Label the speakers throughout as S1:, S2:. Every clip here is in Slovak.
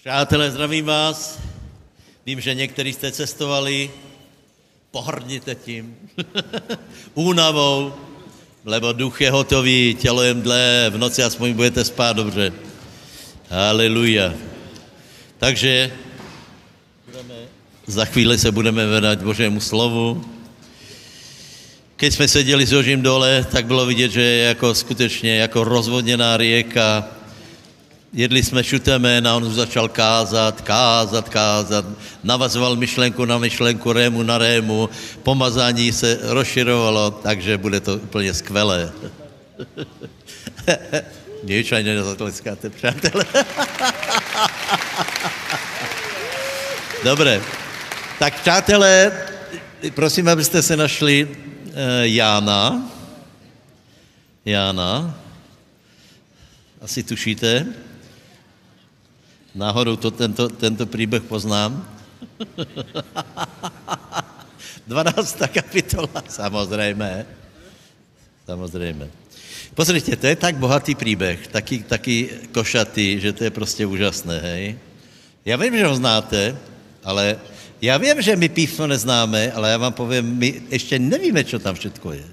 S1: Přátelé, zdravím vás. Vím, že někteří jste cestovali. Pohrdněte tím. Únavou, lebo duch je hotový, tělo je mdlé, v noci aspoň budete spát dobře. Haleluja. Takže za chvíli se budeme vedat Božému slovu. Keď jsme seděli s Jožím dole, tak bylo vidět, že je jako skutečně jako rozvodněná rieka, Jedli jsme šutemen a on začal kázat, kázat, kázat. Navazoval myšlenku na myšlenku, rému na rému. Pomazání se rozširovalo, takže bude to úplně skvělé. Něčajně nezatleskáte, přátelé. Dobré. Tak přátelé, prosím, abyste se našli eh, Jána. Jána. Asi tušíte. Náhodou to tento, tento příběh poznám. 12. kapitola, samozřejmě. Samozřejmě. Pozrite, to je tak bohatý příběh, taky, taky košatý, že to je prostě úžasné, hej. Já vím, že ho znáte, ale já vím, že my písmo neznáme, ale já vám povím, my ještě nevíme, co tam všetko je.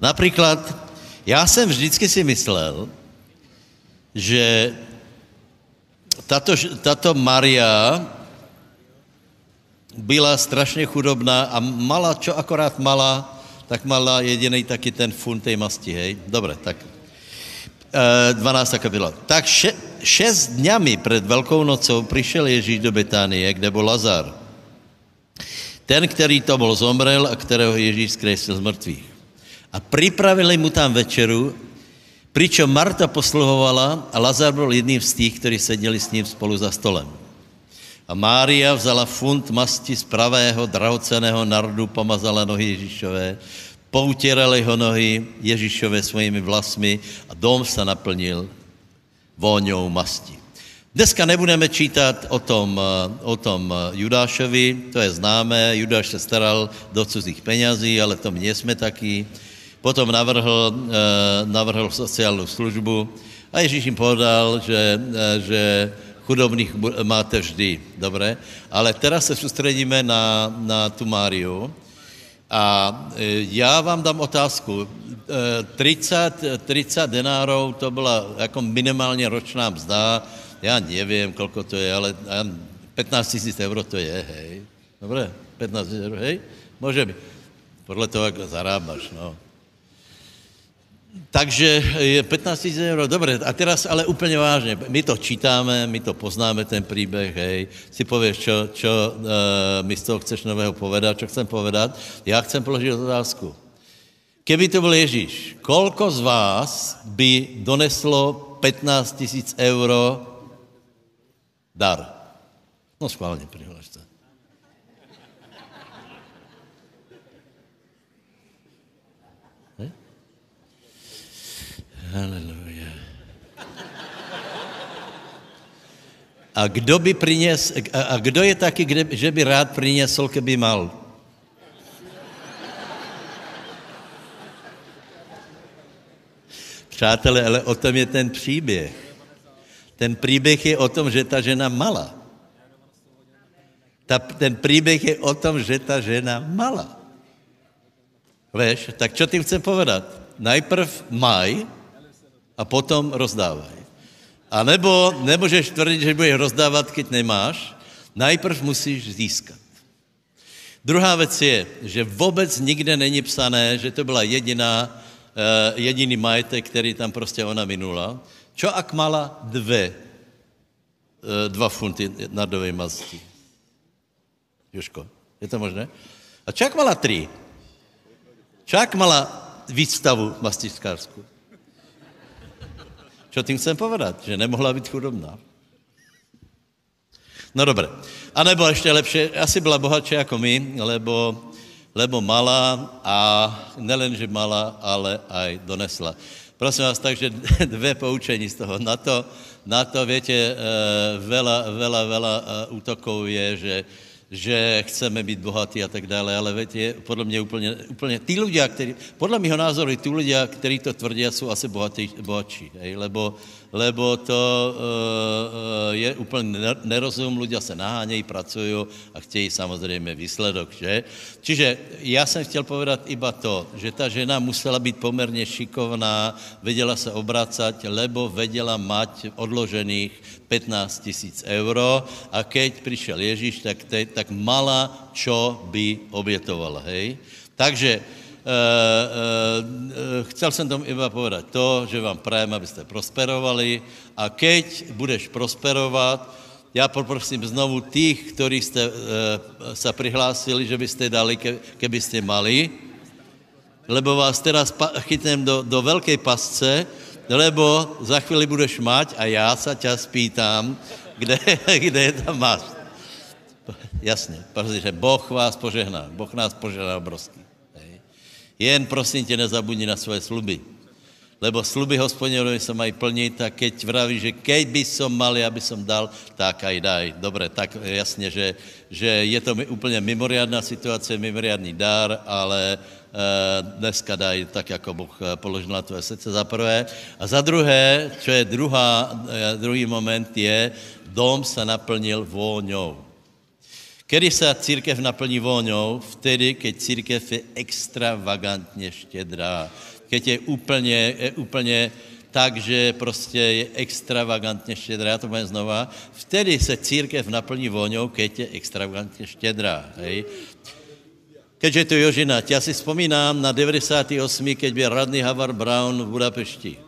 S1: Například, já jsem vždycky si myslel, že tato, tato Maria byla strašně chudobná a mala, čo akorát mala, tak mala jediný taky ten fun tej masti, hej? Dobre, tak. E, 12. kapitola. Tak še, šest dňami před Velkou nocou přišel Ježíš do Betánie, kde byl Lazar. Ten, který to byl zomrel a kterého Ježíš zkresil z mrtvých. A připravili mu tam večeru Pričom Marta posluhovala a Lazar byl jedním z těch, kteří seděli s ním spolu za stolem. A Mária vzala funt masti z pravého drahoceného nardu, pomazala nohy Ježíšové, poutírali ho nohy Ježíšové svými vlasmi a dom se naplnil vôňou masti. Dneska nebudeme čítat o tom, eh, o tom eh, Judášovi, to je známé, Judáš se staral do cudzích penězí, ale to my jsme taky. Potom navrhl, navrhl sociální službu a Ježíš jim podal, že, eh, že chudobných máte vždy, dobré? Ale teraz se soustředíme na, na tu Máriu a e, já vám dám otázku. 30, 30 denárov to byla jako minimálně ročná mzda, já nevím, kolko to je, ale 15 tisíc euro to je, hej. Dobré, 15 tisíc euro, hej, může být. Podle toho, jak zarábaš, no. Takže je 15 tisíc euro, dobré, a teraz ale úplně vážně, my to čítáme, my to poznáme, ten příběh, hej, si pověš, čo, čo e, mi z toho chceš nového povedat, čo chcem povedat, já chcem položit otázku. Keby to byl Ježíš, kolko z vás by doneslo 15 tisíc euro dar? No schválně přihlašte. Haleluja. A kdo by prines, a, a kdo je taky, kde, že by rád prinesl, keby mal? Přátelé, ale o tom je ten příběh. Ten příběh je o tom, že ta žena mala. Ta, ten příběh je o tom, že ta žena mala. Veš, tak co tím chcem povedat? Najprv maj, a potom rozdávaj. A nebo nemůžeš tvrdit, že budeš rozdávat, keď nemáš. Najprv musíš získat. Druhá věc je, že vůbec nikde není psané, že to byla jediná, uh, jediný majetek, který tam prostě ona minula. Čo ak mala dvě, uh, dva funty nardové masti? Joško, je to možné? A čo ak mala tři? Čo ak mala výstavu mastičkářskou? Čo tím chcem povedat? Že nemohla být chudobná. No dobré. A nebo ještě lepší, asi byla bohatší jako my, lebo, lebo mala a nelen, že mala, ale aj donesla. Prosím vás, takže dvě poučení z toho. Na to, na to větě, vela, vela, vela útoků je, že že chceme být bohatí a tak dále, ale veď je podle mě úplně, úplně ty lidé, který, podle mého názoru, ty lidé, kteří to tvrdí, jsou asi bohatí, bohatší, hej, lebo, lebo to uh, uh, eh, je úplně ne- nerozum, lidé se nahánějí, pracují a chtějí samozřejmě výsledok, že? Čiže já jsem chtěl povedat iba to, že ta žena musela být poměrně šikovná, věděla se obracať, lebo věděla mať odložených 15 tisíc euro a keď přišel Ježíš, tak, te, tak mala, čo by obětovala, hej? Takže Uh, uh, chcel jsem tomu iba povedať to, že vám prajem, abyste prosperovali a keď budeš prosperovat, já poprosím znovu tých, kteří jste uh, sa prihlásili, že byste dali, ke, keby ste mali, lebo vás teraz pa- chytnem do, do velké pasce, lebo za chvíli budeš mať a já se tě spýtám, kde, kde je tam máš. Jasně, protože Boh vás požehná. Boh nás požehná obrovský. Hej. Jen prosím tě nezabudni na svoje sluby. Lebo sluby hospodinovi se mají plnit a keď vraví, že keď by som mal, já by som dal, tak aj daj. Dobre, tak jasně, že, že je to mi úplně mimoriadná situace, mimoriadný dar, ale eh, dneska daj tak, jako Bůh eh, položil na tvoje srdce za prvé. A za druhé, čo je druhá, eh, druhý moment, je dom se naplnil vůňou. Kedy se církev naplní vôňou? Vtedy, keď církev je extravagantně štědrá. Keď je úplně, je úplně tak, že prostě je extravagantně štědrá, já to povím znova, vtedy se církev naplní vôňou, keď je extravagantně štědrá. Hej? Keďže je tu Jožina, já si vzpomínám na 98, keď byl radný Havar Brown v Budapešti.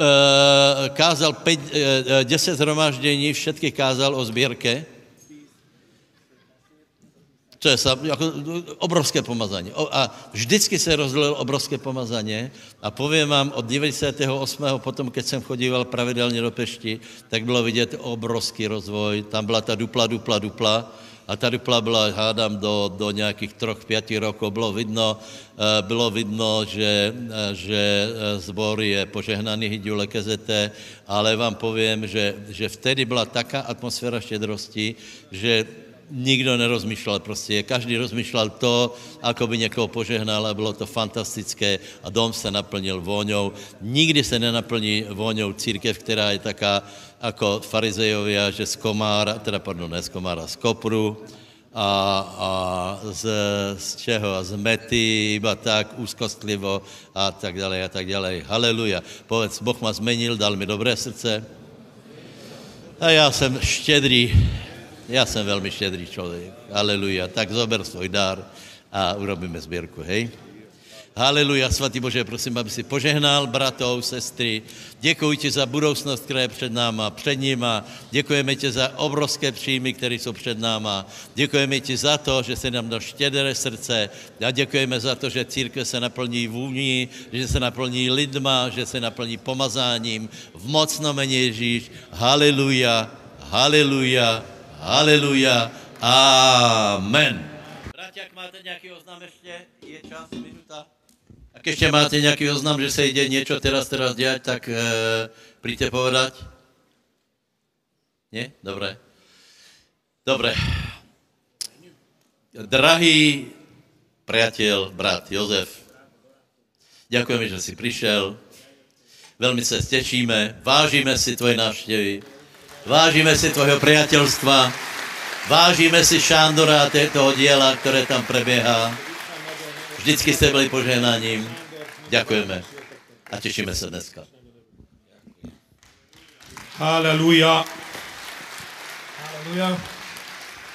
S1: Eh, kázal 10 zhromaždění, všetky kázal o sbírke. To je sa- jako obrovské pomazání. O- A vždycky se rozlil obrovské pomazání. A povím vám, od 98. potom, keď jsem chodíval pravidelně do Pešti, tak bylo vidět obrovský rozvoj. Tam byla ta dupla, dupla, dupla. A ta dupla byla, hádám, do, do nějakých troch, pěti rokov. Bylo vidno, eh, bylo vidno že, eh, že zbor je požehnaný Hidule Kezete, ale vám povím, že, že vtedy byla taká atmosféra štědrosti, že nikdo nerozmýšlel prostě, každý rozmýšlel to, ako by někoho požehnal a bylo to fantastické a dom se naplnil vôňou. Nikdy se nenaplní vôňou církev, která je taká jako farizejovia, že z komára, teda pardon, ne z komára, z kopru a, a z, z čeho, a z mety, iba tak úzkostlivo a tak dále a tak dále. Haleluja. Povedz, Boh ma zmenil, dal mi dobré srdce, a já jsem štědrý, já jsem velmi štědrý člověk. Aleluja. Tak zober svůj dar a urobíme sběrku, hej? Haleluja, svatý Bože, prosím, aby si požehnal bratov, sestry. Děkuji ti za budoucnost, která je před náma, před nima. Děkujeme ti za obrovské příjmy, které jsou před náma. Děkujeme ti za to, že se nám dal štědré srdce. A děkujeme za to, že církev se naplní vůní, že se naplní lidma, že se naplní pomazáním. V mocno jméně Ježíš. Haleluja, haleluja, haleluja. Amen. Bratia, ak máte nějaký oznam ještě, je čas, minuta. Ak ještě máte nějaký oznam, že se jde něco teraz, teraz dělat, tak e, přijďte povedať. Ne? Dobré. Dobré. Drahý priateľ, brat Jozef, děkujeme, že jsi přišel. Velmi se těšíme, vážíme si tvoje návštěvy, vážíme si tvojho priateľstva, vážíme si Šándora a toho diela, které tam preběhá. Vždycky jste byli požehnáním. Děkujeme a těšíme se dneska.
S2: Halleluja! Halleluja!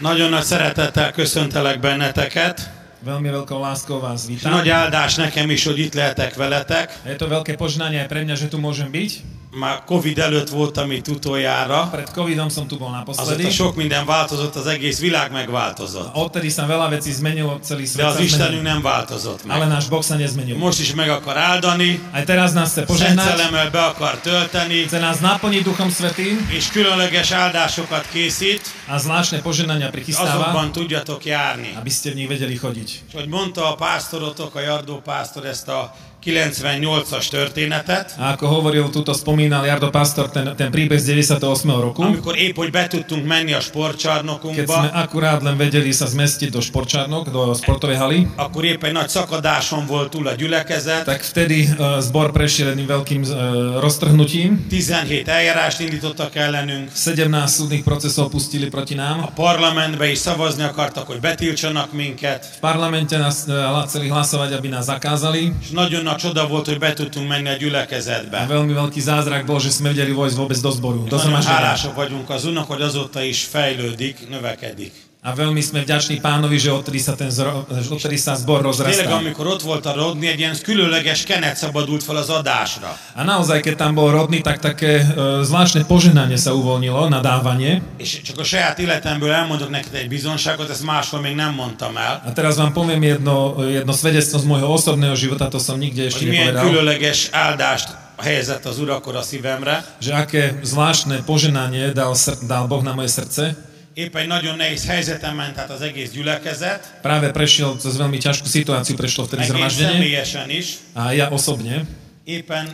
S2: Nagyon nagy szeretettel köszöntelek benneteket.
S3: Veľmi veľkou láskou vás
S2: És nagy
S3: vítam.
S2: áldás nekem is, hogy itt lehetek veletek.
S3: Je to veľké požnanie aj pre mňa, že tu môžem byť.
S2: Már Covid előtt voltam itt utoljára.
S3: Pred covidom som tu bol
S2: Azóta
S3: naposledy.
S2: sok minden változott, az egész világ megváltozott.
S3: Odtedy sa veľa vecí zmenilo, celý
S2: De
S3: svet
S2: az
S3: sa
S2: Istenünk
S3: zmenil.
S2: nem változott
S3: Ale
S2: meg.
S3: náš Boh sa nezmenil.
S2: Most is meg akar áldani,
S3: Aj teraz nás chce
S2: Szent
S3: požehnať,
S2: Szellemmel be akar tölteni,
S3: chce nás naplniť Duchom Svetým
S2: és különleges áldásokat készít,
S3: a zvláštne požehnania prichystáva,
S2: azokban tudjatok járni.
S3: aby ste v nich vedeli chodiť.
S2: És ahogy mondta a pásztorotok, a Jardó pásztor ezt a 98-as történetet,
S3: A ako hovoril, túto spomínal Jardo Pastor ten, ten príbeh z 98. roku,
S2: amikor épp, hogy be tudtunk menni a
S3: keď sme
S2: sportcsarnokunkba,
S3: akurát len vedeli sa zmestiť do športčárnok, do športovej haly,
S2: akkor épp egy nagy szakadáson volt túl a gyülekezet,
S3: tak vtedy uh, zbor prešiel jedným veľkým uh, roztrhnutím.
S2: 17 eljárást indítottak ellenünk,
S3: 17 súdnych procesov pustili
S2: a
S3: proti nám.
S2: parlamentbe is szavazni akartak, hogy betiltsanak minket,
S3: V parlamente nás eh, chceli hlasovať, aby nás zakázali.
S2: és nagyon nagy csoda volt, hogy be tudtunk menni a
S3: A
S2: gyülekezetbe.
S3: veľmi veľký zázrak bol, že sme vedeli vojsť vôbec do zboru, do
S2: Nagyon
S3: zhromaždenia.
S2: hálásak vagyunk az Úrnak, hogy azóta is fejlődik, növekedik.
S3: A veľmi sme vďační pánovi, že odtedy sa, ten zro, že odtedy sa zbor
S2: Tényleg,
S3: rozrastá.
S2: amikor ott volt a Rodni, egy ilyen különleges kenet szabadult fel az adásra.
S3: A naozaj, keď tam bol rodný, tak také e, zvláštne požehnanie sa uvoľnilo na dávanie.
S2: És csak a saját életemből elmondok neked egy bizonságot, ezt máshol még nem mondtam el,
S3: A teraz vám poviem jedno, jedno svedectvo z môjho osobného života, to som nikde ešte
S2: hogy milyen
S3: nepovedal,
S2: különleges áldást helyezett az Úr akkor a szívemre.
S3: že aké zvláštne poženanie dal, sr- dal Boh na moje srdce.
S2: Épp egy nagyon nehéz helyzeten ment át az egész gyülekezet,
S3: Práve prešiel cez veľmi ťažkú situáciu, prešlo vtedy
S2: egész
S3: zhromaždenie
S2: személyesen is.
S3: a ja osobne,
S2: Éppen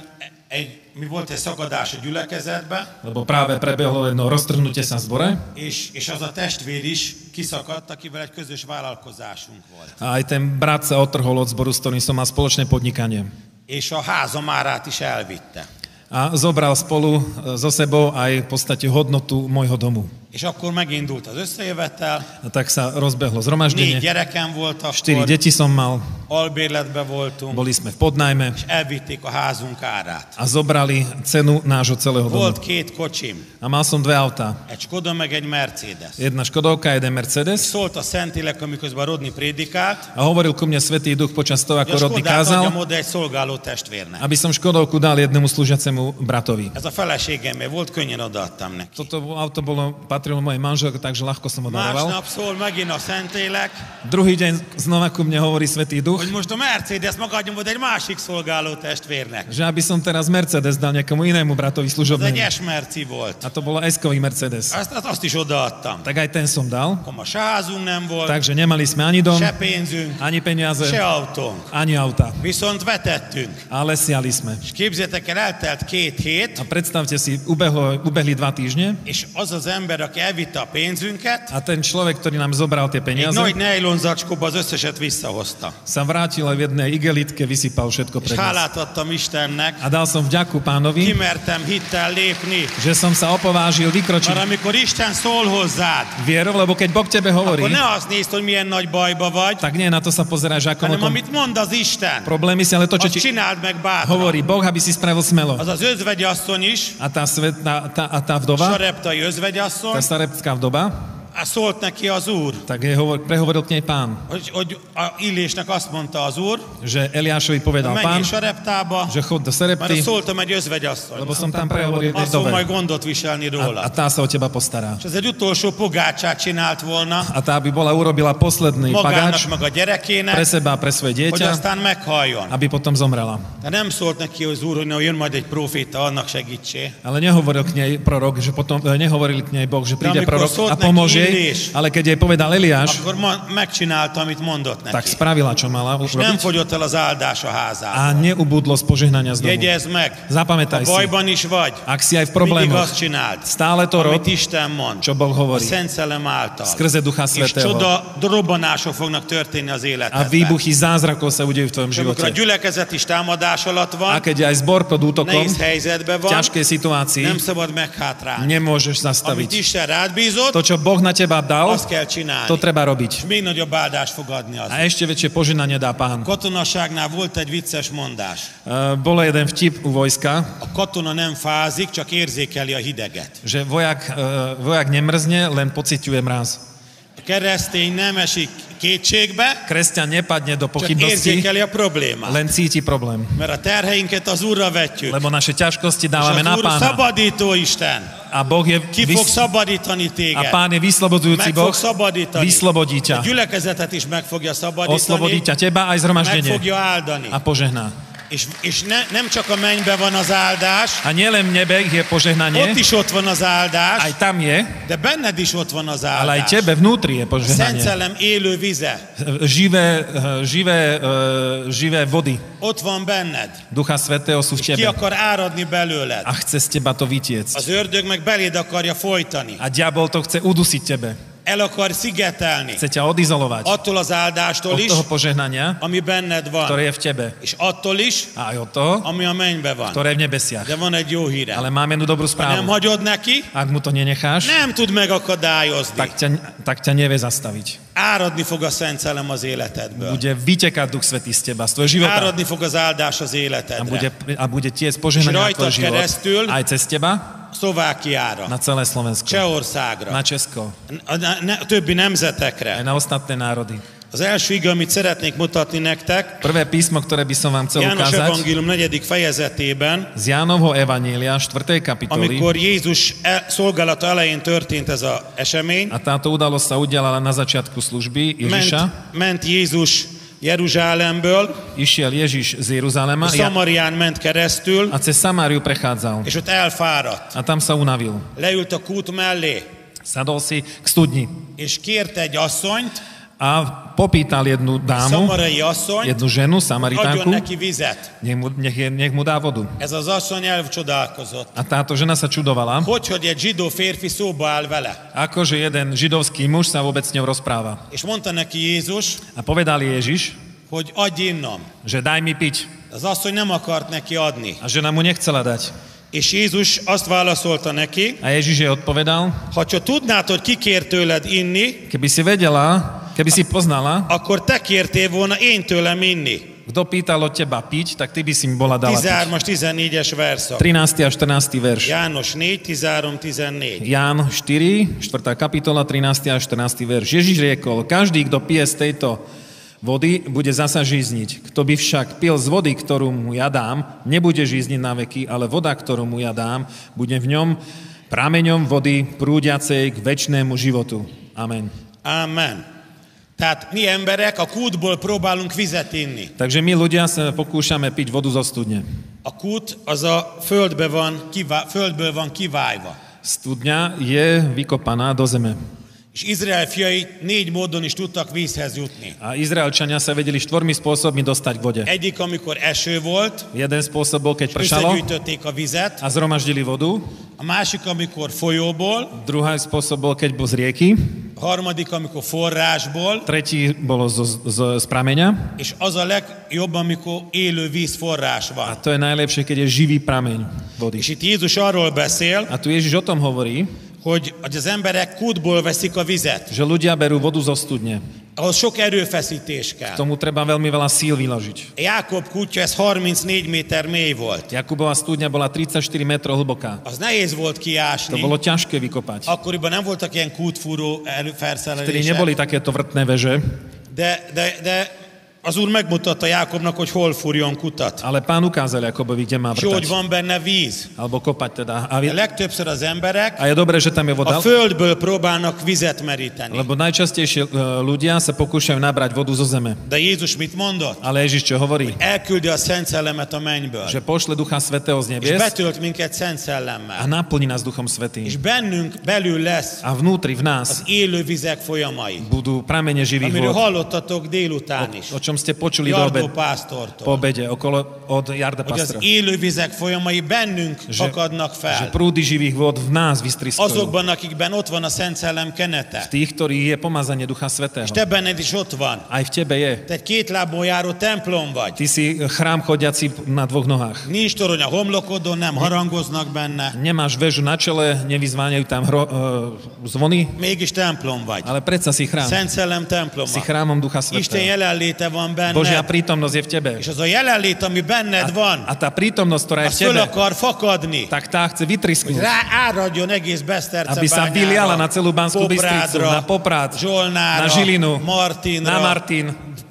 S2: egy, mi volt egy szakadás a gyülekezetben,
S3: lebo práve prebehlo jedno roztrhnutie sa v zbore
S2: és, és az a testvér is kiszakadt, akivel egy közös vállalkozásunk volt.
S3: a aj ten brat sa otrhol od zboru, s ktorým som mal spoločné podnikanie.
S2: És a házam árát is elvitte.
S3: A zobral spolu e, so sebou aj v podstate hodnotu môjho domu.
S2: És akkor megindult az összejövetel,
S3: A tak sa rozbehlo
S2: négy
S3: zhromaždenie.
S2: gyerekem volt
S3: Štyri
S2: akkor,
S3: deti som mal,
S2: albérletbe voltunk,
S3: boli sme v podnajme
S2: és elvitték a házunk árát.
S3: a zobrali cenu nášho celého domu.
S2: Volt két kocsim,
S3: A mal som dve autá.
S2: egy Skoda meg egy Mercedes.
S3: Jedna Škodovka, jeden Mercedes.
S2: Szólt a Szentlélek, amiközben Rodni prédikált,
S3: A hovoril ku mne Svetý Duch počas toho,
S2: hogy a
S3: ako Rodný
S2: Skodát adjam
S3: kázal,
S2: oda egy szolgáló testvérnek.
S3: aby som Škodovku dal jednému služiacemu bratovi.
S2: Ez a feleségemé volt, könnyen odaadtam neki.
S3: Toto auto bolo, patrilo mojej manželke, takže ľahko som ho daroval.
S2: Másnap szól megint a Szentlélek,
S3: Druhý deň znova ku mne hovorí Svetý Duch,
S2: hogy most a Mercedes magadjam oda egy másik szolgáló testvérnek.
S3: že aby som teraz Mercedes dal nejakému inému bratovi
S2: Ez egy
S3: služobnému.
S2: esmerci volt.
S3: A to bolo S-kový Mercedes.
S2: Azt, azt, azt is odaadtam.
S3: Tak aj ten som dal.
S2: Akkor ma se házunk nem volt,
S3: Takže nemali sme ani dom,
S2: se pénzünk,
S3: ani peniaze,
S2: se autónk.
S3: ani auta.
S2: Viszont vetettünk.
S3: Ale siali sme.
S2: És képzétek el, eltelt két hét,
S3: A predstavte si, ubehlo, ubehli dva týždne
S2: és az az ember, aki elvitte a pénzünket,
S3: a ten človek, ktorý nám zobral tie
S2: egy
S3: peniaze,
S2: nagy nejlon zacskóba az összeset visszahozta.
S3: sa vrátil a v jednej igelitke vysypal všetko
S2: És
S3: pre nás.
S2: hálát adtam Istennek,
S3: A dal som vďaku pánovi,
S2: kimertem hittel lépni,
S3: že som sa opovážil
S2: mert
S3: vykročiť
S2: amikor Isten szól hozzád,
S3: vierou, lebo keď Boh tebe hovorí,
S2: akkor ne azt nézd, hogy milyen nagy bajba vagy,
S3: tak nie na to sa pozeráš ako o
S2: hanem
S3: tom
S2: amit mond az Isten,
S3: problémy si, ale to, čo
S2: azt
S3: ti
S2: csináld meg bátran.
S3: hovorí Boh, aby si spravil smelo.
S2: Az az özvegyasszony is,
S3: A tá, svet, tá, tá, a tá vdova,
S2: sareptai
S3: tá
S2: özvegyasszony,
S3: starepská vdova,
S2: á, szólt neki az Úr,
S3: tak jej hovor, prehovoril k nej pán,
S2: hogy, hogy a Illésnek azt mondta az Úr,
S3: že Eliášovi povedal
S2: menj
S3: pán,
S2: is a reptába,
S3: že chod do
S2: mert
S3: Serepty,
S2: szóltam egy özvegyasszony.
S3: lebo som tam prehovoril jednej
S2: Azt fog
S3: dobe.
S2: majd gondot viselni
S3: A
S2: róla.
S3: tá sa o teba postará.
S2: És ez egy utolsó pogácsát csinált volna
S3: A tá by bola urobila posledný
S2: magának,
S3: pagáč
S2: meg a
S3: pre
S2: gyerekének,
S3: seba, pre svoje
S2: hogy
S3: dieťa,
S2: aztán meghalljon.
S3: aby potom zomrela.
S2: De nem szólt neki az úr, hogy na, jön majd egy proféta, annak segítsé.
S3: Ale nehovoril k nej prorok, že potom, e, nehovoril k nej Boh, že
S2: Tam je
S3: príde prorok a
S2: posledné
S3: pomôže jej,
S2: kýliš.
S3: ale keď jej povedal Eliáš,
S2: Akkor ma, megcsinálta, amit mondott
S3: tak
S2: neki.
S3: spravila, čo mala
S2: És nem
S3: urobiť
S2: fogyott el az áldás a házát.
S3: a neubudlo z požehnania z domu.
S2: Jegyezd meg, ha
S3: Zapamätaj si,
S2: bajban is vagy,
S3: ak si aj v
S2: mindig
S3: problémoch,
S2: azt csináld,
S3: stále to rob,
S2: amit Isten mond,
S3: čo Boh
S2: a
S3: hovorí.
S2: Szent Szellem által.
S3: Skrze Ducha
S2: És
S3: Svetého.
S2: csoda robbanások fognak történni az
S3: A
S2: életedben.
S3: výbuchy zázrakov sa udejú v tvojom
S2: És amikor a
S3: živote.
S2: gyülekezet is támadás alatt
S3: A
S2: van,
S3: keď je aj zbor pod útokom,
S2: nehéz
S3: v
S2: helyzetben van,
S3: ťažkej situácii,
S2: nem szabad meghátrálni.
S3: nemôžeš
S2: Amit
S3: zastaviť.
S2: Isten rád bízott,
S3: To, čo Boh na teba dal,
S2: azt kell
S3: to
S2: csinálni.
S3: treba
S2: És
S3: robiť.
S2: még nagyobb áldást fog adni az.
S3: A ešte väčšie požehnanie dá pán. E,
S2: Katonaságnál volt egy vicces mondás.
S3: Uh, bolo jeden vtip u vojska,
S2: A katona nem fázik, csak érzékeli a hideget.
S3: že vojak, uh, vojak nemrzne, len pociťuje mraz.
S2: A keresztény nem esik kétségbe,
S3: Kresťan nepadne do
S2: csak
S3: pochybností,
S2: érzékeli a problémát.
S3: len cíti problém.
S2: Mert a terheinket az Úrra vetjük.
S3: Lebo naše ťažkosti
S2: És
S3: dávame
S2: az
S3: na
S2: Úr
S3: pána.
S2: szabadító Isten.
S3: A Boh je
S2: Ki fog
S3: vys-
S2: szabadítani
S3: a
S2: téged.
S3: pán je vyslobodzujúci
S2: Meg
S3: Boh,
S2: fog szabadítani.
S3: vyslobodí
S2: A
S3: ťa.
S2: gyülekezetet is meg fogja
S3: Oslobodí
S2: szabadítani.
S3: ťa teba aj
S2: Meg
S3: zhromaždenie
S2: fogja áldani.
S3: a požehná.
S2: És, és ne, nem csak a mennyben van az áldás,
S3: A nielen v nebe je
S2: ott
S3: požehnanie,
S2: is ott van az áldás,
S3: aj tam je,
S2: de benned is ott van az
S3: ale aj
S2: áldás.
S3: tebe vnútri
S2: A Szent
S3: je požehnanie.
S2: Szellem élő vize,
S3: Živé, eh, živé, eh, živé vody
S2: ott van benned.
S3: Ducha Svetého sú v
S2: Ki
S3: tebe
S2: akar áradni belőled.
S3: a chce z teba to vytiecť.
S2: Az ördög meg beléd akarja folytani.
S3: A diabol to chce udusiť tebe,
S2: El akar szigetelni.
S3: chce ťa odizolovať
S2: Attól az áldástól
S3: od
S2: is,
S3: toho požehnania,
S2: ami benned van.
S3: ktoré je v tebe.
S2: És attól is,
S3: A aj od toho,
S2: ami a mennybe van.
S3: ktoré je v nebesiach.
S2: De van egy jó hírem.
S3: Ale máme jednu dobrú
S2: Ha nem
S3: správu.
S2: hagyod neki,
S3: Ak mu to nenecháš,
S2: nem tud megakadályozni.
S3: tak ťa, tak ťa nevie zastaviť.
S2: Áradni fog a Szent Szellem az életedből.
S3: Bude vytekať Duch Svetý z teba, z tvojho života.
S2: Áradni fog az áldás az
S3: A bude,
S2: életedre.
S3: a bude tiec požehnania na
S2: Žrajta
S3: tvoj život.
S2: keresztül.
S3: Aj cez teba
S2: Szlovákiára,
S3: na celé Slovensko. Na
S2: Csehországra,
S3: Česko.
S2: a ne- ne- többi
S3: Aj
S2: nemzetekre.
S3: na ostatné národy.
S2: Az első ige, amit szeretnék mutatni nektek,
S3: Prvé písmo, ktoré by som vám chcel
S2: János
S3: ukázať,
S2: Evangélium 4. fejezetében,
S3: z Jánovho Evanília, 4. kapitoly.
S2: amikor Jézus el- szolgálata elején történt ez az esemény,
S3: A táto udalosť sa udiala na začiatku služby
S2: ment,
S3: Ježiša.
S2: ment Jézus Jeruzsálemből,
S3: Išiel Ježiš z Jeruzalema
S2: és
S3: ja-
S2: Szamarián ment keresztül,
S3: a cez Samáriu prechádzal.
S2: és ott elfáradt.
S3: A tam sa unavil.
S2: Leült a kút mellé,
S3: Sadol si k studni
S2: és kért egy asszonyt,
S3: a popýtal jednu dámu,
S2: szamarai asszonyt,
S3: jednu ženu,
S2: adjon
S3: samaritánku,
S2: neki vizet.
S3: nech mu, nech, je- nech mu dá vodu.
S2: Ez az asszony elcsodálkozott.
S3: A táto žena sa čudovala,
S2: Hogy, hogy egy zsidó férfi szóba áll vele.
S3: akože jeden židovský muž sa vôbec s ňou rozpráva.
S2: És mondta neki Jézus,
S3: A povedal Ježiš,
S2: hogy adj innom.
S3: že daj mi piť.
S2: Az asszony nem akart neki adni.
S3: A žena mu nechcela dať.
S2: És Jézus azt válaszolta neki,
S3: A Ježiš jej odpovedal,
S2: ha csak tudnád, hogy ki kér tőled inni,
S3: keby si vedela, keby si poznala,
S2: akkor te kértél volna én tőlem inni.
S3: kto pýtal od teba piť, tak ty by si mi bola dala piť.
S2: 13-as, 14-es verszak.
S3: 13. a 14. verš.
S2: János 4, 13, 14.
S3: Ján 4, 4. kapitola, 13. a 14. verš. Ježiš riekol, každý, kto pije z tejto vody, bude zasa žízniť. Kto by však pil z vody, ktorú mu ja dám, nebude žízniť na veky, ale voda, ktorú mu ja dám, bude v ňom prameňom vody prúdiacej k väčšnému životu. Amen.
S2: Amen. Tehát mi emberek a kútból próbálunk vizet inni.
S3: Takže my ľudia sa pokúšame piť vodu zo studne.
S2: A kút az a földbe van, kivá, földből van kivájva.
S3: Studňa je vykopaná do zeme.
S2: És Izrael fiai négy módon is tudtak vízhez jutni.
S3: A Izraelčania sa vedeli štvormi spôsobmi dostať k vode.
S2: Egyik, amikor eső volt,
S3: Jeden spôsob bol, keď pršalo
S2: összegyűjtötték a vizet.
S3: a zhromaždili vodu.
S2: A másik, amikor folyóból.
S3: Druhý spôsob bol, keď bol z rieky.
S2: A harmadik, amikor forrásból.
S3: Tretí bolo zo, zo, z prameňa.
S2: És az a legjobb, amikor élő vízforrás
S3: A
S2: van.
S3: to je najlepšie, keď je živý prameň
S2: És
S3: vody.
S2: itt Jézus arról beszél,
S3: A tu Ježiš o tom hovorí,
S2: hogy, hogy az emberek kútból veszik a vizet.
S3: že ľudia berú vodu zo studne.
S2: Ahhoz sok erőfeszítés kell.
S3: Tomu treba veľmi veľa síl vyložiť.
S2: Jákob kútja, ez 34 méter mély volt.
S3: Jakubova studňa bola 34 metrov hlboká.
S2: Az nehéz volt
S3: To
S2: kiásni.
S3: bolo ťažké vykopať.
S2: Akkoriban nem voltak ilyen kútfúró elő-
S3: Vtedy
S2: felszerelések,
S3: neboli takéto vrtné veže,
S2: de, de, de az úr megmutatta Jákobnak, hogy hol fúrjon kutat.
S3: ale pán ukázal Jakobovi, kde má
S2: És jó, hogy
S3: vrtať.
S2: van benne víz.
S3: Alebo kopať teda. A,
S2: De
S3: vie-
S2: legtöbbször az emberek
S3: a je dobré, že tam je
S2: a
S3: voda,
S2: földből próbálnak vizet meríteni.
S3: lebo najčastejšie e, ľudia sa pokúšajú nabrať vodu zo zeme.
S2: De Jézus mit mondott?
S3: Ale Ježiš čo hovorí?
S2: Elküldi a Szent Szellemet a mennyből.
S3: že pošle Ducha Svetého z
S2: És
S3: nebies
S2: betölt minket Szent
S3: a
S2: Szellemmel.
S3: naplní nás Duchom
S2: És
S3: Svetým.
S2: bennünk belül lesz
S3: A vnútri
S2: az
S3: v nás
S2: élő vizek folyamai,
S3: budú pramene živých
S2: amiről
S3: vôd,
S2: hallottatok délután is.
S3: o čom ste počuli do
S2: Jardó
S3: obed,
S2: pásztortól.
S3: po obede okolo, od Jarda
S2: hogy az
S3: Pastra.
S2: élővizek folyamai bennünk
S3: Že-
S2: akadnak
S3: Že
S2: fel.
S3: prúdy živých vôd v nás vystriskajú.
S2: Azokban, akikben ott van a Szent Szellem kenete.
S3: Tých, ktorých je pomazanie Ducha Svetého.
S2: És te benned is ott van.
S3: Aj v tebe je.
S2: Te egy két lábon járó templom vagy.
S3: Ty si chrám chodiaci na dvoch nohách.
S2: Nincs torony a homlokodon, nem harangoznak benne.
S3: Nemáš väžu na čele, nevyzváňajú tam hro, e, zvony,
S2: Mégis templom vagy.
S3: ale predsa si chrám.
S2: Szent Szellem temploma.
S3: Si chrámom Ducha
S2: Isten
S3: Svetého.
S2: jelenléte van
S3: Božia
S2: benned.
S3: prítomnosť je v tebe.
S2: És az a jelenlét, ami
S3: Hát-
S2: benned van,
S3: A tá prítomnosť, ktorá je
S2: az
S3: v
S2: föl
S3: tebe,
S2: akar fakadni.
S3: tak tá chce vytrisknúť.
S2: Rá áradjon egész Beszterce
S3: Aby sa vyliala na celú Banskú Bystricu, na Poprad,
S2: Zsolnára,
S3: na Žilinu,
S2: Martinra,
S3: na Martin,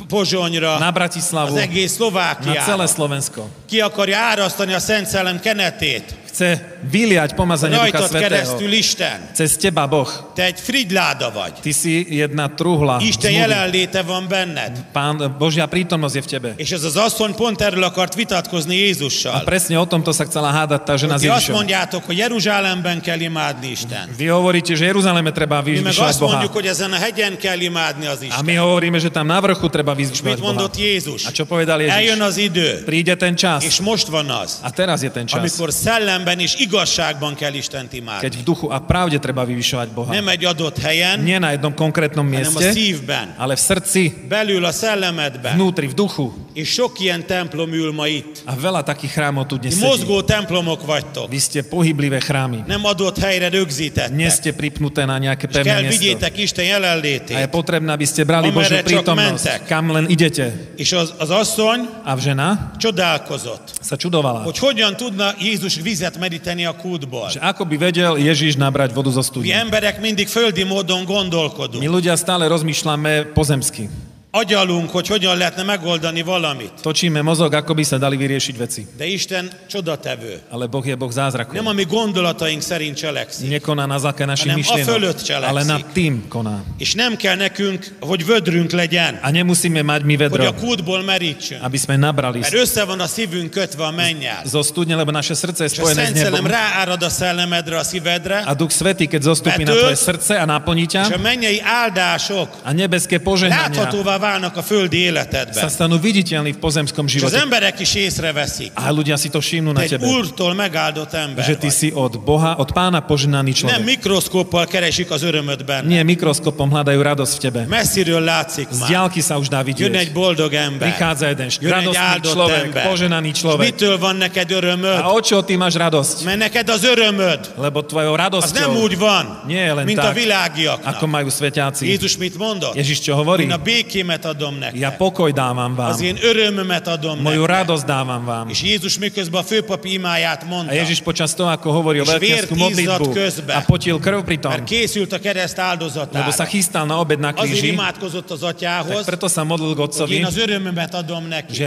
S2: Pozsonyra, az
S3: na Bratislavu,
S2: egész
S3: na
S2: Szlovákiára.
S3: celé Slovensko.
S2: Ki akarja árasztani a Szent Szellem kenetét.
S3: chce vyliať pomazanie Ducha
S2: Rajtad keresztül
S3: Svetého.
S2: Isten,
S3: Cez teba, Boh,
S2: te egy frigyláda vagy.
S3: ty si jedna truhla.
S2: Isten
S3: zmluvy.
S2: jelenléte van benned.
S3: Pán, Božia prítomnosť je v tebe.
S2: És ez az asszony pont erről akart vitatkozni
S3: A
S2: Jézussal.
S3: presne o tomto sa chcela hádať tá žena s
S2: Ti azt
S3: Ježišom.
S2: mondjátok, hogy Jeruzsálemben kell imádni Isten.
S3: Vy hovoríte, že Jeruzaleme treba
S2: Mi meg
S3: vyzvyšovať
S2: azt
S3: Boha.
S2: mondjuk, hogy ezen a hegyen kell imádni az
S3: A
S2: Isten.
S3: my hovoríme, že tam na vrchu treba
S2: Mit
S3: vyzvyšovať Boha.
S2: mondott Jézus?
S3: A čo povedal
S2: Eljön
S3: Ježiš?
S2: az idő,
S3: Príde ten
S2: és
S3: čas.
S2: most van az,
S3: A teraz je ten čas.
S2: amikor szellemben és igazságban kell Istent
S3: Keď
S2: imádni.
S3: v duchu a pravde treba vyvyšovať Boha.
S2: Nem egy adott helyen,
S3: Nie na jednom konkrétnom
S2: hanem a
S3: mieste,
S2: szívben,
S3: ale v srdci,
S2: belül a szellemedben.
S3: vnútri, v duchu.
S2: És sok ilyen templom ül ma itt.
S3: A veľa takých chrámov tu dnes
S2: Ti
S3: sedí.
S2: mozgó templomok vagytok.
S3: Vy ste pohyblivé chrámy.
S2: Nem adott helyre
S3: Nie
S2: rögzítettek.
S3: ste pripnuté na nejaké
S2: És kell
S3: pevné miesto.
S2: vigyétek Isten
S3: A je
S2: jelenlétét.
S3: potrebné, aby ste brali
S2: Amerre
S3: Božiu
S2: csak mentek.
S3: prítomnosť, kam len idete.
S2: És az, az asszony
S3: A žena
S2: csodálkozott,
S3: sa čudovala,
S2: hogy hogyan tudna Jézus vizet meríteni a kútból.
S3: že ako by vedel Ježiš nabrať vodu zo
S2: Mi
S3: studne.
S2: emberek mindig földi módon
S3: My
S2: gondolkodunk.
S3: ľudia stále rozmýšľame pozemsky.
S2: Agyalunk, hogy hogyan lehetne megoldani valamit.
S3: Točíme mozog, ako by sa dali vyriešiť veci.
S2: De Isten csodatevő.
S3: Ale Boh je Boh zázraku.
S2: Nem a mi gondolataink szerint cselekszik.
S3: Nekoná na základe našich
S2: Hanem a fölött
S3: myšlienok,
S2: cselekszik.
S3: ale nad tým koná.
S2: És nem kell nekünk, hogy vödrünk legyen,
S3: A nemusíme mať my
S2: hogy
S3: vedro,
S2: a kútból merítsünk.
S3: aby sme nabrali
S2: Mert össze van a szívünk kötve a mennyel.
S3: zo studne, lebo naše srdce
S2: És
S3: je
S2: a
S3: spojené s
S2: Szent Szellem
S3: nebom.
S2: ráárad a szellemedre, a
S3: A
S2: szívedre,
S3: Duch Svetý, keď zostupí na tvoje srdce a naplní ťa,
S2: és a mennyei áldások
S3: a nebeské požehnania
S2: láthatóvá válnak a földi
S3: sa
S2: életedben.
S3: stanú viditeľní v pozemskom
S2: És az
S3: živote.
S2: emberek is észreveszik.
S3: A ľudia si to všimnú
S2: Te
S3: na
S2: egy
S3: tebe,
S2: úrtól megáldott
S3: že
S2: ember
S3: ty
S2: vagy.
S3: si od Boha, od Pána požehnaný
S2: Nem
S3: človek.
S2: mikroszkóppal keresik az örömöt benne.
S3: Nie mikroskopom hľadajú radosť v tebe.
S2: Messziről látszik
S3: Z
S2: már.
S3: diálky sa už dá
S2: Jön egy
S3: vidieť.
S2: boldog ember.
S3: Prichádza jeden
S2: Jön egy
S3: radostný
S2: áldott
S3: človek,
S2: ember.
S3: poženaný
S2: És
S3: človek.
S2: mitől van neked örömöd?
S3: A o čo ty máš radosť?
S2: Mert neked az örömöd,
S3: Lebo tvojou
S2: az nem
S3: radosťou,
S2: úgy van,
S3: Nie, len
S2: mint a
S3: tak.
S2: világiaknak.
S3: ako majú sveťáci.
S2: Jézus mit mondott?
S3: Ježiš čo hovorí?
S2: Én a békémet adom
S3: Ja
S2: nektek.
S3: pokoj dávam vám.
S2: Az én örömömet adom
S3: Moju
S2: nektek.
S3: radosť dávam vám.
S2: És Jézus miközben a főpapi imáját
S3: A
S2: mondta,
S3: Ježiš počas toho, ako hovoril
S2: Ježiš
S3: veľkňazskú
S2: vier
S3: modlitbu
S2: ízdat közbe.
S3: a potil krv pri tom,
S2: mert készült a kereszt
S3: lebo
S2: áldozatára.
S3: sa chystal na obed na
S2: Azért
S3: kríži,
S2: imádkozott az
S3: tak
S2: atyához,
S3: preto sa modlil
S2: hogy
S3: k
S2: én
S3: otcovi,
S2: az örömömet adom neki.
S3: že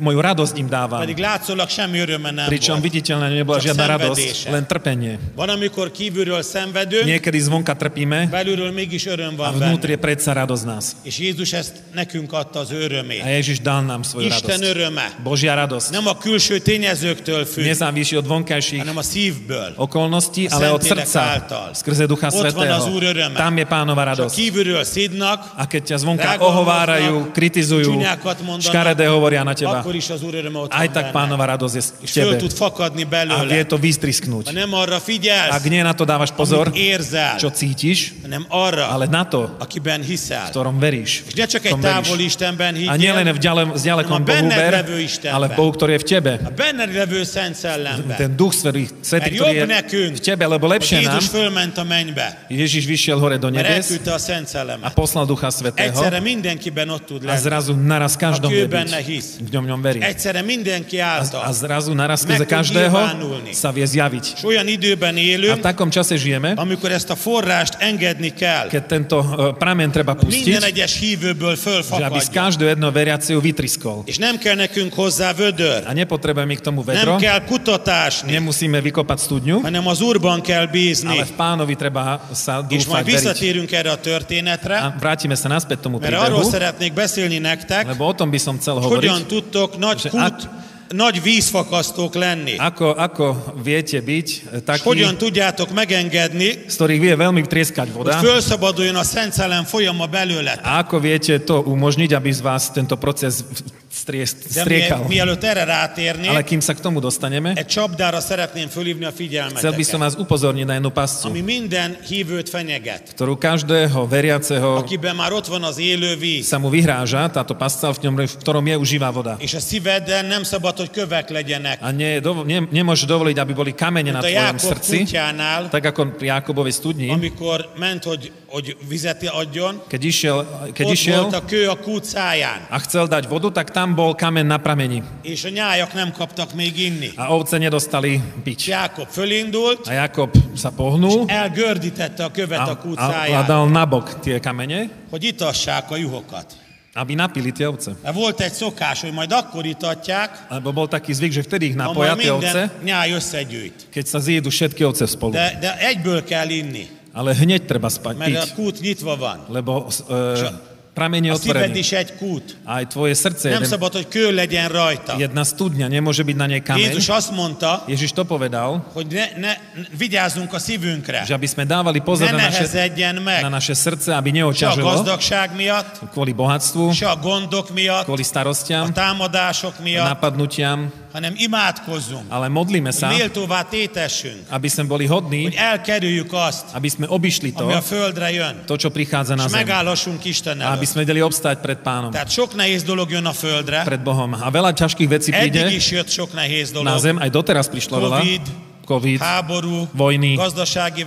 S3: moju radosť im dávam.
S2: Pedig látszólag semmi öröme nem
S3: Pričom
S2: volt.
S3: viditeľne nebola
S2: Čo
S3: žiadna
S2: szenvedéše.
S3: radosť, len trpenie.
S2: Van, amikor kívülről szenvedünk,
S3: Niekedy zvonka trpíme
S2: belülről mégis öröm
S3: a
S2: van benne.
S3: vnútri je predsa radosť nás.
S2: És Jézus ezt nekünk adta az ő
S3: A
S2: örömét.
S3: Ježiš dal nám svoju
S2: Isten
S3: radosť.
S2: öröme.
S3: Božia radosť.
S2: Nem a külső tényezőktől függ,
S3: Nezávisí od vonkajších
S2: hanem a szívből.
S3: okolností, ale od
S2: Szentlélek
S3: srdca,
S2: által.
S3: skrze Ducha
S2: Ott van az
S3: Svetého.
S2: Úr öröme.
S3: Tam je pánova
S2: És ha
S3: radosť.
S2: kívülről szidnak,
S3: A keď ťa zvonka
S2: Rágalmoznak,
S3: ohovárajú, kritizujú,
S2: Čuňákat mondanak,
S3: škaredé hovoria na teba,
S2: akkor is az Úr öröme ott
S3: aj
S2: van
S3: tak
S2: benne.
S3: pánova radosť je v
S2: És
S3: tebe.
S2: föl tud fakadni
S3: A vie
S2: belőle.
S3: to
S2: Ha
S3: vystrisknúť.
S2: nem arra figyelsz,
S3: Ak nie na to dávaš pozor,
S2: amit érzel,
S3: čo cítiš,
S2: hanem arra,
S3: ale na to,
S2: akiben
S3: v
S2: hiszel.
S3: ktorom veríš.
S2: És ne csak
S3: v
S2: egy
S3: ktorom veríš.
S2: távol Istenben
S3: A nielen
S2: higgyél,
S3: v ďale, z ďalekom
S2: No,
S3: Bohu
S2: benned
S3: ver,
S2: levő Istenben.
S3: ale v Bohu, ktorý je v tebe.
S2: a benned levő Szent Szellemben.
S3: Ten duch svetý, svetý
S2: Mert
S3: ktorý je
S2: jobb nekünk,
S3: v tebe, lebo
S2: hogy
S3: lepšie nám.
S2: Jézus fölment a mennybe,
S3: Ježiš vyšiel hore do
S2: mert
S3: nebes
S2: elküldte a Szent
S3: a
S2: Szellemet.
S3: poslal Ducha Svetého
S2: Egyszerre mindenkiben ott tud
S3: a
S2: lenni.
S3: zrazu naraz každom
S2: Ak
S3: vie
S2: ő benne
S3: byť.
S2: hisz.
S3: V ňom ňom verí.
S2: Egyszerre mindenki
S3: A
S2: által.
S3: zrazu naraz skrze
S2: Meg tud
S3: každého
S2: nyilvánulni.
S3: sa vie zjaviť.
S2: És olyan időben
S3: A v
S2: élünk,
S3: takom čase žijeme,
S2: amikor ezt a forrást engedni kell.
S3: keď tento e, pramen treba
S2: Minden
S3: pustiť,
S2: egyes hívőből
S3: že aby z
S2: fölfakadjon.
S3: každého jedného veriaceho vytriskol.
S2: És nem kell nekünk hozzá vödör,
S3: A nepotrebujeme k tomu
S2: nem
S3: vedro,
S2: kell kutatásni,
S3: nemusíme vykopať studňu,
S2: hanem az Úrban kell
S3: ale
S2: bízni.
S3: v pánovi treba sa
S2: És
S3: dúfať,
S2: majd
S3: veriť.
S2: visszatérünk erre a
S3: A
S2: történetre,
S3: vrátime sa naspäť tomu
S2: mert arról
S3: príbehu,
S2: szeretnék beszélni nektek,
S3: lebo o tom by som chcel
S2: hogyan
S3: hovoriť.
S2: tudtok nagy,
S3: És
S2: kút,
S3: át-
S2: nagy vízfakasztók lenni.
S3: Ako, ako viete byť e,
S2: És hogyan
S3: taký,
S2: tudjátok megengedni,
S3: z ktorých vie veľmi trieskať
S2: hogy
S3: voda,
S2: fölszabaduljon a Szent Szellem folyama belőletek.
S3: a ako viete to umožniť, aby z vás tento proces stries-
S2: De mie-
S3: striekal.
S2: mielőtt erre
S3: Ale
S2: rátérnék,
S3: kým sa k tomu dostaneme,
S2: egy csapdára szeretném fölhívni a
S3: Chcel by som
S2: figyelmeteket,
S3: vás upozorniť na jednu pascu,
S2: ami minden hívőt fenyeget,
S3: ktorú každého veriaceho
S2: akiben már ott van az élő víz,
S3: sa mu vyhráža, táto pasca, v, ňom, v ktorom je už živá voda.
S2: és a szíveden nem szabad, hogy kövek legyenek.
S3: A nie, dovo, ne, nemôže dovoliť, aby boli kamene na
S2: Mint a
S3: tvojom
S2: Jákob
S3: srdci,
S2: kutyánál,
S3: tak ako pri Jakobovej studni,
S2: amikor ment, hogy, hogy vizet adjon,
S3: keď išiel, keď
S2: ott
S3: išiel
S2: volt a kő a kút száján,
S3: a chcel dať vodu, tak tam bol kamen na prameni
S2: és a nyájak nem kaptak még inni.
S3: a ovce nedostali
S2: És
S3: piť.
S2: Jákob fölindult,
S3: A Jakob sa pohnul
S2: elgördítette a követ
S3: a,
S2: a kút
S3: a, a
S2: száján,
S3: dal nabok tie kamene,
S2: hogy itassák a juhokat.
S3: aby napili tie ovce.
S2: Mert volt egy szokás, hogy majd akkor itatják,
S3: Lebo bol taký zvyk, že vtedy ich
S2: ha majd
S3: napoja tie ovce,
S2: minden nyáj összegyűjt.
S3: keď sa zjedú všetky ovce spolu.
S2: De, de egyből kell inni,
S3: Ale hneď treba spať,
S2: mert
S3: piť,
S2: a kút nyitva van.
S3: lebo
S2: Čo?
S3: uh, pramenie
S2: A szíved
S3: otvorený.
S2: is egy kút.
S3: Aj tvoje srdce
S2: Nem
S3: jeden,
S2: szabad, hogy kő legyen rajta.
S3: jedna studňa, nemôže byť na nej kameň.
S2: Jézus azt mondta,
S3: Ježiš to povedal,
S2: hogy ne, ne, vigyázzunk a szívünkre.
S3: že aby sme dávali pozor
S2: Ne
S3: na naše,
S2: nehezedjen
S3: na
S2: meg.
S3: naše srdce, aby
S2: Se a
S3: neoťažilo
S2: gazdagság miatt,
S3: kvôli bohatstvu,
S2: se a gondok miatt,
S3: kvôli starostiam,
S2: a támadások miatt,
S3: napadnutiam,
S2: hanem imádkozzunk,
S3: ale modlíme
S2: hogy
S3: sa,
S2: méltóvá tétessünk,
S3: aby sme boli
S2: hogy
S3: hodní,
S2: elkerüljük azt,
S3: aby sme obišli to,
S2: ami a földre jön,
S3: to, čo prichádza na
S2: és
S3: zem.
S2: megállossunk Isten előtt.
S3: Aby sme vedeli obstáť pred pánom,
S2: Tehát sok nehéz dolog jön a földre,
S3: pred Bohom. A veľa ťažkých vecí
S2: eddig
S3: príde
S2: is jött sok nehéz
S3: eh? na
S2: dolog,
S3: zem, aj doteraz prišlo veľa.
S2: Covid,
S3: Covid,
S2: háború,
S3: Vojny,
S2: gazdasági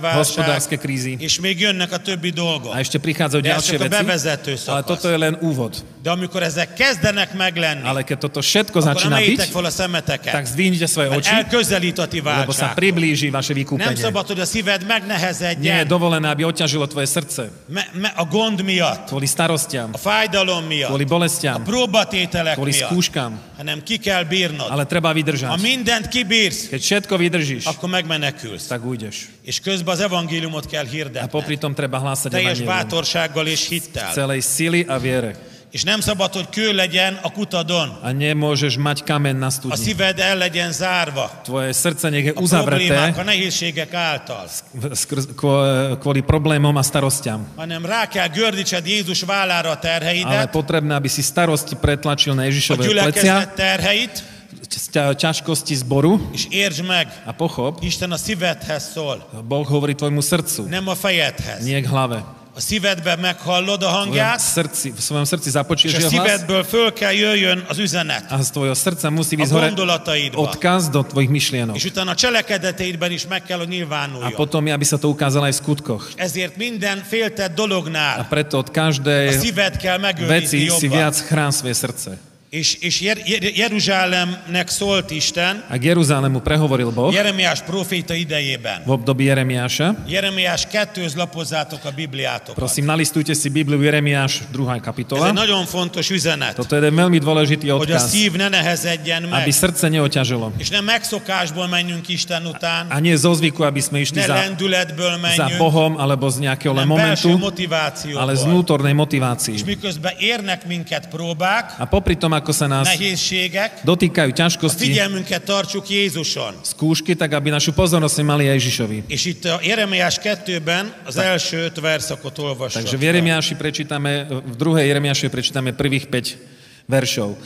S2: válság,
S3: hospodárske krízy.
S2: és még jönnek a többi dolgok.
S3: A ešte prichádzajú
S2: De ez
S3: ďalšie
S2: csak a
S3: veci,
S2: bevezető
S3: ale
S2: szakasz.
S3: toto je len úvod.
S2: De amikor ezek kezdenek meglenni,
S3: Ale keď toto všetko
S2: akkor
S3: začína
S2: emeljétek
S3: byť,
S2: fel a
S3: tak
S2: szemeteket,
S3: zdvihnite svoje
S2: mert
S3: oči,
S2: elközelít a ti
S3: lebo
S2: váltság.
S3: sa priblíži vaše
S2: Nem
S3: vykúpenie.
S2: szabad, hogy a szíved
S3: Nie je
S2: megnehezedjen
S3: dovolené, aby odťažilo tvoje srdce
S2: me, me, a gond miatt,
S3: kvôli starostiam,
S2: a fájdalom miatt,
S3: kvôli
S2: a
S3: bolestiam,
S2: próbatételek
S3: kvôli
S2: miatt,
S3: skúškam,
S2: hanem ki kell bírnod.
S3: ale treba
S2: Ha
S3: vydržať.
S2: mindent kibírsz,
S3: Keď všetko vydržíš,
S2: akkor megmenekülsz.
S3: tak ujdeš.
S2: És közben az evangéliumot kell
S3: A popri
S2: hirdetned.
S3: tom treba hlásať
S2: Teljes
S3: evanjelium.
S2: bátorsággal és hittel.
S3: Celej sily a viere.
S2: És nem szabad, hogy kő legyen a kutadon.
S3: A nemôžeš mať kamen
S2: A
S3: na studni.
S2: szíved el legyen zárva
S3: Tvoje srdce nech je
S2: a problémák, a
S3: uzavreté
S2: nehézségek által.
S3: v- skrz- kvo- kvôli problémom a starostiam.
S2: hanem rá kell gördítsed Jézus vállára a
S3: Ale
S2: terheidet,
S3: potrebné, aby si starosti pretlačil
S2: a
S3: na Ježišové plecia,
S2: gyülekezet terheit,
S3: ťa- ťažkosti zboru
S2: és értsd meg,
S3: a pochop.
S2: Isten a szívedhez szól,
S3: Boh hovorí tvojmu srdcu,
S2: nem a fejedhez.
S3: nie k hlave.
S2: A szívedben meghallod a
S3: V svojom
S2: hangját,
S3: srdci, v svojom srdci
S2: és
S3: započuješ
S2: a
S3: jeho hlas
S2: szívedből föl kell jöjjön az üzenet
S3: a z tvojho srdca musí
S2: a
S3: ísť hore
S2: gondolataidba,
S3: odkaz do tvojich myšlienok.
S2: és utána a cselekedeteidben is meg kell, hogy
S3: A
S2: nyilvánuljon.
S3: potom, je, aby sa to ukázalo aj v skutkoch.
S2: Ezért minden féltett
S3: A
S2: dolognál
S3: preto
S2: a
S3: od každej
S2: szíved kell megőrizni
S3: veci si
S2: jobban.
S3: viac chrán svoje srdce.
S2: És, és Jer- Jer- Jeruzsálemnek szólt Isten,
S3: A k Jeruzalému prehovoril Boh
S2: Jeremiás proféta idejében.
S3: v období Jeremiáša.
S2: Jeremiás kettőz lapozzátok a Bibliátokat.
S3: Prosím, nalistujte si Bibliu Jeremiáš 2.
S2: Ez egy
S3: kapitola.
S2: nagyon fontos üzenet,
S3: Toto je jeden veľmi
S2: hogy
S3: dôležitý
S2: a
S3: odkaz,
S2: szív ne nehezedjen
S3: aby
S2: meg,
S3: srdce neoťažilo.
S2: és nem megszokásból menjünk Isten
S3: A
S2: után,
S3: nie zo zvyku, aby sme išli
S2: ne
S3: za,
S2: lendületből
S3: za
S2: menjünk,
S3: Bohom alebo z nejakého len
S2: hanem belső
S3: momentu, ale z
S2: motivációból.
S3: vnútornej
S2: És
S3: motivácii.
S2: miközben érnek minket próbák,
S3: A popri tom, ako sa nás
S2: nehézségek,
S3: dotýkajú
S2: a
S3: ťažkosti,
S2: figyelmünket tartsuk Jézuson.
S3: skúšky, tak aby našu pozornosť sme mali Ježišovi.
S2: És itt a Jeremiás 2-ben az első öt verszakot
S3: Takže
S2: olvassuk.
S3: v Jeremiáši prečítame, v druhej Jeremiáši prečítame prvých 5 veršov.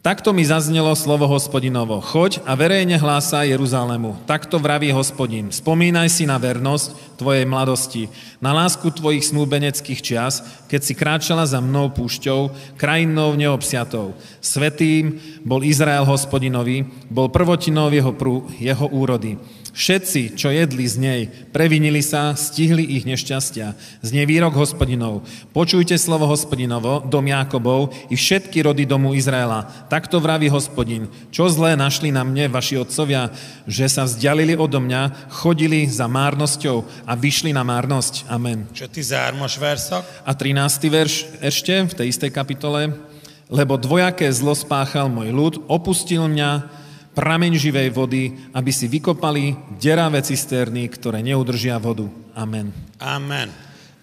S3: Takto mi zaznelo slovo hospodinovo. Choď a verejne hlása Jeruzalému. Takto vraví hospodin. Spomínaj si na vernosť tvojej mladosti, na lásku tvojich snúbeneckých čias, keď si kráčala za mnou púšťou, krajinou neobsiatou. Svetým bol Izrael hospodinovi, bol prvotinou jeho, prú, jeho úrody. Všetci, čo jedli z nej, previnili sa, stihli ich nešťastia. Znie výrok hospodinov. Počujte slovo hospodinovo, dom Jákobov i všetky rody domu Izraela. Takto vraví hospodin. Čo zlé našli na mne vaši otcovia, že sa vzdialili odo mňa, chodili za márnosťou a vyšli na márnosť. Amen.
S2: És a 13-as verszak.
S3: A 13. verš ešte v tej istej kapitole. Lebo dvojaké zlo spáchal môj ľud, opustil mňa, prameň živej vody, aby si vykopali deravé cisterny, ktoré neudržia vodu. Amen.
S2: Amen.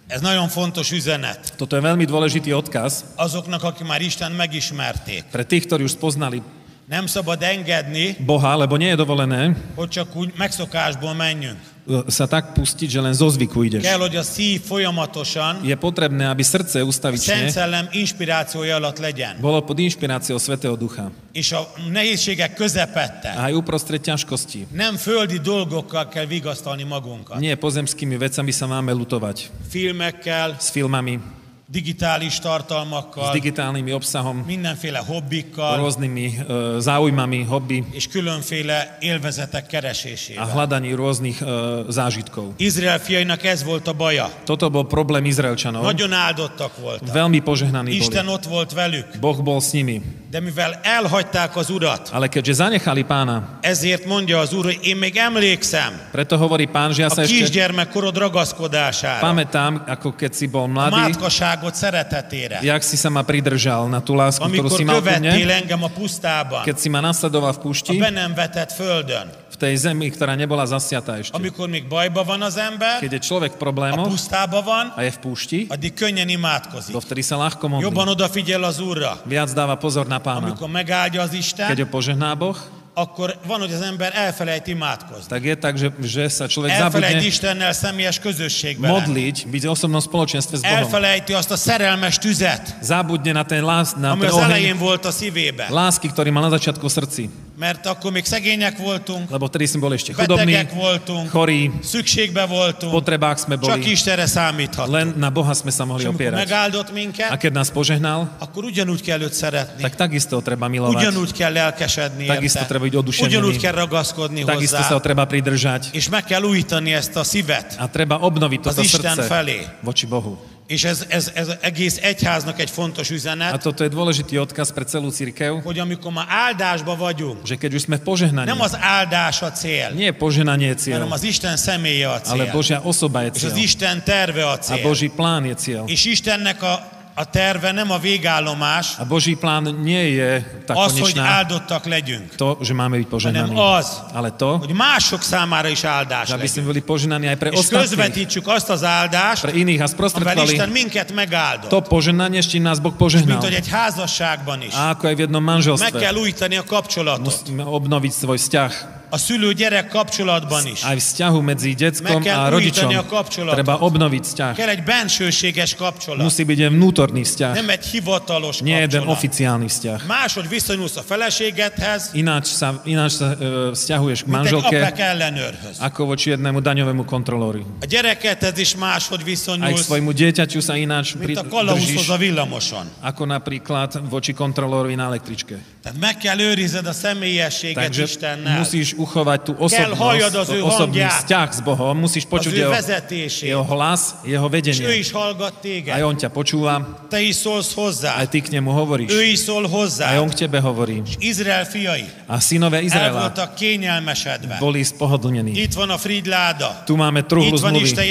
S2: Ez nagyon fontos üzenet
S3: Toto je veľmi dôležitý odkaz
S2: azoknak, akik már Isten megismerték.
S3: pre tých, ktorí už spoznali
S2: Nem szabad engedni,
S3: Boha, lebo nie je dovolené
S2: hogy csak úgy megszokásból menjünk.
S3: e, sa tak pustiť, že len zo zvyku ideš.
S2: Kell, hogy a szív folyamatosan
S3: Je potrebné, aby srdce
S2: Szent
S3: ustavične
S2: Szellem inspirációja alatt legyen.
S3: bolo pod inšpiráciou Svetého Ducha.
S2: És a nehézségek közepette
S3: A aj uprostred ťažkosti.
S2: nem földi dolgokkal kell vigasztalni magunkat.
S3: Nie pozemskými vecami sa máme lutovať.
S2: Filmekkel,
S3: S filmami,
S2: digitális
S3: s
S2: tartalmakkal,
S3: digitálnym obsahom,
S2: mindenféle hobbikkal
S3: rôznymi e, záujmami, hobby
S2: és különféle élvezetek
S3: a
S2: keresésével.
S3: hľadaní rôznych e, zážitkov.
S2: Izrael fiainak ez volt a baja.
S3: Toto
S2: No,
S3: bol problém Izraelčanov.
S2: Nagyon áldottak voltak.
S3: Veľmi požehnaní boli.
S2: Isten ott volt velük.
S3: Boh bol s nimi.
S2: De mivel elhagyták az urat,
S3: Ale keďže zanechali pána,
S2: ezért mondja az úr, hogy én még emlékszem
S3: preto hovorí pán, že
S2: a
S3: ja sa ešte
S2: kisgyermekkorod ragaszkodására,
S3: pamätám, ako keď si bol
S2: a
S3: mladý,
S2: mátkaságot szeretetére,
S3: jak si sa ma pridržal na tú lásku,
S2: amikor
S3: ktorú si mal ku
S2: követtél
S3: mne,
S2: engem a pusztában,
S3: keď si ma nasledoval v
S2: a
S3: pušti,
S2: be nem vetett földön,
S3: v tej zemi, ktorá nebola zasiatá ešte.
S2: amikor még bajba van az
S3: Keď
S2: ember,
S3: je človek
S2: a
S3: v problémoch
S2: pusztában van,
S3: a je v púšti,
S2: addig könnyen imádkozik.
S3: dovtedy sa ľahko modlí.
S2: Jobban odafigyel az Úrra.
S3: Viac dáva pozor na pána.
S2: Amikor megáldja az
S3: Keď
S2: Isten,
S3: ho požehná Boh,
S2: akkor van, hogy az ember elfelejt imádkozni.
S3: tak je tak, že, že sa človek
S2: Elfelejt
S3: zabudne
S2: Istennel személyes közösségben. lenni.
S3: modliť, byť v osobnom spoločenstve s Bohom.
S2: Elfelejti azt a szerelmes tüzet,
S3: Zabudne na ten, lás, na
S2: ami
S3: ten
S2: az
S3: oheň
S2: elején volt a szívében.
S3: lásky, ktorý mal na začiatku v srdci.
S2: Mert akkor még szegények voltunk,
S3: Lebo vtedy sme boli ešte chudobní,
S2: betegek voltunk,
S3: chorí,
S2: szükségbe
S3: v
S2: voltunk,
S3: potrebách sme
S2: csak
S3: boli,
S2: Istenre számíthat.
S3: len na Boha sme sa
S2: És
S3: mohli
S2: amikor
S3: opierať.
S2: megáldott
S3: A
S2: minket,
S3: keď nás požehnal,
S2: akkor ugyanúgy kell őt szeretni,
S3: tak takisto ho treba milovať,
S2: ugyanúgy kell lelkesedni
S3: Takisto
S2: érte,
S3: treba byť oduševnený.
S2: ugyanúgy kell ragaszkodni
S3: takisto sa
S2: hozzá,
S3: ho treba pridržať
S2: és meg kell újítani ezt a szívet.
S3: a treba obnoviť
S2: Az
S3: toto
S2: Isten
S3: srdce
S2: felé.
S3: voči Bohu.
S2: És ez, ez, ez egész egyháznak egy fontos
S3: A
S2: üzenet,
S3: toto je dôležitý odkaz pre celú církev,
S2: hogy amikor már áldásba vagyunk,
S3: že keď už sme v požehnaní,
S2: nem az áldás a cél,
S3: nie je požehnanie je cieľ,
S2: hanem az Isten személye a cél.
S3: ale Božia osoba je
S2: És az
S3: cieľ.
S2: Isten terve a
S3: A
S2: cél.
S3: Boží plán je cieľ.
S2: És Istennek a, a terve nem a végállomás,
S3: A Boží plán nie je tá
S2: az, hogy
S3: konečná,
S2: áldottak legyünk,
S3: to, že máme byť
S2: hanem
S3: požehnaní,
S2: az,
S3: ale to,
S2: hogy mások számára is áldás
S3: aby
S2: legyünk.
S3: sme boli požehnaní aj pre
S2: És
S3: ostatných,
S2: közvetítsük azt az áldást,
S3: pre iných
S2: amivel
S3: a
S2: Isten
S3: sprostredkovali
S2: minket megáldott.
S3: to požehnanie, s čím nás Boh
S2: Mint
S3: požehnal.
S2: hogy egy házasságban is.
S3: A ako aj v jednom
S2: Meg kell
S3: manželstve.
S2: újítani a kapcsolatot.
S3: Musíme obnoviť svoj vzťah.
S2: A szülő-gyerek kapcsolatban is.
S3: Aj vzťahu medzi
S2: Meg
S3: deckom
S2: kell
S3: a rodičom.
S2: újítani a kapcsolatot.
S3: Treba obnoviť vzťah.
S2: Kell egy bensőséges kapcsolat.
S3: Musí byť aj vnútorný vzťah,
S2: Nem egy hivatalos
S3: nie jeden
S2: kapcsolat.
S3: oficiálny vzťah.
S2: Máshogy viszonyulsz a feleségedhez,
S3: Ináč sa, ináč sa e, vzťahuješ k
S2: mint egy
S3: manželke
S2: apek ellenőrhöz.
S3: ako voči jednému daňovému kontrolóri.
S2: A gyerekedhez is máshogy
S3: Aj k
S2: viszonyulsz,
S3: svojmu dieťaťu sa ináč
S2: mint a kalauzhoz a
S3: držíš,
S2: villamoson.
S3: ako napríklad voči kontrolórovi na električke.
S2: Tehát meg kell őrizned a személyességet
S3: Takže
S2: Istennel,
S3: musíš uchovať tú
S2: halljad
S3: osobnosť,
S2: az ő
S3: tú osobný
S2: hangját.
S3: vzťah s Bohom, musíš
S2: az
S3: počuť
S2: ő
S3: jeho,
S2: vezetését.
S3: jeho hlas, jeho
S2: És ő
S3: vedenie.
S2: is hallgat
S3: Aj
S2: téged.
S3: on ťa počúva,
S2: Te is szólsz hozzá.
S3: aj ty k nemu
S2: Ő
S3: hovoríš.
S2: is szól
S3: Aj
S2: hozzá.
S3: on k tebe hovorí.
S2: Izrael fiai
S3: A synovia
S2: el
S3: Izraela
S2: voltak kényelmesedve.
S3: boli spohodlnení.
S2: Itt van a Frid láda.
S3: Tu máme truhlu
S2: Itt van Isten
S3: zmluvy.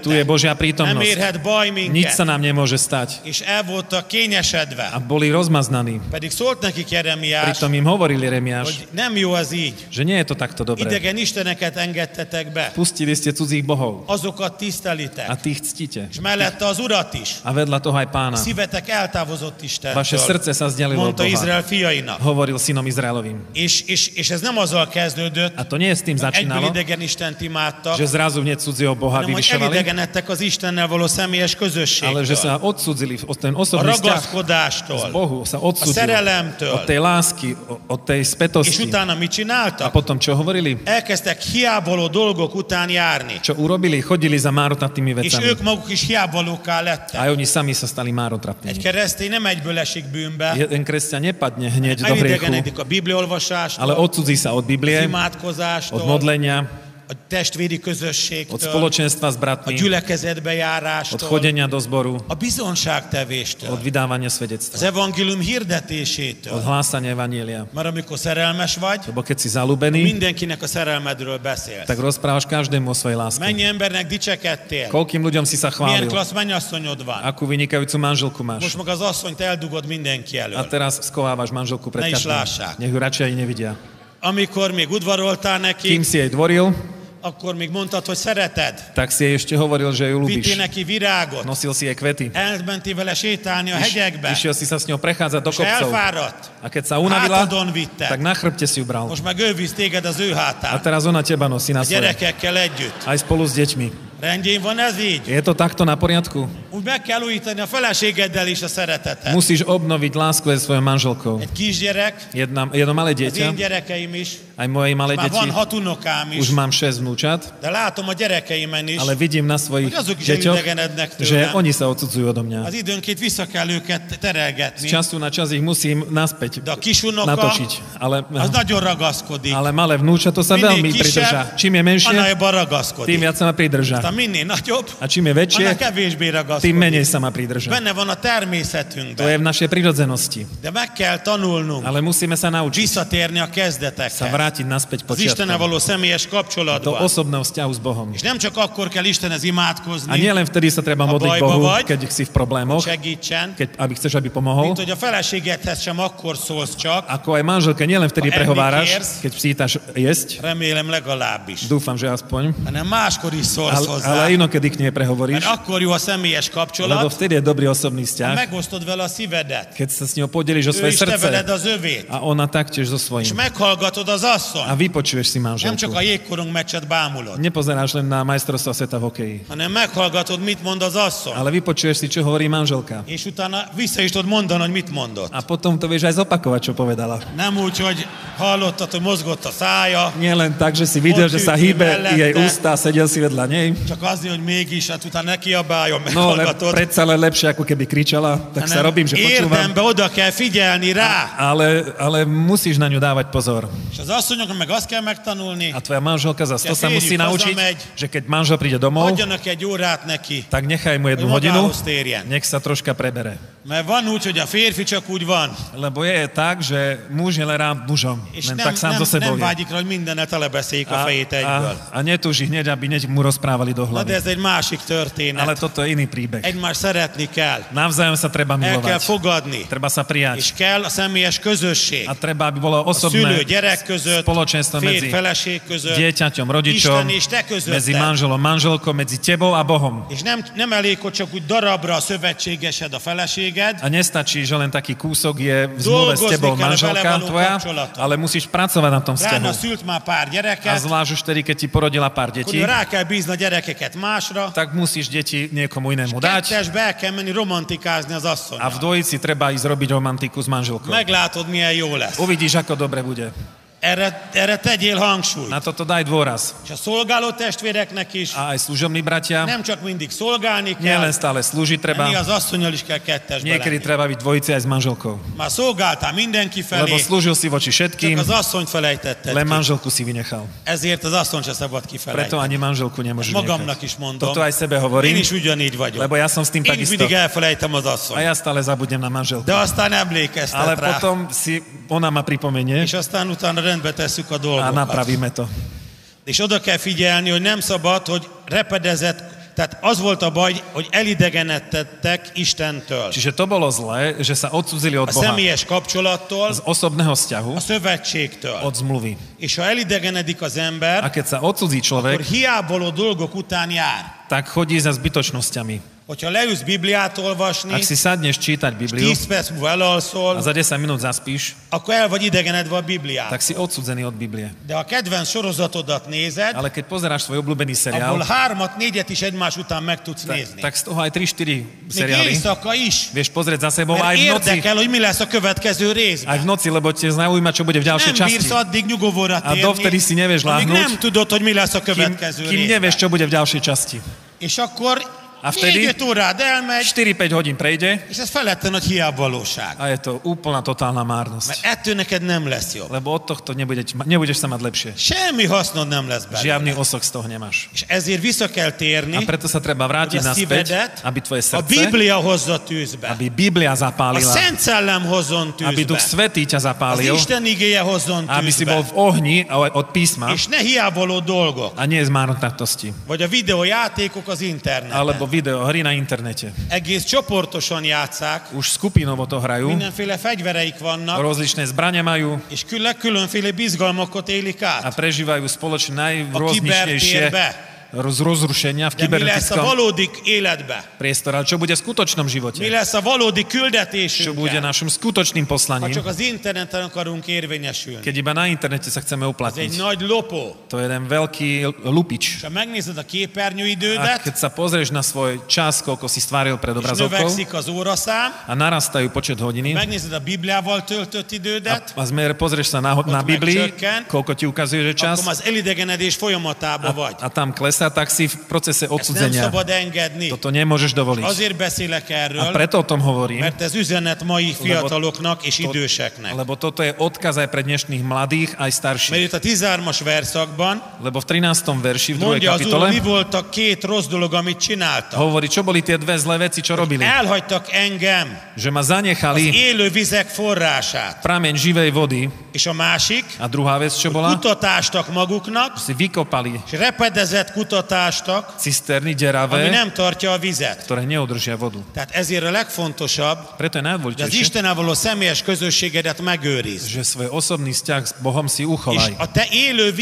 S3: Tu je
S2: jelenléte.
S3: Božia
S2: Nem
S3: prítomnosť.
S2: érhet baj
S3: Nič
S2: minket.
S3: sa nám nemôže stať.
S2: És el voltak
S3: A
S2: kényesedve.
S3: boli rozmaznaní.
S2: Pedig szólt nekik Jeremiás,
S3: Pritom im hovorili Remiáš,
S2: hogy nem jó az így.
S3: že nie je to takto dobré.
S2: Idegen isteneket engedtetek be.
S3: Pustili ste cudzích bohov
S2: Azokat
S3: a
S2: tisztelitek.
S3: tých ctíte.
S2: És mellette az urat is.
S3: A vedľa toho aj pána.
S2: Szívetek eltávozott
S3: Vaše
S2: Istentől.
S3: srdce sa vzdialilo od
S2: Mondta
S3: Boha,
S2: Izrael fiainak.
S3: hovoril synom Izraelovým.
S2: És, és, és ez nem azzal kezdődött,
S3: A to nie s tým
S2: egyből
S3: začínalo,
S2: idegen Istent imádtak,
S3: že zrazu hneď cudzieho Boha
S2: hanem hogy
S3: vyvyšovali,
S2: elidegenedtek az Istennel való személyes
S3: ale že
S2: közösségtől.
S3: sa odsudzili od ten
S2: A
S3: osobný vzťah k
S2: ragaszkodástól.
S3: Bohu, sa
S2: A
S3: odsudili
S2: szerelemtől.
S3: od tej lásky, o- od tej
S2: És
S3: spätosti.
S2: utána mit
S3: A
S2: csináltak?
S3: potom čo hovorili?
S2: Elkezdtek hiáboló dolgok után járni.
S3: Čo urobili? Chodili za márotratnými
S2: És
S3: vecami.
S2: ők maguk is hiábolóká lettek.
S3: Aj oni sami sa stali
S2: Egy
S3: márotratnými.
S2: keresztény nem egyből esik bűnbe,
S3: Jeden kresťan nepadne hneď do hriechu,
S2: elidegenedik a bibliolvasástól,
S3: ale odsudzí sa od
S2: az
S3: Biblie, od
S2: imádkozástól,
S3: modlenia,
S2: a testvéri
S3: od
S2: közösségtől,
S3: spoločenstva
S2: a
S3: s bratmi,
S2: gyülekezetbe
S3: od
S2: járástól,
S3: chodenia do zboru,
S2: a bizonságtevéstől,
S3: od vydávania
S2: az
S3: svedectva,
S2: evangélium
S3: od
S2: hirdetésétől.
S3: hlásania Evanielia.
S2: Mert amikor szerelmes vagy,
S3: Lebo keď si zalúbený,
S2: mindenkinek a szerelmedről beszélsz.
S3: tak rozprávaš každému o svojej láske.
S2: Mennyi embernek dicsekedtél?
S3: Koľkým ľuďom si sa
S2: Milyen
S3: chválil?
S2: klassz mennyasszonyod van?
S3: Akú vynikajúcu manželku
S2: Most
S3: máš?
S2: meg az asszonyt eldugod mindenki
S3: A
S2: elől.
S3: teraz skovávaš manželku
S2: Ne
S3: pred
S2: iš
S3: každým.
S2: lášák.
S3: Nech ju radšej aj nevidia.
S2: Amikor még udvaroltál neki,
S3: Kým si jej dvoril,
S2: akkor még mondtad, hogy szereted.
S3: tak si jej ešte hovoril, že ju
S2: Vittél
S3: ľúbiš.
S2: neki virágot.
S3: Nosil si jej kvety.
S2: Elmentél vele sétálni a
S3: Iš-
S2: hegyekbe.
S3: Išiel si sa s ňou prechádzať do
S2: És
S3: kopcov.
S2: elfáradt.
S3: A keď sa unavila,
S2: Hátadon vitte.
S3: tak na chrbte si ju bral.
S2: Most meg ő visz téged az ő
S3: A
S2: hátán.
S3: teraz ona teba nosí na
S2: A
S3: svoje.
S2: gyerekekkel együtt.
S3: Aj spolu s deťmi.
S2: Rendjén van ez így?
S3: Je to takto na poriadku?
S2: Úgy meg kell újítani a feleségeddel is a szeretetet.
S3: Musíš obnoviť lásku aj svojou manželkou.
S2: Egy kisgyerek,
S3: Jedna, jedno
S2: az
S3: malé
S2: én
S3: dieťa,
S2: gyerekeim is,
S3: aj moje malé
S2: már
S3: deti,
S2: van hat unokám is,
S3: už mám 6 vnúčat,
S2: de látom a gyerekeimen is,
S3: ale vidím na svojich
S2: Hogy azok is
S3: deťoch,
S2: elidegenednek tőlem.
S3: že oni sa odsudzujú odo mňa.
S2: Az időnként vissza kell őket
S3: Z
S2: terelgetni,
S3: času na čas ich musím naspäť
S2: de a kisunoka
S3: natočiť. Ale,
S2: az nagyon ragaszkodik.
S3: ale malé vnúča to sa
S2: Mindig
S3: veľmi
S2: kisebb,
S3: pridrža. Čím je menšie,
S2: Annál jobban
S3: tým
S2: ragaszkodik.
S3: viac sa ma pridrža.
S2: a minél nagyobb,
S3: A čím je väčšie,
S2: annál kevésbé
S3: tým
S2: ragaszkodik.
S3: menej sa má pridržať.
S2: Benne van a
S3: To je
S2: természetünkben,
S3: v našej prirodzenosti.
S2: de meg kell tanulnunk
S3: Ale musíme sa naučiť
S2: visszatérni a
S3: sa
S2: kezdetekhez.
S3: vrátiť naspäť
S2: Az Istennel
S3: počiatkom.
S2: való személyes
S3: Do
S2: kapcsolatban.
S3: osobného vzťahu s Bohom.
S2: És nem csak akkor kell Istenhez imádkozni,
S3: A nielen vtedy sa treba
S2: A
S3: modliť
S2: bajba
S3: Bohu,
S2: vagy?
S3: keď si v problémoch,
S2: segítsen,
S3: keď, aby chceš, aby pomohol.
S2: mint hogy a feleségedhez sem akkor szólsz csak,
S3: Ako aj manželke, nielen vtedy
S2: A
S3: prehováraš,
S2: Enriquez?
S3: keď psítaš jesť,
S2: remélem legalábbis,
S3: dúfam, že aspoň,
S2: hanem máskor is szólsz
S3: ale, ale
S2: hozzá.
S3: aj inokedy k nej
S2: Mert
S3: prehovoríš,
S2: akkor jó a személyes
S3: lebo
S2: kapcsolat,
S3: vtedy je dobrý osobný
S2: ha
S3: vzťah,
S2: megosztod vele a szívedet.
S3: keď sa s ňou podeliš o
S2: Ő
S3: svoje
S2: is te veled
S3: srdce
S2: az övét.
S3: a ona taktiež so
S2: És
S3: svojím.
S2: meghallgatod az
S3: A
S2: asszony.
S3: vypočuješ si
S2: Nem csak
S3: manželku.
S2: a jégkorong meccset bámulod,
S3: Nepozeráš len na majstrovstvá sveta v hokeji,
S2: hanem meghallgatod, mit mond az asszony.
S3: ale vypočuješ si, čo hovorí manželka.
S2: És utána vissza is tudod mondani, hogy mit mondott.
S3: A potom to vieš aj zopakovať, čo povedala.
S2: Nem úgy, hogy hallottad, hogy mozgott a szája,
S3: Nie len tak, že si videl, že sa hýbe jej ústa a sedel si vedľa nej.
S2: Csak azért, hogy mégis, hát utána ne kiabáljon, meg
S3: No, le,
S2: hallgatod,
S3: predsa len lepšie, ako keby kričala, tak sa robím, že počúvam.
S2: érdembe oda kell figyelni rá.
S3: Ale, ale musíš na ňu dávať pozor.
S2: És az asszonyoknak meg azt kell megtanulni,
S3: A tvoja manželka zase to
S2: Ja
S3: sa
S2: viem,
S3: musí
S2: ju
S3: naučiť,
S2: poznameť.
S3: že keď manžel príde domov,
S2: adjanak egy órát neki,
S3: tak nechaj mu jednu
S2: Lebo
S3: hodinu,
S2: dához térjen.
S3: nech sa troška prebere.
S2: mert van úgy, hogy a férfi csak úgy van,
S3: Lebo je tak, že muž je len rád mužom,
S2: és
S3: len
S2: nem,
S3: tak sám
S2: nem,
S3: so sebou
S2: nem
S3: je.
S2: vágyik rá, hogy mindennel telebeszéljék a
S3: A,
S2: fejét
S3: a,
S2: egyből.
S3: a netúži hneď, aby hneď mu rozprávali do
S2: Na de
S3: hlavy.
S2: ez egy másik
S3: Ale
S2: történet.
S3: toto je iný príbeh.
S2: Egymást szeretni kell,
S3: Navzájom sa treba
S2: el kell
S3: milovať,
S2: fogadni,
S3: treba sa prijať
S2: és kell a személyes közösség.
S3: a treba, aby bolo
S2: A szülő
S3: osobné
S2: gyerek között,
S3: spoločenstvo
S2: férj
S3: medzi
S2: feleség között,
S3: dieťaťom, rodičom,
S2: Hm. Isten és te közötted.
S3: medzi manželom, manželkou, medzi tebou a Bohom.
S2: És nem, nem elég, hogy csak úgy darabra a szövetségesed, a feleséged,
S3: A nestačí, že len taký kúsok je v zmluve s
S2: Dolgozni
S3: tebou
S2: kell a vele
S3: manželka
S2: való
S3: tvoja,
S2: kapcsolaton.
S3: ale musíš pracovať na tom
S2: Rána
S3: vzťahu.
S2: szült már pár
S3: A
S2: gyereket,
S3: zvlášť už tedy, keď ti porodila pár detí,
S2: hogy rá kell bízni a gyerekeket másra,
S3: tak musíš deti niekomu inému dať
S2: kettesbe el kell menni romantikázni az
S3: a v
S2: asszonyra.
S3: dvojici treba ísť robiť romantiku s manželkou.
S2: Meglátod, milyen jó lesz.
S3: Uvidíš, ako dobre bude.
S2: Erre, erre tegyél hangsúlyt.
S3: Na toto daj dôraz.
S2: És a szolgáló testvéreknek is
S3: A aj služobní bratia,
S2: nem csak mindig szolgálni
S3: nie
S2: kell,
S3: len stále slúžiť
S2: ennél
S3: treba,
S2: az asszonyal is kell kettesbe
S3: niekedy
S2: lenni.
S3: treba byť dvojici aj s manželkou.
S2: Már szolgáltál mindenki
S3: Lebo
S2: felé,
S3: slúžil si voči
S2: csak
S3: všetkým,
S2: az asszonyt felejtetted
S3: len
S2: ki.
S3: manželku si vynechal.
S2: Ezért az asszony se szabad
S3: Preto
S2: kifelejteni.
S3: ani manželku nemôžeš
S2: Magamnak is
S3: vynechať.
S2: mondom.
S3: Toto aj sebe
S2: Én
S3: hovorím,
S2: is ugyanígy vagyok.
S3: lebo ja som s tým
S2: Én is
S3: takisto.
S2: mindig elfelejtem az
S3: A
S2: asszonyt.
S3: ja stále zabudnem na manželku.
S2: De aztán
S3: Ale
S2: emlékeztet rá.
S3: potom si ona ma pripomenie
S2: És aztán utána rendbe tesszük a
S3: a
S2: dolgokat.
S3: napravíme to.
S2: És oda kell figyelni, hogy nem szabad, hogy repedezett, tehát az volt a baj, hogy elidegenedtettek Istentől.
S3: Čiže to bolo zlé, že sa odcudzili
S2: A
S3: od Boha.
S2: személyes kapcsolattól,
S3: Z osobného vzťahu,
S2: a szövetségtől.
S3: od zmluvy.
S2: És ha elidegenedik az
S3: A
S2: ember,
S3: keď sa odcudzí
S2: akkor
S3: človek,
S2: hiáboló dolgok után jár.
S3: tak chodí za zbytočnosťami.
S2: Hogyha leülsz Bibliát olvasni,
S3: Ak si sadneš čítať Bibliu
S2: 10 perc múlva
S3: a
S2: elalszol,
S3: za 10 minút zaspíš,
S2: akkor el vagy idegenedve a
S3: tak
S2: Bibliát.
S3: si odcudzený od Biblie.
S2: De ha a kedvenc sorozatodat nézed,
S3: Ale keď pozeráš svoj obľúbený seriál,
S2: abból hármat, négyet is egymás után meg tudsz nézni.
S3: tak z toho aj 3-4
S2: Még
S3: seriály
S2: éjszaka is.
S3: vieš pozrieť za sebou
S2: Mert
S3: aj v noci.
S2: érdekel, hogy mi lesz a következő
S3: Aj v
S2: részben.
S3: noci, lebo te zaujíma, čo bude v ďalšej
S2: Nem
S3: časti.
S2: bírsz addig nyugovóra
S3: A dovtedy si
S2: térni,
S3: nevieš
S2: amíg
S3: láhnúť,
S2: nem tudod, hogy mi lesz a
S3: Kým,
S2: következő
S3: kým nevieš,
S2: részben.
S3: čo bude v ďalšej časti.
S2: És akkor
S3: A vtedy-
S2: négy-öt órád elmegy,
S3: 4-5 hodín prejde
S2: és ez felette nagy hiávalóság.
S3: a je to úplná totálna márnosť.
S2: Mert ettől neked nem lesz jobb.
S3: Lebo od tohto nebude, ti- nebudeš sa mať lepšie.
S2: Semmi hasznod nem lesz belőle.
S3: Žiadny osok z toho nemáš.
S2: És ezért vissza kell
S3: A
S2: térni,
S3: preto sa treba
S2: hogy
S3: vrátiť
S2: a
S3: naspäť,
S2: szívedet
S3: aby tvoje
S2: a
S3: srdce,
S2: Biblia hozza tűzbe.
S3: aby Biblia
S2: A
S3: zapálila,
S2: Szent Szellem hozzon
S3: aby Duch
S2: tűzbe.
S3: Svetý ťa
S2: Az
S3: zapálil,
S2: Isten igéje hozzon
S3: aby si bol
S2: tűzbe.
S3: v ohni ale od písma
S2: És ne hiávaló dolgok,
S3: a nie z márnotatosti.
S2: vagy a videójátékok az interneten.
S3: Alebo videohry na internete.
S2: Egész csoportosan játszák,
S3: Už skupinovo to hrajú,
S2: mindenféle fegyvereik vannak,
S3: rozličné zbrania majú
S2: és külön különféle bizgalmakat élik
S3: a
S2: át.
S3: prežívajú spoločne najrôznejšie
S2: kybertierbe.
S3: roz, rozrušenia v
S2: De mi lesz a
S3: kybernetickom
S2: valódi életbe?
S3: priestore, ale čo bude v skutočnom
S2: Mi
S3: živote,
S2: lesz a valódi
S3: čo bude
S2: küldetésünkkel?
S3: našim skutočným
S2: Ha
S3: poslaním,
S2: csak az interneten akarunk érvényesülni.
S3: keď iba na internete sa
S2: Ez
S3: chceme
S2: egy
S3: uplatniť.
S2: nagy lopó.
S3: To je jeden veľký lupič.
S2: És ha megnézed a
S3: A
S2: képernyőidődet,
S3: keď sa pozrieš na svoj čas, koľko si stváril
S2: és
S3: pred obrazovkou
S2: növekszik az óraszám,
S3: a narastajú počet hodiny
S2: megnézed a Bibliával töltött
S3: a,
S2: idődet,
S3: a zmer, pozrieš sa na, na Biblii, koľko ti ukazuje že čas
S2: akkor az elidegenedés folyamatában vagy.
S3: a tam sa, tak si v procese
S2: Ezt nem
S3: odsudzenia.
S2: szabad engedni.
S3: Toto nemôžeš dovoliť.
S2: Azért beszélek
S3: A
S2: erről,
S3: preto o tom hovorím,
S2: mert ez üzenet mai fiataloknak és időseknek.
S3: lebo toto je odkaz aj pre dnešných mladých, aj starších.
S2: Mert itt a 13-as verszakban
S3: Lebo v 13. verši v 2.
S2: mondja az úr, mi
S3: kapitole
S2: volt a két rossz dolog, amit csináltak.
S3: hovorí, čo boli tie dve zlé veci, čo robili.
S2: Eh? Elhagytak engem,
S3: Že ma zanechali
S2: élő vizek forrását.
S3: prameň živej vody
S2: És a másik,
S3: a druhá vec, čo bola,
S2: kutatástak maguknak,
S3: si vykopali
S2: és repedezett kutatástak, ami
S3: cisterny deravé,
S2: nem tartja a vizet.
S3: ktoré neodržia vodu.
S2: Tehát ezért a legfontosabb,
S3: Preto je
S2: hogy az
S3: najdôležitejšie,
S2: Istennel való személyes közösségedet megőrizd.
S3: že svoj osobný vzťah s Bohom si
S2: És
S3: uchovaj.
S2: a te élő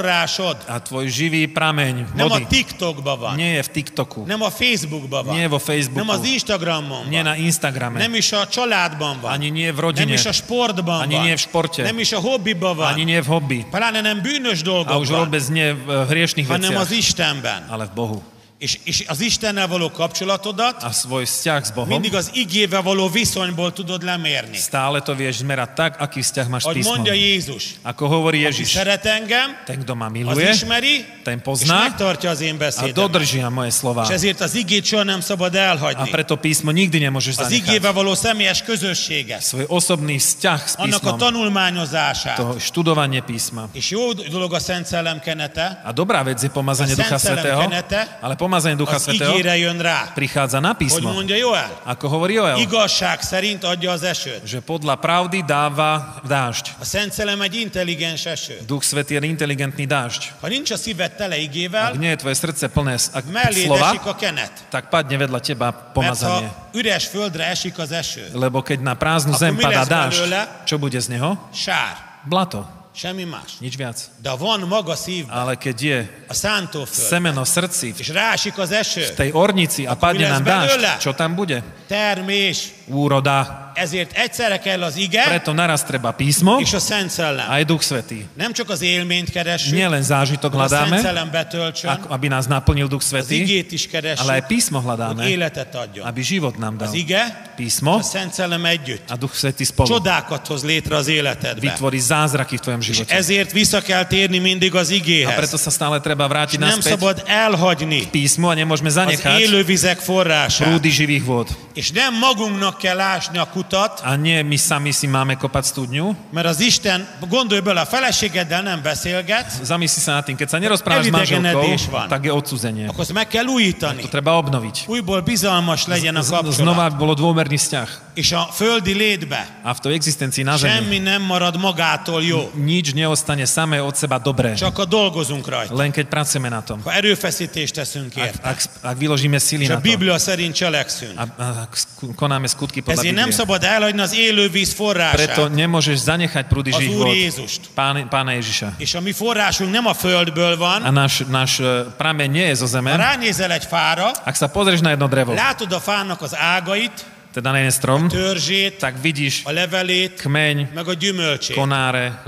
S2: vízforrásod
S3: A tvoj živý prameň
S2: nem a
S3: vody
S2: TikTokban van,
S3: nie je v TikToku,
S2: nem a Facebookban
S3: nie
S2: van,
S3: vo Facebooku,
S2: nem az Instagramon
S3: nie
S2: van,
S3: na Instagrame,
S2: nem is a családban van,
S3: ani nie v
S2: nem
S3: rodine,
S2: is a sportban
S3: ani nie
S2: van,
S3: v športe,
S2: nem is a hobbiban
S3: ani
S2: van,
S3: nie v hobby
S2: pláne nem bűnös
S3: a už
S2: dolgokban,
S3: vôbec nie v eh, hriešných
S2: hanem az
S3: veciach,
S2: Istenben.
S3: ale v Bohu.
S2: És, és az Istennel való kapcsolatodat
S3: A svoj vzťah s Bohom
S2: mindig az igével való viszonyból tudod lemérni.
S3: stále to vieš zmerať tak, aký vzťah máš s
S2: Ahogy
S3: písmom.
S2: mondja Jézus,
S3: Ako hovorí
S2: ki
S3: Ježiš,
S2: szeret engem,
S3: ten, kto ma
S2: az
S3: miluje
S2: ismeri,
S3: ten
S2: és
S3: pozná
S2: megtartja az én
S3: a
S2: beszédemet.
S3: dodržia moje slova.
S2: És ezért az igét soha nem szabad
S3: A
S2: elhagyni.
S3: preto písmo nikdy nemôžeš
S2: Az
S3: zanechať.
S2: igével való személyes közösséget,
S3: Svoj osobný vzťah s
S2: annak a
S3: písmom, to
S2: tanulmányozását.
S3: študovanie písma.
S2: És jó dolog a Szent Szellem kenete,
S3: A dobrá vec je pomazanie
S2: A
S3: Ducha
S2: Sent Szelem
S3: Svetého,
S2: kenete,
S3: ale pomazanie Ducha
S2: az
S3: Svetého
S2: igére jön rá.
S3: prichádza na
S2: Hogy
S3: písmo.
S2: mondja Joel?
S3: Ako hovorí Joel,
S2: Igazság szerint adja az esőt.
S3: že podľa pravdy dáva dážď.
S2: A Szent Szellem egy intelligens eső.
S3: Duch Svetý je inteligentný dážď.
S2: Ha nincs a szíved tele
S3: Ak
S2: igével,
S3: nie je tvoje srdce plné s- ak-
S2: mellé
S3: slova,
S2: esik a kenet.
S3: tak padne vedľa teba
S2: Mert
S3: pomazanie.
S2: ha üres földre esik az eső,
S3: Lebo keď na prázdnu
S2: Ako
S3: zem
S2: mi
S3: padá
S2: lesz
S3: dážď,
S2: belőle?
S3: čo bude z neho?
S2: sár,
S3: Blato,
S2: semmi más.
S3: nič viac.
S2: De ha van maga szívben,
S3: Ale keď je
S2: a szántóföld,
S3: semeno v srdci, v
S2: és rásik az eső,
S3: tej ornici a padne
S2: bude
S3: nám
S2: z belőle?
S3: dážď, čo tam bude?
S2: termés,
S3: Úroda.
S2: ezért egyszerre kell az ige
S3: Preto naraz treba písmo
S2: és a Szent Szellem.
S3: aj Duch Svetý.
S2: Nem csak az élményt keressük,
S3: Nielen zážitok
S2: hogy a Szent
S3: hľadáme,
S2: Szellem betöltsön,
S3: ako- aby nás naplnil Duch
S2: az
S3: Svetý,
S2: igét is
S3: ale aj
S2: keressük,
S3: písmo
S2: hogy
S3: hľadáme,
S2: életet adjon.
S3: aby život nám dal.
S2: Az ige,
S3: Písmo
S2: a Szent Szellem együtt.
S3: a Duch Svetý spolu
S2: Csodákat hoz létre az életedbe.
S3: vytvorí zázraky v tvojom
S2: És
S3: živote.
S2: ezért vissza kell térni mindig az
S3: A preto
S2: igéhez.
S3: sa stále treba vrátiť
S2: Nem
S3: naspäť
S2: szabad elhagyni
S3: písmo a nemôžeme
S2: az
S3: zanechať
S2: élővizek forrását.
S3: prúdy živých vôd.
S2: És nem magunknak kell ásni a kutat,
S3: A nie my sami si máme kopať studňu.
S2: mert az Isten, gondolj bele, a feleségeddel nem beszélget,
S3: Zamysli sa nad tým, keď sa nerozprávaš s
S2: Evidegenedés
S3: manželkou,
S2: van.
S3: tak je odsudzenie.
S2: akkor azt meg kell újítani.
S3: To treba obnoviť.
S2: Újból bizalmas legyen a
S3: Z-
S2: kapcsolat.
S3: Znova bolo dômerný vzťah.
S2: És a földi létbe
S3: A v tej existencii na zemi
S2: semmi nem marad magától jó,
S3: nič neostane samé od seba dobré,
S2: csak a dolgozunk rajta.
S3: len keď pracujeme na tom.
S2: Ha erőfeszítést teszünk
S3: Ak,
S2: érte,
S3: ak, ak vyložíme sily
S2: és a
S3: na to
S2: Biblia szerint
S3: a,
S2: cselekszünk.
S3: a ak sku- konáme skutky podľa
S2: Ezért nem
S3: Biblie.
S2: szabad elhagyni az élővíz
S3: Preto
S2: forrását,
S3: nemôžeš zanechať prúdy
S2: az
S3: živých
S2: Úr
S3: vôd.
S2: Jézust.
S3: Páne, pána Ježiša.
S2: És a mi forrásunk nem a földből
S3: A
S2: van.
S3: náš, náš e, prameň nie je zo zeme.
S2: Ha ránézel egy fára,
S3: Ak sa pozrieš na jedno drevo,
S2: látod a fának az ágait,
S3: teda na jeden strom,
S2: törzsét,
S3: tak vidíš
S2: a levelét,
S3: kmeň,
S2: meg a gyümölcsét.
S3: konáre,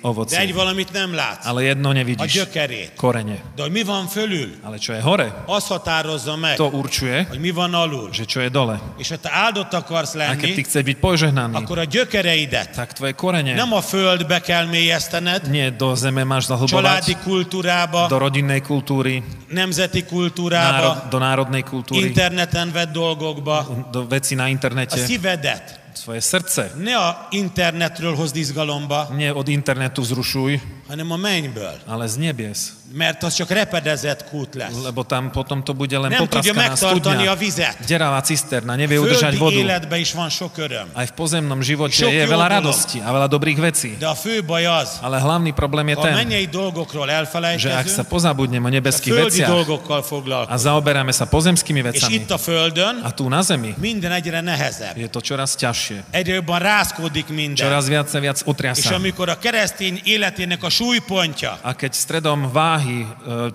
S2: De egy
S3: ovocie.
S2: valamit nem látsz,
S3: Ale
S2: a
S3: jedno nevidíš.
S2: gyökerét.
S3: Korene.
S2: De hogy mi van fölül,
S3: Ale čo je hore,
S2: az határozza meg,
S3: to určuje,
S2: hogy mi van alul.
S3: že čo je dole.
S2: És ha te áldott akarsz
S3: A keď ty
S2: lenni,
S3: chceš byť požehnaný,
S2: akkor a gyökereidet
S3: tak tvoje korene
S2: nem a földbe kell mélyesztened,
S3: nie do zeme máš
S2: családi
S3: zahlbovať, do
S2: kultúrába,
S3: rodinnej kultúry,
S2: nemzeti kultúrába,
S3: národ, do národnej kultúry,
S2: interneten vett dolgokba,
S3: do veci
S2: a
S3: na internete,
S2: szívedet.
S3: svoje srdce.
S2: Ne a internetről hozd izgalomba,
S3: Nie od internetu vzrušuj,
S2: hanem a mennyből.
S3: ale z nebies.
S2: Mert az csak repedezett kút lesz.
S3: Lebo tam potom to bude len
S2: Nem tudja
S3: popraskaná
S2: megtartani a
S3: studňa.
S2: vizet.
S3: Deravá cisterna, nevie udržať
S2: Földi
S3: vodu.
S2: életben is van sok öröm.
S3: Aj v pozemnom živote
S2: Šok
S3: je
S2: je
S3: veľa
S2: okolo.
S3: radosti a veľa dobrých vecí.
S2: De a fő baj az,
S3: Ale hlavný problém
S2: ha
S3: je
S2: a
S3: ten,
S2: mennyei dolgokról
S3: že ak sa
S2: elfelejtkezünk,
S3: pozabudneme o
S2: a
S3: nebeských
S2: földi
S3: veciach
S2: dolgokkal
S3: a
S2: foglalkozunk.
S3: zaoberáme sa pozemskými
S2: És
S3: vecami
S2: itt a földön
S3: a tu na zemi,
S2: minden egyre nehezebb.
S3: je to čoraz ťažšie.
S2: Egyre jobban rászkódik minden.
S3: Čoraz viac a viac
S2: És
S3: otriasa.
S2: amikor a keresztény életének a súlypontja
S3: A keď stredom váhy e,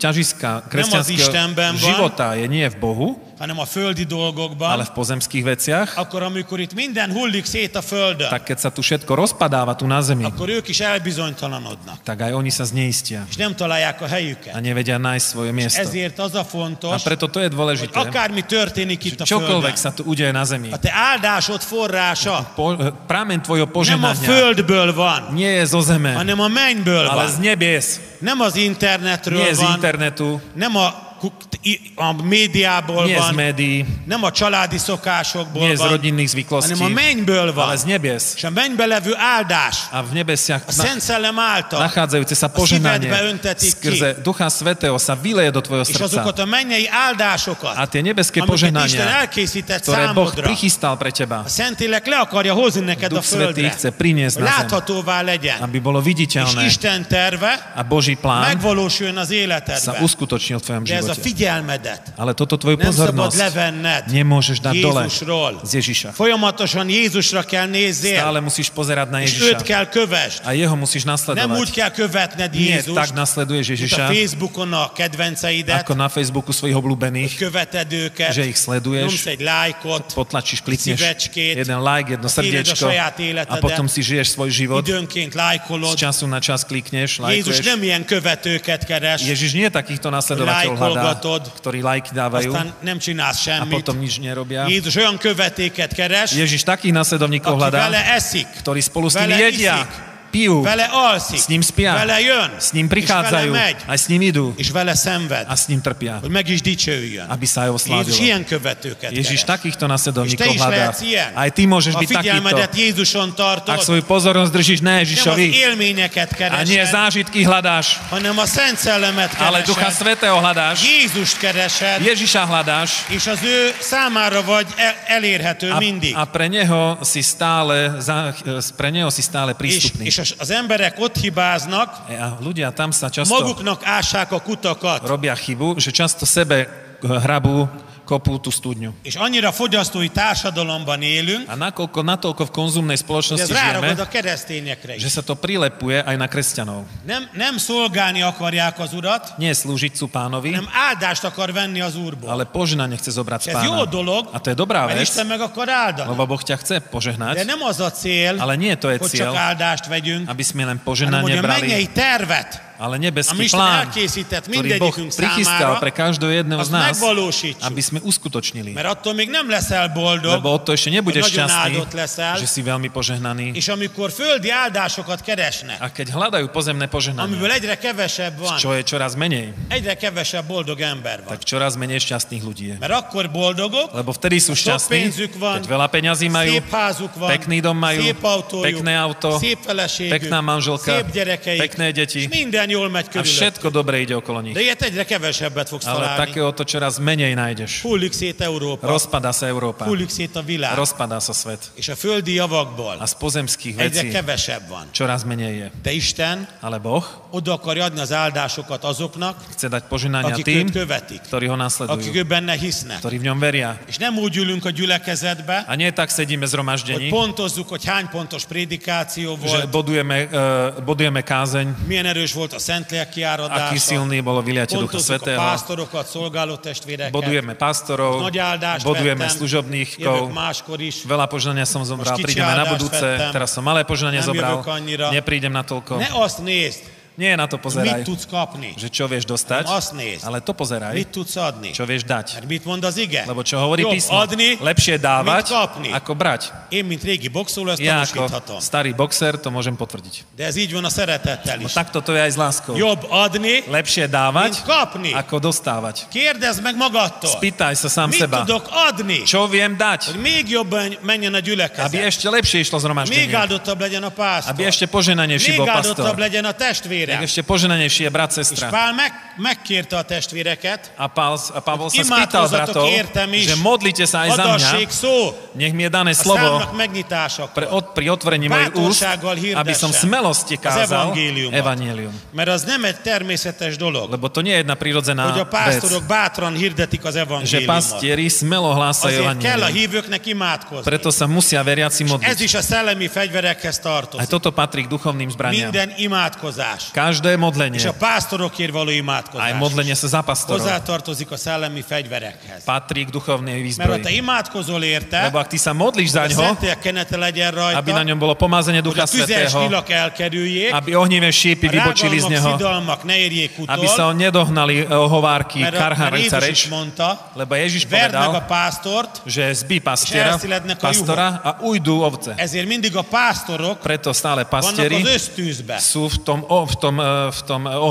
S3: ťažiska
S2: Istenben
S3: kresťanského
S2: van,
S3: života je nie v Bohu,
S2: hanem a földi dolgokban,
S3: ale v pozemských veciach,
S2: akkor amikor itt minden hullik szét a földön,
S3: tak keď sa tu všetko rozpadáva tu na zemi,
S2: akkor ők is elbizonytalanodnak,
S3: tak aj oni sa zneistia
S2: és nem találják a
S3: a
S2: helyüket.
S3: nevedia nájsť svoje miesto.
S2: Ezért az a
S3: A
S2: fontos,
S3: preto to je
S2: hogy
S3: dôležité,
S2: akármi történik itt a földön,
S3: čokoľvek sa tu udeje na zemi,
S2: a te áldásod forrása
S3: po, e, pramen
S2: nem
S3: tvojho
S2: a
S3: požehnania
S2: földből van,
S3: nie je zo zeme,
S2: hanem a mennyből
S3: ale z
S2: van.
S3: nebies,
S2: Nem az
S3: nie
S2: internetről
S3: z
S2: van,
S3: internetu,
S2: nem a, kuk- i- a médiából
S3: nie z
S2: van,
S3: médií,
S2: nem a családi szokásokból
S3: nie z
S2: van,
S3: rodinných
S2: hanem
S3: zvyklostí,
S2: a mennyből
S3: ale
S2: van.
S3: z nebies.
S2: És a mennybe levő áldás,
S3: A v nebesiach
S2: a
S3: na,
S2: Szent Szellem által,
S3: nachádzajúce sa
S2: A
S3: požehnanie
S2: sivetbe öntetik ki.
S3: skrze Ducha Svetého sa vyleje do tvojho
S2: és
S3: srdca.
S2: azokat a mennyei áldásokat,
S3: A tie nebeské
S2: amiket Isten
S3: požehnania,
S2: elkészített
S3: ktoré Boh
S2: számodra,
S3: prichystal pre teba,
S2: a Szentlélek le akarja hozni neked a
S3: Duch Svetý
S2: földre,
S3: chce priniesť
S2: hogy
S3: na zem,
S2: láthatóvá legyen.
S3: aby bolo
S2: És
S3: viditeľné
S2: Isten terve
S3: a Boží plán
S2: megvalósuljon az
S3: sa
S2: életedben.
S3: uskutočnil v tvojom
S2: De ez a
S3: živote.
S2: figyelmedet
S3: Ale toto tvoju
S2: nem szabad
S3: pozornosť
S2: levenned
S3: nemôžeš dať dole
S2: Jézusról.
S3: z Ježiša.
S2: Folyamatosan Jézusra kell nézzél,
S3: Stále musíš pozerať na
S2: és őt
S3: Ježiša.
S2: kell kövesd.
S3: Hát, A jeho musíš
S2: Nem úgy
S3: nasledovať.
S2: kell követned
S3: Nie tak
S2: Jézust,
S3: nasleduješ
S2: mint a
S3: Ježiša,
S2: Facebookon a kedvenceidet,
S3: ako na Facebooku svojich obľúbených,
S2: követed őket,
S3: že ich
S2: nyomsz
S3: sleduješ,
S2: egy lájkot,
S3: potlačíš, klikneš
S2: Szívecskét,
S3: jeden like, jedno
S2: a tiered a
S3: srdiečko
S2: saját
S3: a
S2: életedet,
S3: potom si žiješ svoj život,
S2: időnként
S3: z
S2: lájkolod.
S3: času na čas klikneš,
S2: Jézus
S3: lajkuješ.
S2: nem ilyen követőket keres,
S3: Ježiš nie takýchto nasledovateľov hľadá,
S2: Lajkolgatod.
S3: ktorí lajky dávajú
S2: aztán nem csinálsz
S3: a
S2: semmit.
S3: potom nič nerobia.
S2: Jézus olyan követéket keres,
S3: Ježiš takých nasledovníkov
S2: aki
S3: hľadá,
S2: vele eszik,
S3: ktorí spolu s ním
S2: Veľa
S3: jedia,
S2: isík.
S3: pijú,
S2: vele alszik,
S3: s ním spia,
S2: vele jön,
S3: s
S2: és
S3: ním
S2: vele
S3: prichádzajú,
S2: megy,
S3: aj s ním idú
S2: és vele szenved,
S3: a s ním trpia,
S2: hogy meg is dicsőjön.
S3: aby sa aj oslávilo.
S2: Jézus ilyen követőket
S3: Ježiš
S2: keres.
S3: takýchto
S2: És te
S3: nasledovníkov
S2: is
S3: hľadá.
S2: lehetsz ilyen.
S3: Aj ty môžeš
S2: Ha
S3: byť takýto.
S2: figyelmedet Jézuson
S3: Ak
S2: tartod,
S3: svoju pozornosť držíš na
S2: nem az
S3: Ježišovi
S2: élményeket
S3: a nie
S2: keresed,
S3: zážitky hľadáš,
S2: hanem a Szent Szellemet
S3: ale Ducha
S2: keresed,
S3: Svetého hľadáš,
S2: Jézust keresed,
S3: Ježiša hľadáš
S2: és az ő számára vagy el- elérhető
S3: a,
S2: mindig.
S3: a pre, neho si stále, za- pre neho si stále
S2: És,
S3: prístupný.
S2: és az- az emberek ott hibáznak,
S3: A ľudia tam sa často
S2: maguknak ássák a kutakat,
S3: robia chybu, že často sebe hrabú, kopú tú studňu.
S2: és annyira fogyasztói társadalomban élünk,
S3: A nakoľko, natoľko v konzumnej
S2: hogy ez
S3: spoločnosti
S2: ráragad
S3: žijeme,
S2: a keresztényekre is.
S3: že sa to prilepuje aj na kresťanov.
S2: Nem, nem szolgálni akarják az urat,
S3: Nie slúžiť sú pánovi,
S2: hanem áldást akar venni az úrból.
S3: ale požehnanie chce zobrať z
S2: És ez jó
S3: pána.
S2: dolog,
S3: A to je dobrá
S2: mert
S3: vec,
S2: Isten meg akar áldani.
S3: lebo Boh ťa chce
S2: De
S3: požehnať,
S2: nem az a cél,
S3: ale nie to je
S2: hogy csak
S3: cieľ,
S2: áldást vegyünk,
S3: aby sme len
S2: hanem hogy
S3: požehnanie
S2: a
S3: brali,
S2: mennyei tervet,
S3: ale
S2: ami
S3: nebeský
S2: Isten
S3: plán,
S2: elkészített
S3: ktorý Boh
S2: mindegyikünk
S3: prichystal pre
S2: számára,
S3: každého jedného z
S2: azt
S3: nás,
S2: megvalósítsuk.
S3: aby sme uskutočnili.
S2: Mert attól még nem leszel boldog,
S3: Lebo od toho ešte nebudeš
S2: Nagyon
S3: šťastný,
S2: áldott lesel.
S3: že si veľmi požehnaný.
S2: és amikor földi áldásokat keresnek,
S3: A keď hľadajú pozemné požehnanie,
S2: amiből egyre kevesebb
S3: čo
S2: van,
S3: je čoraz menej,
S2: egyre kevesebb boldog ember van.
S3: tak čoraz menej šťastných ľudí je.
S2: Mert akkor boldogok,
S3: Lebo vtedy sú šťastní,
S2: pénzük van,
S3: keď veľa peňazí majú,
S2: szép házuk van,
S3: pekný dom majú,
S2: szép autójuk,
S3: pekné auto,
S2: szép feleségük,
S3: pekná manželka,
S2: szép gyerekeik,
S3: pekné deti
S2: és minden jól megy
S3: a
S2: körülött.
S3: všetko dobre ide okolo
S2: De
S3: nich.
S2: ilyet egyre kevesebbet fogsz
S3: Ale
S2: találni.
S3: takéhoto čoraz menej nájdeš.
S2: Hullik szét Európa,
S3: Rozpadá sa Európa,
S2: hullik szét a világ,
S3: rozpadá sa svet.
S2: és a földi javakból
S3: A z pozemských
S2: egyre
S3: vecí
S2: kevesebb van.
S3: čoraz menej je.
S2: De Isten
S3: Ale Boh
S2: oda akarja adni az áldásokat azoknak,
S3: chce dať požehnania
S2: akik őt
S3: tým,
S2: követik,
S3: ktorí ho
S2: akik
S3: nasledujú,
S2: ő benne hisznek.
S3: ktorí v ňom veria.
S2: És nem úgy ülünk a gyülekezetbe,
S3: A nie tak sedíme
S2: hogy
S3: zhromaždení,
S2: pontozzuk, hogy hány pontos prédikáció
S3: že
S2: volt,
S3: bodujeme, eh, bodujeme kázeň,
S2: milyen erős volt a Szentlélek
S3: aký
S2: kiáradása,
S3: silný bolo vyliate Ducha
S2: pontozzuk a
S3: Svetého.
S2: pásztorokat, szolgáló testvéreket,
S3: Bodujeme pastorov,
S2: nagy áldást
S3: bodujeme
S2: vettem, jövök
S3: služobníkov,
S2: máskor is.
S3: veľa požnania som zobral,
S2: Už
S3: prídeme na
S2: čičiadáš
S3: budúce,
S2: vettem.
S3: teraz som malé požnanie
S2: Nem
S3: zobral,
S2: jövök annyira.
S3: neprídem na toľko.
S2: Ne azt nézd,
S3: Nie na to
S2: mit
S3: pozeraj,
S2: tudsz kapni,
S3: že čo vieš dostať,
S2: Nem azt nézd.
S3: ale to pozeraj,
S2: mit tudsz adni.
S3: čo vieš dať.
S2: Mert mit mond az ige?
S3: Lebo čo hovorí
S2: Jobb
S3: písmo,
S2: adni,
S3: lepšie dávať,
S2: mit kapni.
S3: ako brať.
S2: Én, mint régi boxoló, ezt
S3: Ja ako
S2: tanúsíthatom.
S3: starý boxer to môžem potvrdiť.
S2: De ez így van a szeretettel
S3: No
S2: is.
S3: takto to je aj s láskou.
S2: Jobb adni,
S3: Lepšie
S2: mint
S3: dávať,
S2: kapni.
S3: ako dostávať.
S2: Kérdezd meg magadtól,
S3: Spýtaj sa sám
S2: mit
S3: seba,
S2: tudok adni,
S3: čo viem
S2: hogy
S3: dať,
S2: még jobban menjen a
S3: aby
S2: gyülekezet,
S3: ešte lepšie išlo
S2: még
S3: zhromaždenie,
S2: áldottabb legyen a pásztor,
S3: aby ešte
S2: még
S3: poženanejší bol
S2: áldottabb
S3: pastor,
S2: legyen a testvére.
S3: nech ešte poženanejší je brat,
S2: És
S3: sestra.
S2: Pál meg, megkérte a testvéreket,
S3: A, Pál, a Pavol sa spýtal
S2: imádkozzatok
S3: bratov,
S2: értem is,
S3: že modlite sa aj za mňa,
S2: adassék szó,
S3: nech mi je
S2: a
S3: dané slovo
S2: számnak megnyitása.
S3: pre od, pri otvorení mojich úst,
S2: Bátorsággal hirdessen
S3: aby som smelosti
S2: az
S3: kázal
S2: evangéliumot.
S3: evanílium.
S2: Mert az nem egy természetes dolog,
S3: Lebo to nie je jedna prírodzená
S2: hogy a
S3: vec,
S2: pásztorok bátran hirdetik az
S3: že
S2: evangéliumot.
S3: pastieri smelo hlásajú
S2: Azért kell a
S3: evanílium.
S2: hívőknek imádkozni.
S3: Preto sa musia
S2: Ez
S3: veriaci modliť.
S2: is a szellemi fegyverekhez
S3: Aj
S2: tartozik.
S3: toto patrí k duchovným zbraniam.
S2: Minden imádkozás.
S3: Každé modlenie,
S2: És a pásztorokért való
S3: aj
S2: imádkozás
S3: modlenie sa za pastorov,
S2: hozzátartozik a szellemi fegyverekhez.
S3: patrí k duchovnej
S2: Mert ha te
S3: výzbroji.
S2: imádkozol érte,
S3: Lebo ak ty sa modlíš
S2: hogy
S3: za
S2: a
S3: ňo,
S2: szentélyek kenete legyen
S3: aby na
S2: rajta,
S3: ňom bolo pomázanie
S2: hogy a
S3: Ducha
S2: tüzes
S3: Svetého,
S2: nyilag elkerüljék,
S3: aby ohnivé šípy
S2: a
S3: vybočili z
S2: rágalmak,
S3: neho,
S2: szidalmak ne érjék utol,
S3: aby sa on nedohnali e, hovárky,
S2: mert, a,
S3: karhán
S2: mert Jézus is
S3: reč,
S2: mondta,
S3: lebo Ježiš
S2: verd meg a
S3: povedal,
S2: pásztort,
S3: že zbí pastiera,
S2: Šťastie ledne kojuho.
S3: pastora a ujdú ovce.
S2: ezért mindig a pásztorok
S3: Preto stále
S2: vannak az
S3: pastieri
S2: ösztűzbe.
S3: sú v, tom, o, v, tom, e, v, tom, e, o,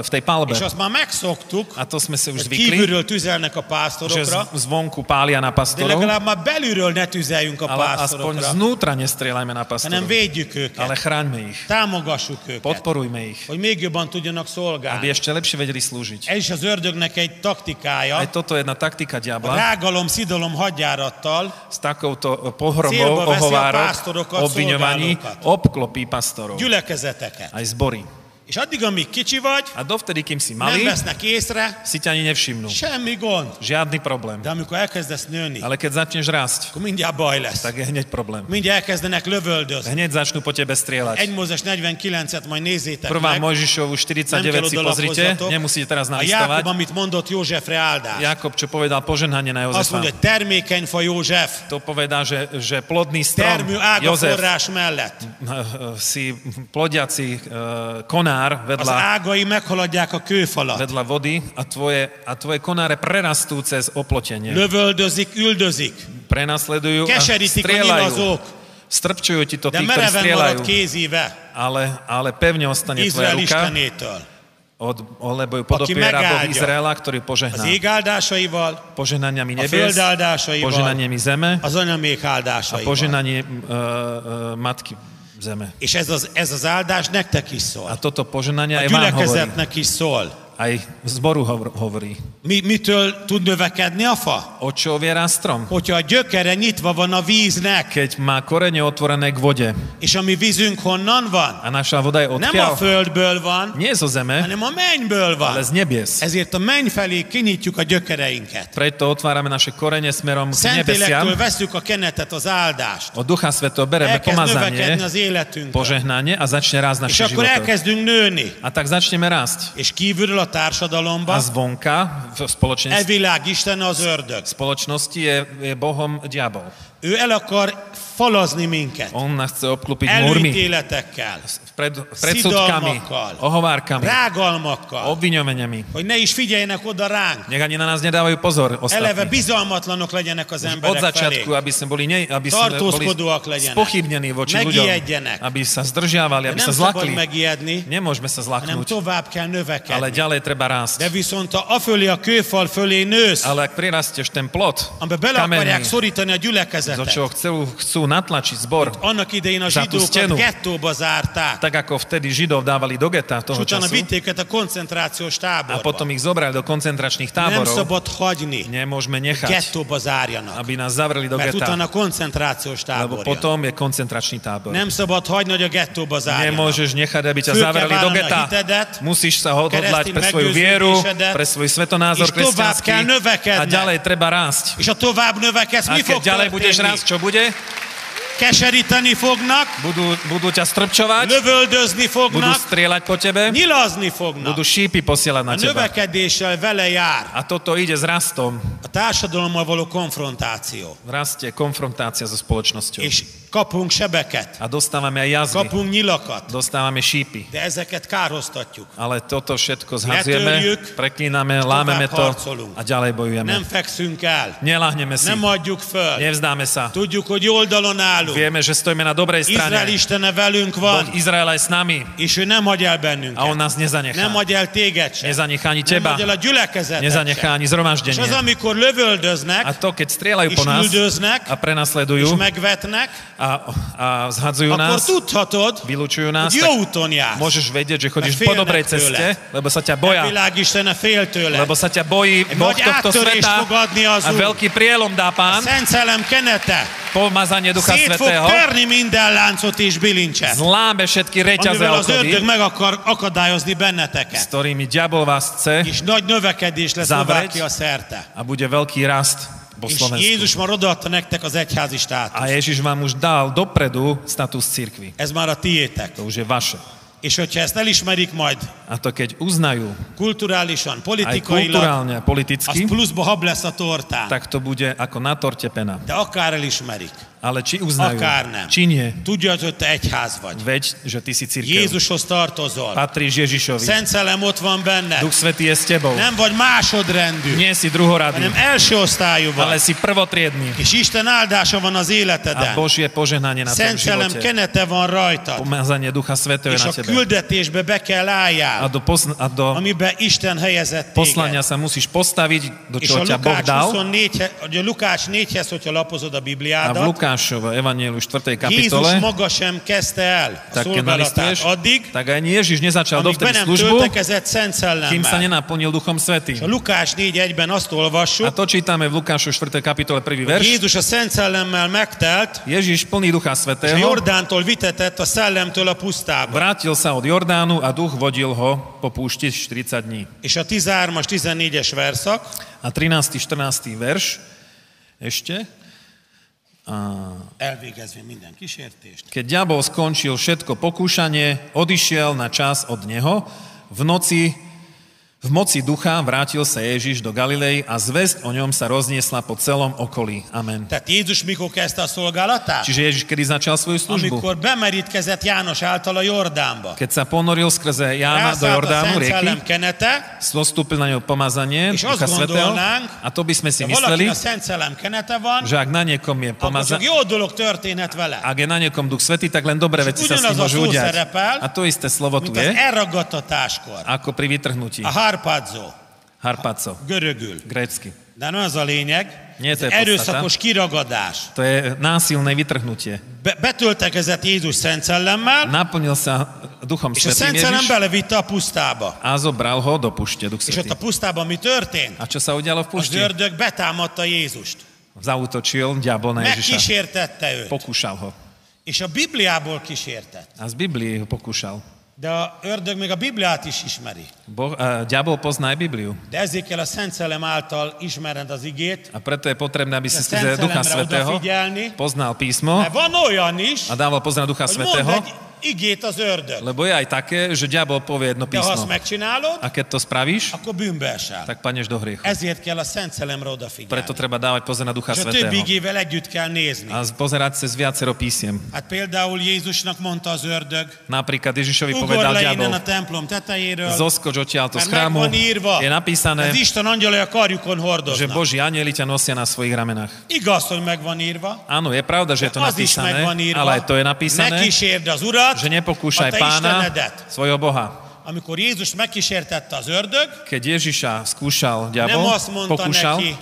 S3: e, v tej palbe.
S2: És azt már megszoktuk,
S3: A to sme si už zvykli,
S2: kívülről tüzelnek a
S3: že z,
S2: pásztorokra,
S3: zvonku pália na
S2: de
S3: pastorov,
S2: legalább már belülről ne tüzeljünk a
S3: ale aspoň
S2: pásztorokra,
S3: znútra nestrieľajme na
S2: hanem
S3: pastorov,
S2: védjük
S3: ale
S2: őket,
S3: chráňme ich,
S2: támogassuk őket,
S3: podporujme ich,
S2: hogy még jobban tudjanak
S3: aby
S2: szolgálni.
S3: ešte lepšie vedeli slúžiť.
S2: Ez is az ördögnek egy
S3: Aj
S2: taktikája,
S3: toto je jedna taktika
S2: a
S3: diabla,
S2: rágalom, szidalom hagyjárattal
S3: s takouto
S2: Cieľbo
S3: pohromou
S2: vesel
S3: ohovárok,
S2: pástorokat,
S3: obviňovaní,
S2: soldánok.
S3: obklopí pastorov,
S2: gyülekezeteket.
S3: aj zbory.
S2: És addig, amíg kicsi vagy,
S3: A dovtedy, kým si
S2: nem
S3: malý,
S2: vesznek észre,
S3: si ťa ani nevšimnú.
S2: semmi gond.
S3: Žiadny problém.
S2: De amikor elkezdesz nőni,
S3: Ale keď začneš rásť,
S2: akkor mindjárt baj lesz.
S3: tak je hneď problém.
S2: Mindjárt elkezdenek lövöldözni.
S3: Hneď začnú po tebe
S2: Egy
S3: strieľať.
S2: Mózes 49-et majd nézzétek
S3: Prvá
S2: meg. Nem
S3: Mojžišovu
S2: kell
S3: 49 si pozrite,
S2: odalapozzatok.
S3: nemusíte teraz
S2: A Jákob,
S3: nalistovať.
S2: amit mondott Józsefre áldás.
S3: Jakob, čo povedal požehnanie na
S2: Azt
S3: Jozefa,
S2: mondja, hogy termékeny fa József,
S3: to povedá, že, že plodný strom
S2: termő ága
S3: Jozef eh,
S2: forrás mellett.
S3: si plodiaci eh, konár
S2: Az
S3: vedľa
S2: ágai meghaladják a kőfalat.
S3: vedľa vody a tvoje, a tvoje konáre prerastú cez oplotenie.
S2: Lövöldözik, üldözik.
S3: Prenasledujú a
S2: Keserítik a
S3: strieľajú.
S2: nyilazók,
S3: Strpčujú ti to
S2: de
S3: tí, ktorí
S2: mereven
S3: strieľajú,
S2: marad kézíve
S3: ale, ale pevne ostane tvoja
S2: Izrael
S3: ruka,
S2: Istenétől.
S3: od, lebo ju podopiera
S2: megáldja.
S3: Boh Izraela, ktorý
S2: Az
S3: požehná
S2: ég áldásaival,
S3: požehnaniami
S2: a
S3: nebies,
S2: föld áldásaival,
S3: požehnaniami zeme
S2: az anyamék
S3: a
S2: áldásaival.
S3: požehnanie uh, uh, matky zeme.
S2: És ez az, ez az áldás nektek is
S3: A
S2: szól.
S3: toto
S2: A
S3: požehnanie aj vám hovorí,
S2: gyülekezetnek is szól.
S3: aj zboru hovor- hovorí.
S2: Mi, mitől tud növekedni a fa?
S3: O čo viera strom?
S2: Hogyha a gyökere nyitva van a víznek,
S3: Keď má korene otvorené k vode
S2: és a mi vízünk honnan van?
S3: a naša voda je
S2: Nem a
S3: odkiaľ,
S2: földből van,
S3: nie zo zeme,
S2: hanem a E- mennyből
S3: ale
S2: van.
S3: z nebies.
S2: Ezért a menny felé kinyitjuk a gyökereinket.
S3: Preto otvárame naše korene smerom k nebesiam.
S2: Szentélektől veszük a kenetet, az áldást.
S3: Od Ducha Svetého bereme
S2: Elkezd
S3: pomazanie,
S2: növekedni az életünk.
S3: požehnanie a začne rásť
S2: És
S3: naše
S2: akkor
S3: životy.
S2: elkezdünk nőni.
S3: A tak začneme rásť.
S2: És kívülről a társadalomba,
S3: A zvonka
S2: e
S3: v spoločenstve,
S2: világ Isten az ördög.
S3: v spoločnosti je, je Bohom diabol.
S2: Ő el akar falazni minket.
S3: On nás chce obklopiť múrmi,
S2: Előítéletekkel,
S3: pred, predsudkami,
S2: Sidalmakkal.
S3: ohovárkami,
S2: rágalmakkal,
S3: obviňovaniami.
S2: hogy ne is figyeljenek oda ránk.
S3: Nech ani na nás nedávajú pozor
S2: Eleve
S3: ostatní.
S2: bizalmatlanok legyenek az
S3: Už od
S2: emberek
S3: začiatku,
S2: felé.
S3: aby sme boli, ne, aby sme boli
S2: Tartózkodóak legyenek.
S3: spochybnení voči ľuďom,
S2: Megijedjenek.
S3: aby sa zdržiavali,
S2: De
S3: aby
S2: nem
S3: sa
S2: szabad
S3: zlakli.
S2: megijedni,
S3: Nemôžeme sa
S2: hanem
S3: zlaknúť,
S2: tovább kell
S3: ale
S2: növekedni.
S3: ďalej treba
S2: De
S3: rásť.
S2: viszont a afölé a kőfal fölé nősz,
S3: Ale ak prirastieš ten plot,
S2: amiben bele akarják
S3: kamenný,
S2: szorítani a
S3: do
S2: gyülekezetet.
S3: čoho chcú, chcú natlačiť zbor,
S2: Annak idején a
S3: Za tú stenu.
S2: zsidókat gettóba zárták,
S3: tak ako vtedy Židov dávali do geta
S2: és
S3: toho
S2: utána
S3: času
S2: vitték őket a koncentrációs
S3: Hát a
S2: táborba.
S3: potom ich zobrali do koncentračných
S2: Nem
S3: táborov,
S2: szabad hagyni,
S3: nemôžeme nechať,
S2: gettóba zárjanak,
S3: aby nás zavreli do
S2: mert
S3: geta,
S2: utána koncentrációs tábor.
S3: lebo
S2: jön.
S3: potom je koncentračný tábor.
S2: Nem szabad hagyni, hogy a gettóba zárjanak.
S3: Nemôžeš nechať, aby ťa
S2: Fülke
S3: zavreli do
S2: vállalna
S3: geta.
S2: hitedet,
S3: Musíš sa odhodlať
S2: keresztény
S3: pre svoju vieru,
S2: meggyőződésedet,
S3: pre svoj svetonázor
S2: és tovább
S3: kresťanský
S2: kell növekedned.
S3: a ďalej treba rásť.
S2: És ha tovább növekedsz,
S3: A
S2: mi
S3: keď
S2: fog
S3: ďalej budeš
S2: történni?
S3: rásť, čo bude?
S2: Keseríteni fognak,
S3: Budú, budú ťa strpčovať,
S2: lövöldözni
S3: budú
S2: fognak,
S3: strieľať po tebe,
S2: nyilazni fognak.
S3: budú šípy posielať
S2: A
S3: na teba.
S2: növekedéssel vele jár
S3: A toto ide s rastom.
S2: a társadalommal való konfrontáció.
S3: Rastie konfrontácia so spoločnosťou.
S2: És kapunk sebeket,
S3: A dostávame aj jazvy,
S2: kapunk nyilakat,
S3: dostávame šípy.
S2: de ezeket kárhoztatjuk.
S3: Ale toto všetko zhadzujeme,
S2: Netörjük,
S3: preklíname, lámeme to a ďalej bojujeme.
S2: Nem fekszünk el,
S3: Nelahneme si,
S2: nem adjuk föl.
S3: nevzdáme sa.
S2: Tudjuk, hogy jó oldalon állunk.
S3: Vieme, že stojíme na dobrej
S2: Izrael
S3: strane.
S2: Istene velünk
S3: Boh
S2: van,
S3: Izraela je s nami
S2: és ő nem hagy el
S3: a on
S2: bennünket.
S3: nás nezanechá.
S2: Nem hagy el téged sem.
S3: Nezanechá ani
S2: Nem
S3: teba,
S2: hagy el a gyülekezetet
S3: nezanechá
S2: sem.
S3: ani
S2: És az,
S3: zhromaždenie.
S2: amikor
S3: A
S2: lövöldöznek,
S3: to, keď strieľajú
S2: és
S3: po nás
S2: üldöznek,
S3: a
S2: és
S3: prenasledujú
S2: megvetnek,
S3: a a, a zhadzujú
S2: akkor
S3: nás,
S2: tudhatod,
S3: vylúčujú nás,
S2: hogy jó
S3: tak
S2: úton jársz.
S3: môžeš vedieť, že chodíš
S2: Félnek
S3: po dobrej
S2: tőle.
S3: ceste, lebo sa ťa boja.
S2: A világ Istene fél tőle.
S3: Lebo Hát, sa ťa bojí
S2: Egy
S3: Boh
S2: nagy
S3: tohto
S2: áttörést
S3: sveta
S2: fog adni az
S3: a
S2: Úr.
S3: veľký prielom dá pán,
S2: Szent Szellem kenete.
S3: pomazanie Ducha
S2: Szét fog
S3: Svetého,
S2: törni minden láncot és bilincset.
S3: zláme všetky reťaze
S2: Amivel az ördög
S3: okolí,
S2: meg akar akadályozni
S3: s
S2: benneteket.
S3: ktorými diabol vás chce
S2: És nagy növekedés lesz
S3: Zavregy.
S2: Szlovákia szerte.
S3: a bude veľký rast po
S2: És
S3: Slovensku.
S2: Jézus már odaadta nektek az egyházi státuszt.
S3: A Ježiš vám už dal dopredu status cirkvi.
S2: Ez már a tiétek.
S3: To už je vaše.
S2: És hogyha ezt elismerik majd
S3: A to keď uznajú
S2: kulturálisan,
S3: aj
S2: politikailag,
S3: kulturálne, a
S2: az
S3: politicky,
S2: pluszba hab lesz a tortán.
S3: tak to bude ako na torte pena.
S2: De akár elismerik,
S3: Ale či uznajú,
S2: akár nem.
S3: či nie,
S2: Tudja, hogy te egyház vagy.
S3: veď, že ty si cirkev.
S2: Jézushoz tartozol.
S3: Patríš Ježišovi.
S2: Szent Szellem ott van benned.
S3: Duch Svetý je s tebou.
S2: Nem vagy másodrendű,
S3: Nie si druhoradý,
S2: hanem első osztályú
S3: ale
S2: vagy.
S3: si prvotriedný.
S2: És Isten áldása van az
S3: A
S2: életeden.
S3: Božie požehnanie na tvojom
S2: Szent Szellem
S3: živote.
S2: kenete van rajtad.
S3: Pomazanie Ducha Svetého je
S2: És a
S3: na tebe.
S2: küldetésbe be kell
S3: A
S2: álljál,
S3: do, posn- a do
S2: amiben Isten helyezett téged.
S3: poslania sa musíš postaviť,
S2: És
S3: do čoho
S2: a
S3: ťa Boh
S2: Lukács,
S3: dal.
S2: 24, hogy a Lukács 4-hez, hogyha lapozod a
S3: A v
S2: Bibliádat,
S3: Lukášovo Evangeliu 4.
S2: Jézus
S3: kapitole
S2: maga sem kezdte el a
S3: tak keď
S2: szolgálatát
S3: nalistuješ,
S2: addig,
S3: tak ani Ježiš nezačal
S2: amíg be
S3: dovtedy
S2: nem
S3: službu,
S2: töltekezett Szent
S3: kým sa
S2: Szellemmel.
S3: nenaplnil Duchom Svetým.
S2: A Lukás 4.1-ben azt
S3: A
S2: olvassuk,
S3: to čítame v Lukášu 4. kapitole
S2: hogy
S3: 1. verš.
S2: Jézus a Szent Szellemmel megtelt,
S3: Ježiš plný Ducha
S2: és a
S3: Svetého
S2: Jordántól vitetett a szellemtől a pusztába.
S3: vrátil sa od Jordánu a duch vodil ho po púšti 40 dní.
S2: És a 13-as, 14-es verszak,
S3: A 13. 14. verš ešte.
S2: elvégezve minden kísértést,
S3: Keď diabol skončil všetko pokúšanie, odišiel na čas od neho, v noci v moci ducha vrátil sa Ježiš do Galilei a zväzť o ňom sa rozniesla po celom okolí. Amen.
S2: Tehát Jézus mikor kezdte a szolgálatát?
S3: Čiže Ježiš kedy začal svoju službu?
S2: Amikor bemerítkezett János által a Jordánba.
S3: Keď sa ponoril skrze Jána
S2: Rászállt
S3: do
S2: a
S3: Jordánu
S2: Szent
S3: rieky,
S2: Szellem kenete,
S3: zostúpil na ňo pomazanie
S2: És
S3: Ducha
S2: azt
S3: Svetého
S2: gondolnánk,
S3: a to by sme si
S2: ha valaki
S3: mysleli,
S2: a Szent Szellem kenete van,
S3: že ak na niekom
S2: akkor
S3: je
S2: csak
S3: pomazanie,
S2: jó dolog történhet vele.
S3: ak je na niekom Duch Svetý, tak len dobré veci sa s
S2: Ugyanaz a
S3: ním môžu
S2: szó
S3: udiať.
S2: szerepel,
S3: A to isté slovo tu
S2: Mint az
S3: je,
S2: elragadtatáskor.
S3: ako pri vytrhnutí.
S2: A harpádzó,
S3: Harpaco,
S2: görögül.
S3: grécky.
S2: De nem ez a lényeg.
S3: Nie,
S2: Ez
S3: to je podstata.
S2: erőszakos kiragadás.
S3: To je násilné vytrhnutie.
S2: Be- betöltekezett Jézus Szent Szellemmel,
S3: Naplnil sa Duchom
S2: és a
S3: Svetým
S2: Szent Szellem
S3: Ježiš
S2: belevitte a pusztába.
S3: a zobral ho do pušte Duch
S2: És ott
S3: Svetý.
S2: a pusztában mi történt?
S3: A čo sa udialo
S2: Az
S3: v pušti?
S2: ördög betámadta Jézust.
S3: Zautočil diabol na Ježiša.
S2: Megkísértette őt.
S3: Pokúšal ho.
S2: És a Bibliából kísértett.
S3: A z Biblii ho pokúšal.
S2: De a ördög még a Bibliát is ismeri.
S3: Boh, a diabol pozná aj Bibliu.
S2: De ezért kell a Szent Szellem által ismered az igét.
S3: A preto je potrebné, aby si
S2: Za
S3: skrze
S2: Svetým
S3: Ducha
S2: Celemra
S3: Svetého
S2: odafigyelni.
S3: poznal písmo
S2: Mert van olyan is,
S3: a dával poznať Ducha
S2: hogy mond
S3: Svetého,
S2: egy igét az ördög.
S3: lebo je aj také, že diabol povie jedno
S2: De ha azt
S3: písmo. A
S2: megcsinálod,
S3: keď to spravíš,
S2: akkor bűnbe esel.
S3: tak padneš do hriechu.
S2: Ezért kell a Szent Szellemre odafigyelni.
S3: Preto treba dávať pozor na Ducha
S2: És a többi
S3: Svetého.
S2: igével együtt kell nézni.
S3: A pozerať cez viacero písiem.
S2: Hát például Jézusnak mondta az ördög,
S3: Napríklad Ježišovi
S2: ugorj
S3: povedal
S2: le innen a
S3: diabol,
S2: templom tetejéről,
S3: zoskoč odtiaľto
S2: mert
S3: z
S2: meg
S3: chrámu,
S2: van írva,
S3: je napísané,
S2: az Isten angyalai a karjukon
S3: že
S2: hordoznak.
S3: Boží anieli ťa nosia na svojich ramenách.
S2: Igaz, hogy meg van írva,
S3: Áno, je pravda, že je to
S2: az is meg
S3: napísané,
S2: van írva,
S3: ale aj to je
S2: ne
S3: napísané,
S2: kísérd az urat,
S3: že
S2: a
S3: nepokúšaj
S2: te
S3: pána,
S2: Istenedet.
S3: svojho Boha.
S2: Amikor Jézus megkísértette az ördög,
S3: Keď Ježiša skúšal diabol,
S2: Nem azt mondta
S3: pokúšal,
S2: neki,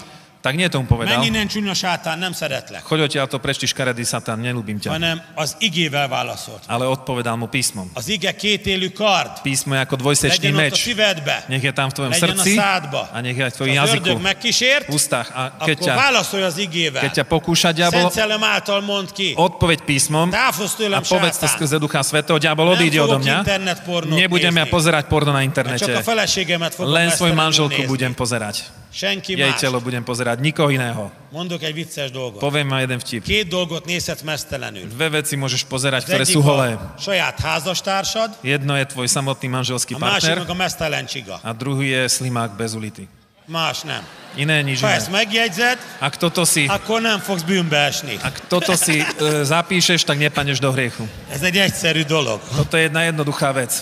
S3: tak nie tomu povedal,
S2: menj innen csúnya sátán, nem szeretlek,
S3: choď odtiaľto preč, ty škaredý satán, nelúbim ťa.
S2: hanem az igével válaszolt.
S3: Ale odpovedal mu písmom.
S2: Az ige kétélű kard,
S3: Písmo je ako dvojsečný
S2: legyen ott a
S3: meč.
S2: szívedbe,
S3: Nech je tam v tvojom
S2: legyen a
S3: srdci
S2: szádba.
S3: a nech je aj v
S2: Ha
S3: tvojom
S2: az
S3: jazyku,
S2: ördög megkísért,
S3: v ústach. A keď
S2: akkor
S3: ťa,
S2: válaszolj az
S3: keď
S2: igével.
S3: ťa pokúša diabol,
S2: Szent Szellem által mond ki,
S3: odpoveď písmom
S2: távozz
S3: a
S2: tőlem
S3: povedz to
S2: sátán,
S3: skrze Ducha Svetého, diabol,
S2: nem
S3: odíde odo
S2: fogok
S3: mňa.
S2: internetpornót
S3: Nebudem ja
S2: nézni,
S3: pozerať porno
S2: csak
S3: na
S2: a
S3: internete.
S2: feleségemet fogom
S3: Len svoju
S2: vesztelenül
S3: manželku
S2: nézni.
S3: budem pozerať.
S2: Senki
S3: Jej
S2: más.
S3: telo budem pozerať, nikoho iného.
S2: Mondok egy vicces dolgot.
S3: Poviem ma jeden vtip.
S2: Két dolgot nézhetsz mesztelenül.
S3: Dve veci
S2: Az
S3: môžeš pozerať, ktoré
S2: egyik
S3: sú holé.
S2: a saját házastársad,
S3: Jedno je tvoj samotný
S2: a
S3: manželský
S2: másik
S3: partner
S2: meg a mesztelen csiga.
S3: a druhý je slimák bez ulity.
S2: Más nem.
S3: Iné nič
S2: Ha
S3: iné.
S2: ezt megjegyzed,
S3: Ak toto si,
S2: akkor nem fogsz bűnbe esni.
S3: ak toto si e, zapíšeš, tak nepaneš do hriechu.
S2: Ez egy egyszerű dolog.
S3: Toto je jedna jednoduchá vec.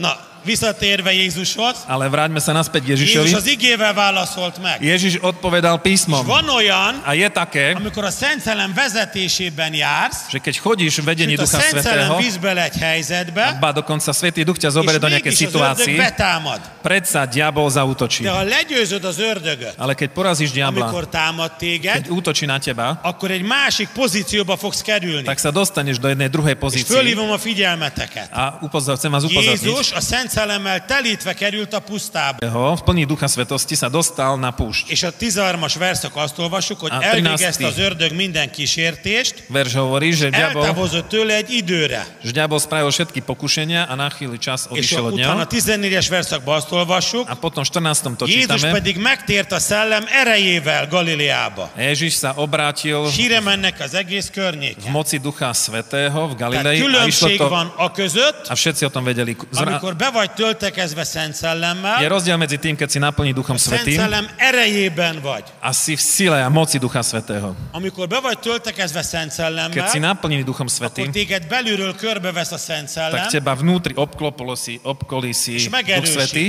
S2: Na, Visszatérve Jézushoz,
S3: Ale vráťme sa naspäť k
S2: Jézus az
S3: Ježišovi.
S2: igével válaszolt meg.
S3: Ježiš odpovedal písmom.
S2: Van olyan,
S3: A je také,
S2: amikor a Szent Szellem vezetésében jársz,
S3: že keď chodíš v vedení
S2: sőt a
S3: Ducha
S2: Szent Szellem
S3: Svetého,
S2: víz bele egy helyzetbe,
S3: ba dokonca Svetý Duch
S2: és
S3: ťa zoberie do nejakej
S2: mégis az ördög
S3: situácii,
S2: betámad.
S3: predsa diabol zautočí.
S2: De ha legyőzöd az ördögöt,
S3: Ale keď porazíš diabla,
S2: amikor támad
S3: keď
S2: téged,
S3: útočí na teba,
S2: akkor egy másik pozícióba fogsz kerülni.
S3: tak sa dostaneš do jednej
S2: És
S3: druhej pozície.
S2: fölhívom a figyelmeteket.
S3: A upozor, chcem vás upozorniť,
S2: Jézus a Szent Szellemmel telítve került a pusztába.
S3: ho v plný Ducha Svetosti sa dostal na púšť.
S2: És a 13-as verszak azt olvassuk, hogy
S3: A
S2: elvégezte
S3: 13.
S2: az ördög minden kísértést,
S3: Verš hovorí, že diabol,
S2: eltávozott tőle egy időre.
S3: že diabol spravil všetky pokušenia a na chvíli čas
S2: És
S3: odišiel od neho.
S2: utána a 14-es verszakban azt olvassuk,
S3: A potom v 14. to
S2: Jézus
S3: čítame.
S2: pedig megtért a szellem erejével Galileába.
S3: Ježiš sa obrátil
S2: Híre mennek az egész
S3: v
S2: környéken.
S3: moci Ducha Svetého v
S2: Tehát
S3: Galilei a išlo
S2: különbség
S3: to,
S2: van a között,
S3: a všetci o tom vedeli. Zra,
S2: amikor be vagy töltekezve Szent
S3: je
S2: Szellemmel,
S3: rozdiel medzi tým, keď si naplní Duchom
S2: Szent
S3: Svetým
S2: Szellem erejében vagy.
S3: a si v sile a moci Ducha Svetého.
S2: Amikor be vagy töltekezve Szent
S3: Keď si
S2: Szellemmel,
S3: naplnený Duchom
S2: akkor
S3: Svetým,
S2: téged belülről körbevesz a Szent Szellem,
S3: tak teba vnútri obklopolo si, obkolí si
S2: Už megerősít.
S3: Duch Svetý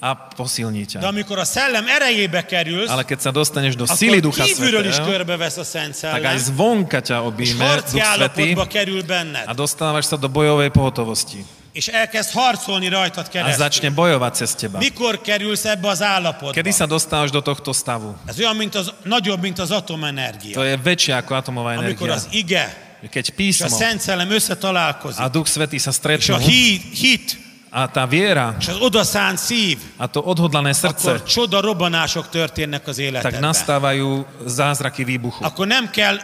S3: a posilní
S2: de
S3: ťa.
S2: amikor a szellem erejébe kerülsz,
S3: Ale keď sa dostaneš do sily
S2: akkor
S3: Ducha
S2: kívülről is
S3: Svetého,
S2: körbevesz a Szent
S3: tak
S2: Szellem,
S3: aj zvonka ťa
S2: és
S3: obíme
S2: harci
S3: Duch Svetý
S2: állapotba kerül benned,
S3: a dostávaš sa do bojovej pohotovosti
S2: és elkezd harcolni rajtad
S3: a
S2: keresztül.
S3: začne bojovať cez teba.
S2: Mikor kerülsz ebbe az állapotba?
S3: Kedy sa dostávaš do tohto stavu?
S2: Ez olyan, mint az, nagyobb, mint az atomenergia.
S3: To je väčšie ako atomová
S2: Amikor
S3: energia.
S2: az ige
S3: Keď
S2: és a
S3: písmo
S2: Szent Szellem összetalálkozik,
S3: a Duch Svetý sa
S2: és a
S3: stretnú
S2: hit, hit
S3: a tá viera
S2: és az odaszánt szív,
S3: a to odhodlané
S2: akkor
S3: srdce,
S2: csoda robbanások történnek az
S3: tak
S2: életedben.
S3: nastávajú zázraky výbuchu.
S2: Akkor nem kell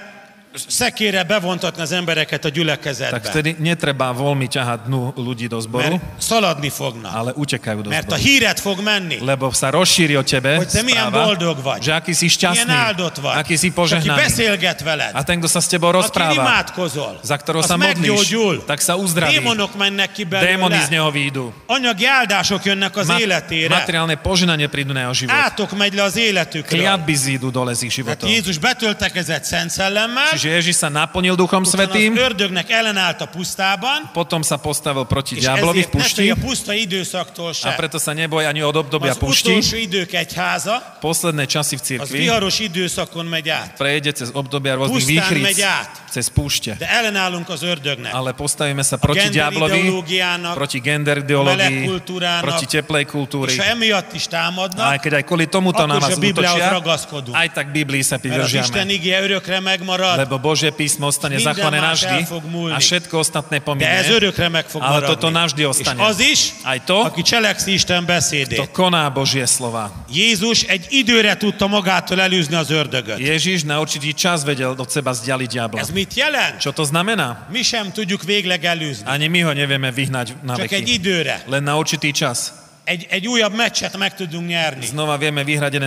S2: szekére bevontatni az embereket a
S3: Tak
S2: gyülekezetbe,
S3: vtedy netreba voľmi ťahať dnu ľudí do zboru,
S2: mert szaladni fognak,
S3: ale utekajú do
S2: mert a
S3: zboru.
S2: híret fog menni.
S3: Lebo sa rozšíri o tebe
S2: Hogy te milyen
S3: správa,
S2: boldog vagy.
S3: že aký si
S2: Milyen
S3: šťastný,
S2: áldott vagy,
S3: aký si
S2: és aki
S3: požehnaný.
S2: beszélget veled,
S3: A ten, kto sa s tebou
S2: aki
S3: rozpráva,
S2: imádkozol,
S3: za ktorou
S2: az
S3: sa modlíš,
S2: meggyógyul,
S3: tak sa uzdraví.
S2: démonok mennek ki
S3: Démony
S2: belőle,
S3: z neho výjdu.
S2: anyagi áldások jönnek az
S3: Ma-
S2: életére,
S3: materiálne požinanie prídu na jeho život.
S2: átok megy le az életükről.
S3: Kliatby zídu dole z ich
S2: Tehát
S3: životov.
S2: Jézus betöltekezett Szent Szellemmel,
S3: Čiže Ježiš sa naplnil Duchom
S2: utána az
S3: Svetým,
S2: ördögnek ellenállt a pusztában,
S3: potom sa postavil proti
S2: és
S3: diablovi v
S2: ezért ne
S3: pušti
S2: félj a puszta időszaktól
S3: a
S2: se.
S3: preto sa neboj ani od obdobia
S2: Az
S3: pušti.
S2: utolsó idők egyháza,
S3: Posledné časy v
S2: az
S3: cirkvi
S2: viharos időszakon megy át.
S3: prejde cez obdobia rôznych
S2: Pustán
S3: výchric,
S2: meď át.
S3: cez púšte.
S2: De ellenállunk az ördögnek.
S3: Ale postavíme sa proti
S2: gender
S3: diablovi,
S2: ideológiának,
S3: proti gender ideológii,
S2: melekultúrának,
S3: proti teplej kultúry.
S2: És ha emiatt is támadnak,
S3: A aj keď aj kvôli tomuto
S2: Akože
S3: na vás
S2: Bibliához
S3: útočia,
S2: ragaszkodunk.
S3: aj tak Biblii sa
S2: mert az Isten
S3: pridržiame.
S2: igéje örökre megmarad,
S3: Lebo Božie písmo ostane
S2: Minden
S3: zachované
S2: más el
S3: navždy
S2: fog múlni.
S3: a všetko
S2: de
S3: ostatné
S2: ez
S3: pominie.
S2: örökre meg fog
S3: Ale toto
S2: maradni.
S3: navždy
S2: És
S3: ostane.
S2: az is,
S3: Aj to,
S2: aki cselekszi Isten
S3: to
S2: beszédét.
S3: koná Božie slova.
S2: Jézus egy időre tudta magától elűzni az ördögöt.
S3: Ježiš na určitý čas vedel od seba zdialiť diabla.
S2: Ez mit jelent?
S3: Čo to znamená?
S2: Mi sem tudjuk végleg elűzni.
S3: Ani my ho nevieme vyhnať na
S2: Csak egy
S3: veky.
S2: időre.
S3: Len na určitý čas.
S2: Egy, egy újabb meccset meg tudunk nyerni.
S3: Znova vieme vyhrať jeden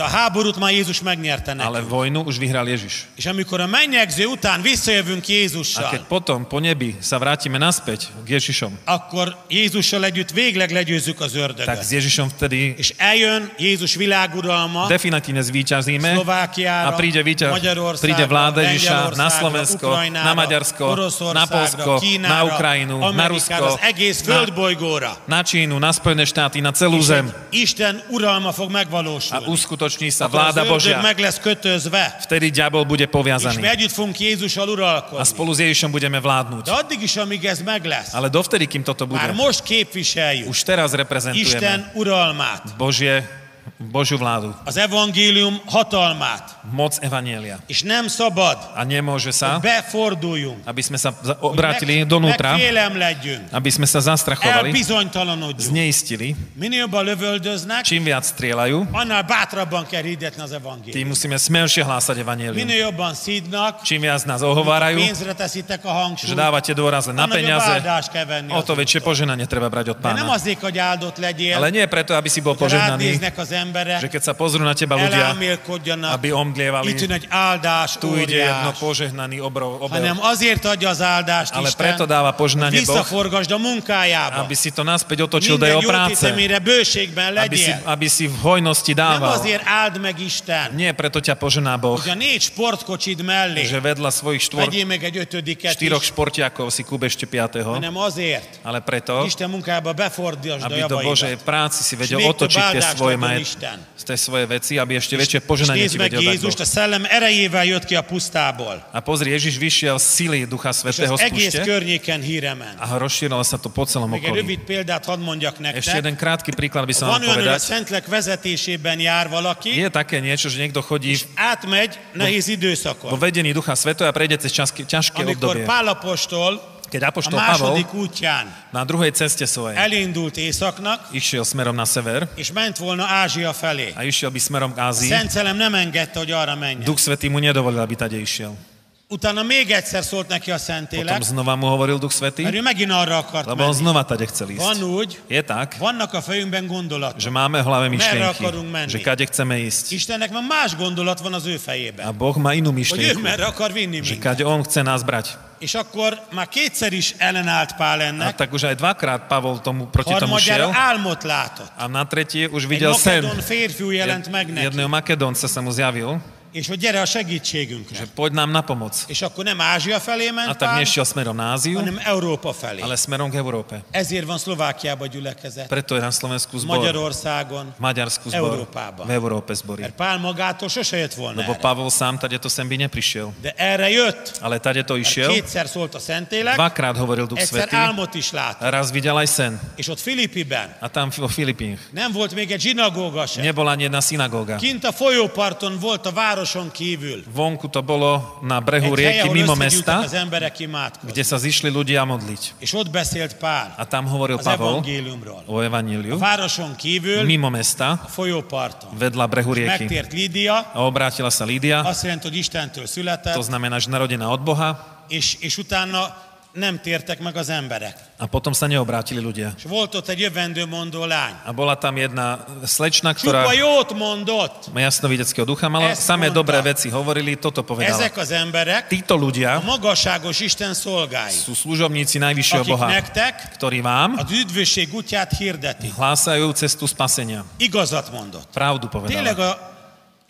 S2: De a háborút már Jézus megnyerte nekünk.
S3: Ale vojnu už vyhral Ježiš.
S2: És amikor a mennyegző után visszajövünk
S3: A keď
S2: Jézussal,
S3: potom po nebi sa vrátime naspäť k Ježišom,
S2: akkor Jézussal együtt végleg legyőzzük az
S3: tak
S2: ördögöt.
S3: s Ježišom vtedy
S2: És eljön Jézus világuralma,
S3: definitívne zvíťazíme a
S2: Szlovákiára,
S3: príde, víťaz,
S2: Magyarországra,
S3: príde vláda Ježiša
S2: Lengyelországra,
S3: na Slovensko,
S2: Ukrajnára,
S3: na Maďarsko,
S2: Oroszországra,
S3: na Polsko,
S2: Kínára,
S3: na Ukrajinu, na
S2: Amerikára,
S3: Rusko,
S2: az egész
S3: na,
S2: földbolygóra.
S3: na Čínu, na Spojené štáty, na celú
S2: És
S3: zem.
S2: egy Isten uralma fog
S3: A
S2: megvalósulni.
S3: uskutoční
S2: Akkor
S3: sa
S2: az
S3: vláda
S2: ördög
S3: Božia.
S2: meg lesz kötözve,
S3: Vtedy diabol
S2: és
S3: bude
S2: mi
S3: poviazaný.
S2: együtt fogunk Jézussal
S3: A
S2: uralkodni.
S3: spolu s Ježišom budeme
S2: De
S3: vládnuť.
S2: addig is, amíg ez meg lesz,
S3: Ale dovtedy, kým toto bude,
S2: már most képviseljük
S3: už teraz reprezentujeme
S2: Isten uralmát,
S3: Božie, Božiu vládu,
S2: az evangélium hatalmát,
S3: moc Evanielia.
S2: és nem szabad,
S3: A nemôže sa,
S2: hogy beforduljunk,
S3: aby sme sa za-
S2: hogy meg-
S3: obrátili donútra,
S2: megfélemledjünk,
S3: aby sme sa zastrachovali,
S2: elbizonytalanodjunk.
S3: zneistili.
S2: Minél jobban lövöldöznek,
S3: Čím viac strieľajú,
S2: annál bátrabban kell hirdetni az evangéliumot.
S3: tým musíme smelšie hlásať Evanielium.
S2: Minél jobban szídnak,
S3: Čím viac nás ohovárajú,
S2: pénzre teszitek a
S3: že
S2: hangsúlyt,
S3: dávate dôraz len na
S2: annál jobb
S3: peniaze,
S2: áldást kell venni
S3: o
S2: az
S3: to väčšie požehnanie treba brať od
S2: De nem
S3: pána.
S2: azért, hogy áldott legyél,
S3: Ale nie preto, aby si bol
S2: hogy rád
S3: požehnaný,
S2: néznek az az emberek,
S3: že keď sa pozrú na teba ľudia,
S2: elámélkodjanak.
S3: aby omdlievali,
S2: Itt jön egy áldás,
S3: tu ide jedno
S2: óriás.
S3: požehnaný obrov, obel,
S2: Hanem azért adja az áldást
S3: ale
S2: Isten,
S3: preto dáva
S2: hogy
S3: požehnanie Boh,
S2: visszaforgasd a munkájába.
S3: aby si to naspäť otočil do
S2: Minden
S3: jeho
S2: jó
S3: práce,
S2: tétemére bőségben
S3: aby si,
S2: legyél.
S3: aby si v hojnosti
S2: Nem
S3: dával.
S2: azért áld meg Isten,
S3: Nie, preto ťa požená Boh,
S2: hogy a négy sportkocsid mellé
S3: že vedľa svojich štvor,
S2: vegyél meg egy ötödiket is,
S3: štyroch športiakov si kúbe ešte piatého,
S2: hanem azért,
S3: ale preto,
S2: Isten munkába befordítsd a
S3: aby do Božej
S2: javaidat.
S3: práci si
S2: És
S3: vedel
S2: még
S3: otočiť
S2: több
S3: tie
S2: áldást
S3: svoje
S2: adjon
S3: majet,
S2: Isten.
S3: tie svoje veci, aby ešte väčšie
S2: És
S3: poženanie
S2: nézd
S3: ti
S2: meg
S3: vedel dať
S2: Jézust, a
S3: Boh.
S2: szellem erejével jött ki a pusztából.
S3: A pozri, Ježiš vyšiel z sily
S2: És az
S3: Ducha Svetého z
S2: egész
S3: púšte
S2: környéken hírement.
S3: a rozšírilo sa to po celom
S2: Még egy
S3: okolí.
S2: rövid példát hadd mondjak
S3: Ešte
S2: nektek.
S3: jeden krátky príklad by som
S2: Van
S3: vám
S2: olyan, hogy a
S3: povedať.
S2: Szentlek vezetésében jár valaki,
S3: Je také niečo, že niekto chodí
S2: és átmegy nehéz
S3: vo
S2: időszakon.
S3: vedení Ducha Svetého a prejde cez čas- ťažké
S2: Amikor
S3: obdobie.
S2: Pálapostól
S3: Keď
S2: a
S3: Apoštol Pavol
S2: második útján
S3: na druhej ceste svojej
S2: elindult északnak,
S3: išiel smerom na sever
S2: és ment volna Ázsia felé.
S3: a išiel by smerom k
S2: A
S3: Ázii,
S2: Szent Szellem nem engedte, hogy arra menjen.
S3: Duch Svetý mu nedovolil, aby tade išiel.
S2: Utána még egyszer szólt neki a Szentlélek,
S3: Potom znova mu hovoril Duch Svetý,
S2: mert ő megint arra akart
S3: lebo on
S2: menni.
S3: znova tade chcel
S2: Van
S3: ísť.
S2: úgy,
S3: Je tak,
S2: vannak a fejünkben gondolatok.
S3: že máme v hlave myšlienky,
S2: akarunk menni.
S3: že kade chceme ísť.
S2: Istennek már más gondolat van az ő
S3: A
S2: fejében.
S3: Boh má inú
S2: Hogy ő
S3: myšlienku,
S2: merre akar vinni
S3: že
S2: minket.
S3: kade on chce nás brať.
S2: És akkor már kétszer is ellenállt Pál
S3: A
S2: ennek,
S3: tak už aj dvakrát Pavol tomu, proti tomu šiel
S2: harmadjára álmot látott.
S3: a na tretie už
S2: Egy
S3: videl sen.
S2: makedon férfiú jelent meg neki,
S3: Jedného Makedónca sa mu zjavil,
S2: és hogy gyere a segítségünkre.
S3: že poď nám na pomoc.
S2: És akkor nem Ázsia felé
S3: A
S2: ment
S3: tak
S2: Pál,
S3: nešiel smerom na Áziu,
S2: hanem Európa felé.
S3: ale smerom k Európe.
S2: Ezért van Szlovákiába gyülekezet,
S3: Preto je na Slovensku zbor.
S2: Magyarországon,
S3: V Maďarsku zbor.
S2: Európában.
S3: V Európe zbory.
S2: mert Pál magától sose jött volna
S3: Lebo
S2: erre.
S3: Pavol sám tade to sem by neprišiel.
S2: De erre jött,
S3: Ale tade to
S2: mert
S3: išiel.
S2: kétszer szólt a Szentlélek,
S3: Dvakrát hovoril Duch
S2: egyszer
S3: Svetý.
S2: álmot is látott.
S3: Raz videl aj sen.
S2: És ott Filippiben
S3: A tam vo Filipínach.
S2: nem volt még egy zsinagóga sem.
S3: Nebola ani jedna synagóga.
S2: Kint a folyóparton volt a városon kívül.
S3: Vonku to bolo na
S2: Egy
S3: brehu
S2: hely,
S3: rieky
S2: ahol
S3: mimo
S2: összegyűltek
S3: mesta,
S2: az emberek imádkozni.
S3: kde sa zišli ľudia modliť.
S2: És ott beszélt Hát, Pál
S3: A tam hovoril
S2: az
S3: Pavol
S2: evangéliumról.
S3: o evaníliu
S2: Városon kívül,
S3: mimo mesta,
S2: a folyóparton.
S3: vedľa brehu rieky.
S2: Megtért Lídia,
S3: A obrátila sa Lídia,
S2: azt jelenti, hogy Istentől
S3: to
S2: született,
S3: znamená, že narodená od Boha,
S2: és, és utána nem tértek meg az emberek.
S3: a potom sa neobrátili ľudia.
S2: És volt ott egy jövendőmondó lány.
S3: A bola tam jedna slečna,
S2: Csupa
S3: ktorá
S2: jót mondott.
S3: jasnovideckého ducha mala,
S2: Ezt
S3: samé
S2: mondta.
S3: dobré veci hovorili, toto povedala.
S2: Ezek az emberek
S3: Títo
S2: a
S3: ľudia
S2: magasságos Isten szolgái,
S3: sú služobníci Najvyššieho
S2: akik
S3: Boha,
S2: nektek
S3: ktorí vám
S2: az üdvösség útját hirdetik.
S3: hlásajú cestu spasenia.
S2: Igazat mondott.
S3: Pravdu povedala.
S2: Tényleg a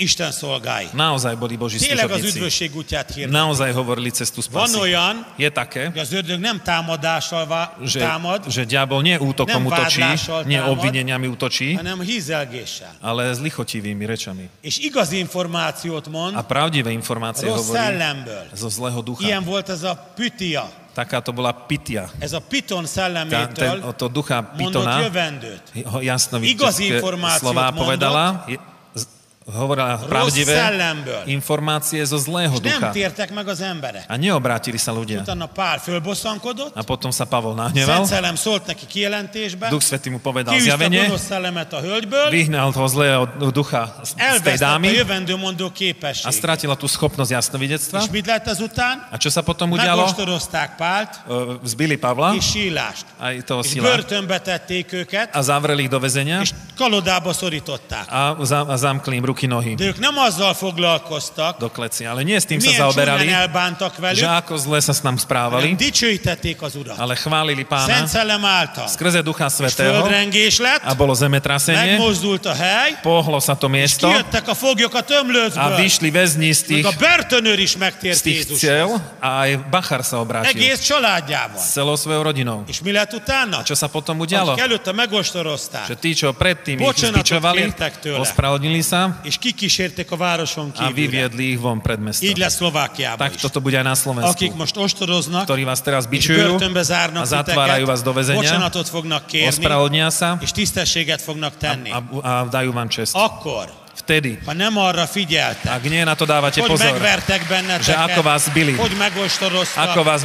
S2: Isten szolgái.
S3: Naozaj boli Boží
S2: Tényleg az
S3: služobníci.
S2: üdvösség útját hirdetik.
S3: Naozaj hovorili cestu
S2: Van
S3: spasenia.
S2: olyan,
S3: Je také,
S2: hogy az ördög nem támadással vá-
S3: že,
S2: támad,
S3: že diabol nie útokom
S2: Nem
S3: útočí,
S2: vádlással
S3: nie
S2: támad,
S3: obvineniami útočí,
S2: hanem hízelgéssel.
S3: ale s lichotivými rečami.
S2: És igaz információt
S3: A
S2: mond
S3: pravdivé informácie
S2: rossz
S3: hovorí
S2: szellemből.
S3: zo zlého ducha.
S2: Ilyen volt ez a pütia,
S3: Taká to bola pitia.
S2: ez a piton
S3: Tá, ten, o
S2: szellemétől
S3: to ducha
S2: mondott
S3: pitona,
S2: jövendőt.
S3: jasno
S2: Igaz informáciu
S3: slova
S2: od mondok.
S3: povedala, je, z, hovorila pravdivé
S2: szellemből.
S3: informácie zo zlého
S2: És nem
S3: ducha.
S2: tértek meg az emberek.
S3: A neobrátili sa ľudia.
S2: Utána Pál fölbosszankodott,
S3: A potom sa Pavol
S2: Szent
S3: nahneval,
S2: Szellem szólt neki kijelentésbe,
S3: Duch Svetý mu povedal
S2: kiűzte a
S3: zjavenie,
S2: gonosz szellemet a hölgyből,
S3: vyhnal toho zlého ducha z z tej
S2: elvesztette a
S3: dámy
S2: jövendőmondó
S3: a
S2: képességét.
S3: strátila tú schopnosť jasnovidectva.
S2: És mit lett ezután?
S3: A čo sa potom udialo?
S2: Megostorozták Pált
S3: E, Zbili Pavla,
S2: és Sílást.
S3: aj toho
S2: És
S3: sila,
S2: börtönbe tették őket,
S3: a zavreli ich do väzenia
S2: és kalodába szorították.
S3: a, za, a zamkli im ruky, nohy
S2: De ők nem azzal foglalkoztak,
S3: do kleci. Ale nie s tým sa
S2: milyen csúnyán
S3: zaoberali,
S2: elbántak
S3: že
S2: velük,
S3: ako zle sa s nám
S2: hanem
S3: správali,
S2: dicsőítették az Urat.
S3: ale chválili
S2: Szent
S3: pána
S2: Szellem által.
S3: skrze Ducha
S2: És
S3: Svetého
S2: földrengés
S3: a
S2: lett,
S3: bolo zemetrasenie,
S2: megmozdult a hely,
S3: pohlo sa to miesto
S2: kijöttek a foglyok a
S3: a
S2: tömlőcből,
S3: vyšli väzni z
S2: még
S3: tých,
S2: a börtönőr is
S3: z
S2: megtért
S3: tých
S2: Jézus.
S3: cieľ a aj Bachar sa obrátil
S2: Egész családjával.
S3: s celou svojou rodinou.
S2: És mi lett utána?
S3: Čo sa potom udialo?
S2: Akik előtte megostorozták,
S3: Že tí, čo predtým ich
S2: Počenatok
S3: zbičovali,
S2: kértek tőle.
S3: ospravedlnili sa
S2: és kikísérték a városon kívül.
S3: a vyviedli ich von pred mesto.
S2: Így lesz Szlovákiában is.
S3: Tak toto bude aj na
S2: Akik
S3: Slovensku,
S2: most ostoroznak,
S3: ktorí vás teraz
S2: és
S3: bičujú
S2: börtönbe zárnak
S3: a zatvárajú vás do
S2: titeket,
S3: väzenia,
S2: bocsánatot fognak kérni,
S3: ospravedlnia sa
S2: és tisztességet fognak tenni.
S3: a, a dajú vám čest.
S2: Akkor
S3: vtedy.
S2: ha nem arra figyeltek,
S3: Ak nie na to dávate
S2: hogy
S3: pozor,
S2: megvertek
S3: že
S2: benneteket,
S3: ako vás bili,
S2: hogy megostoroztak,
S3: ako vás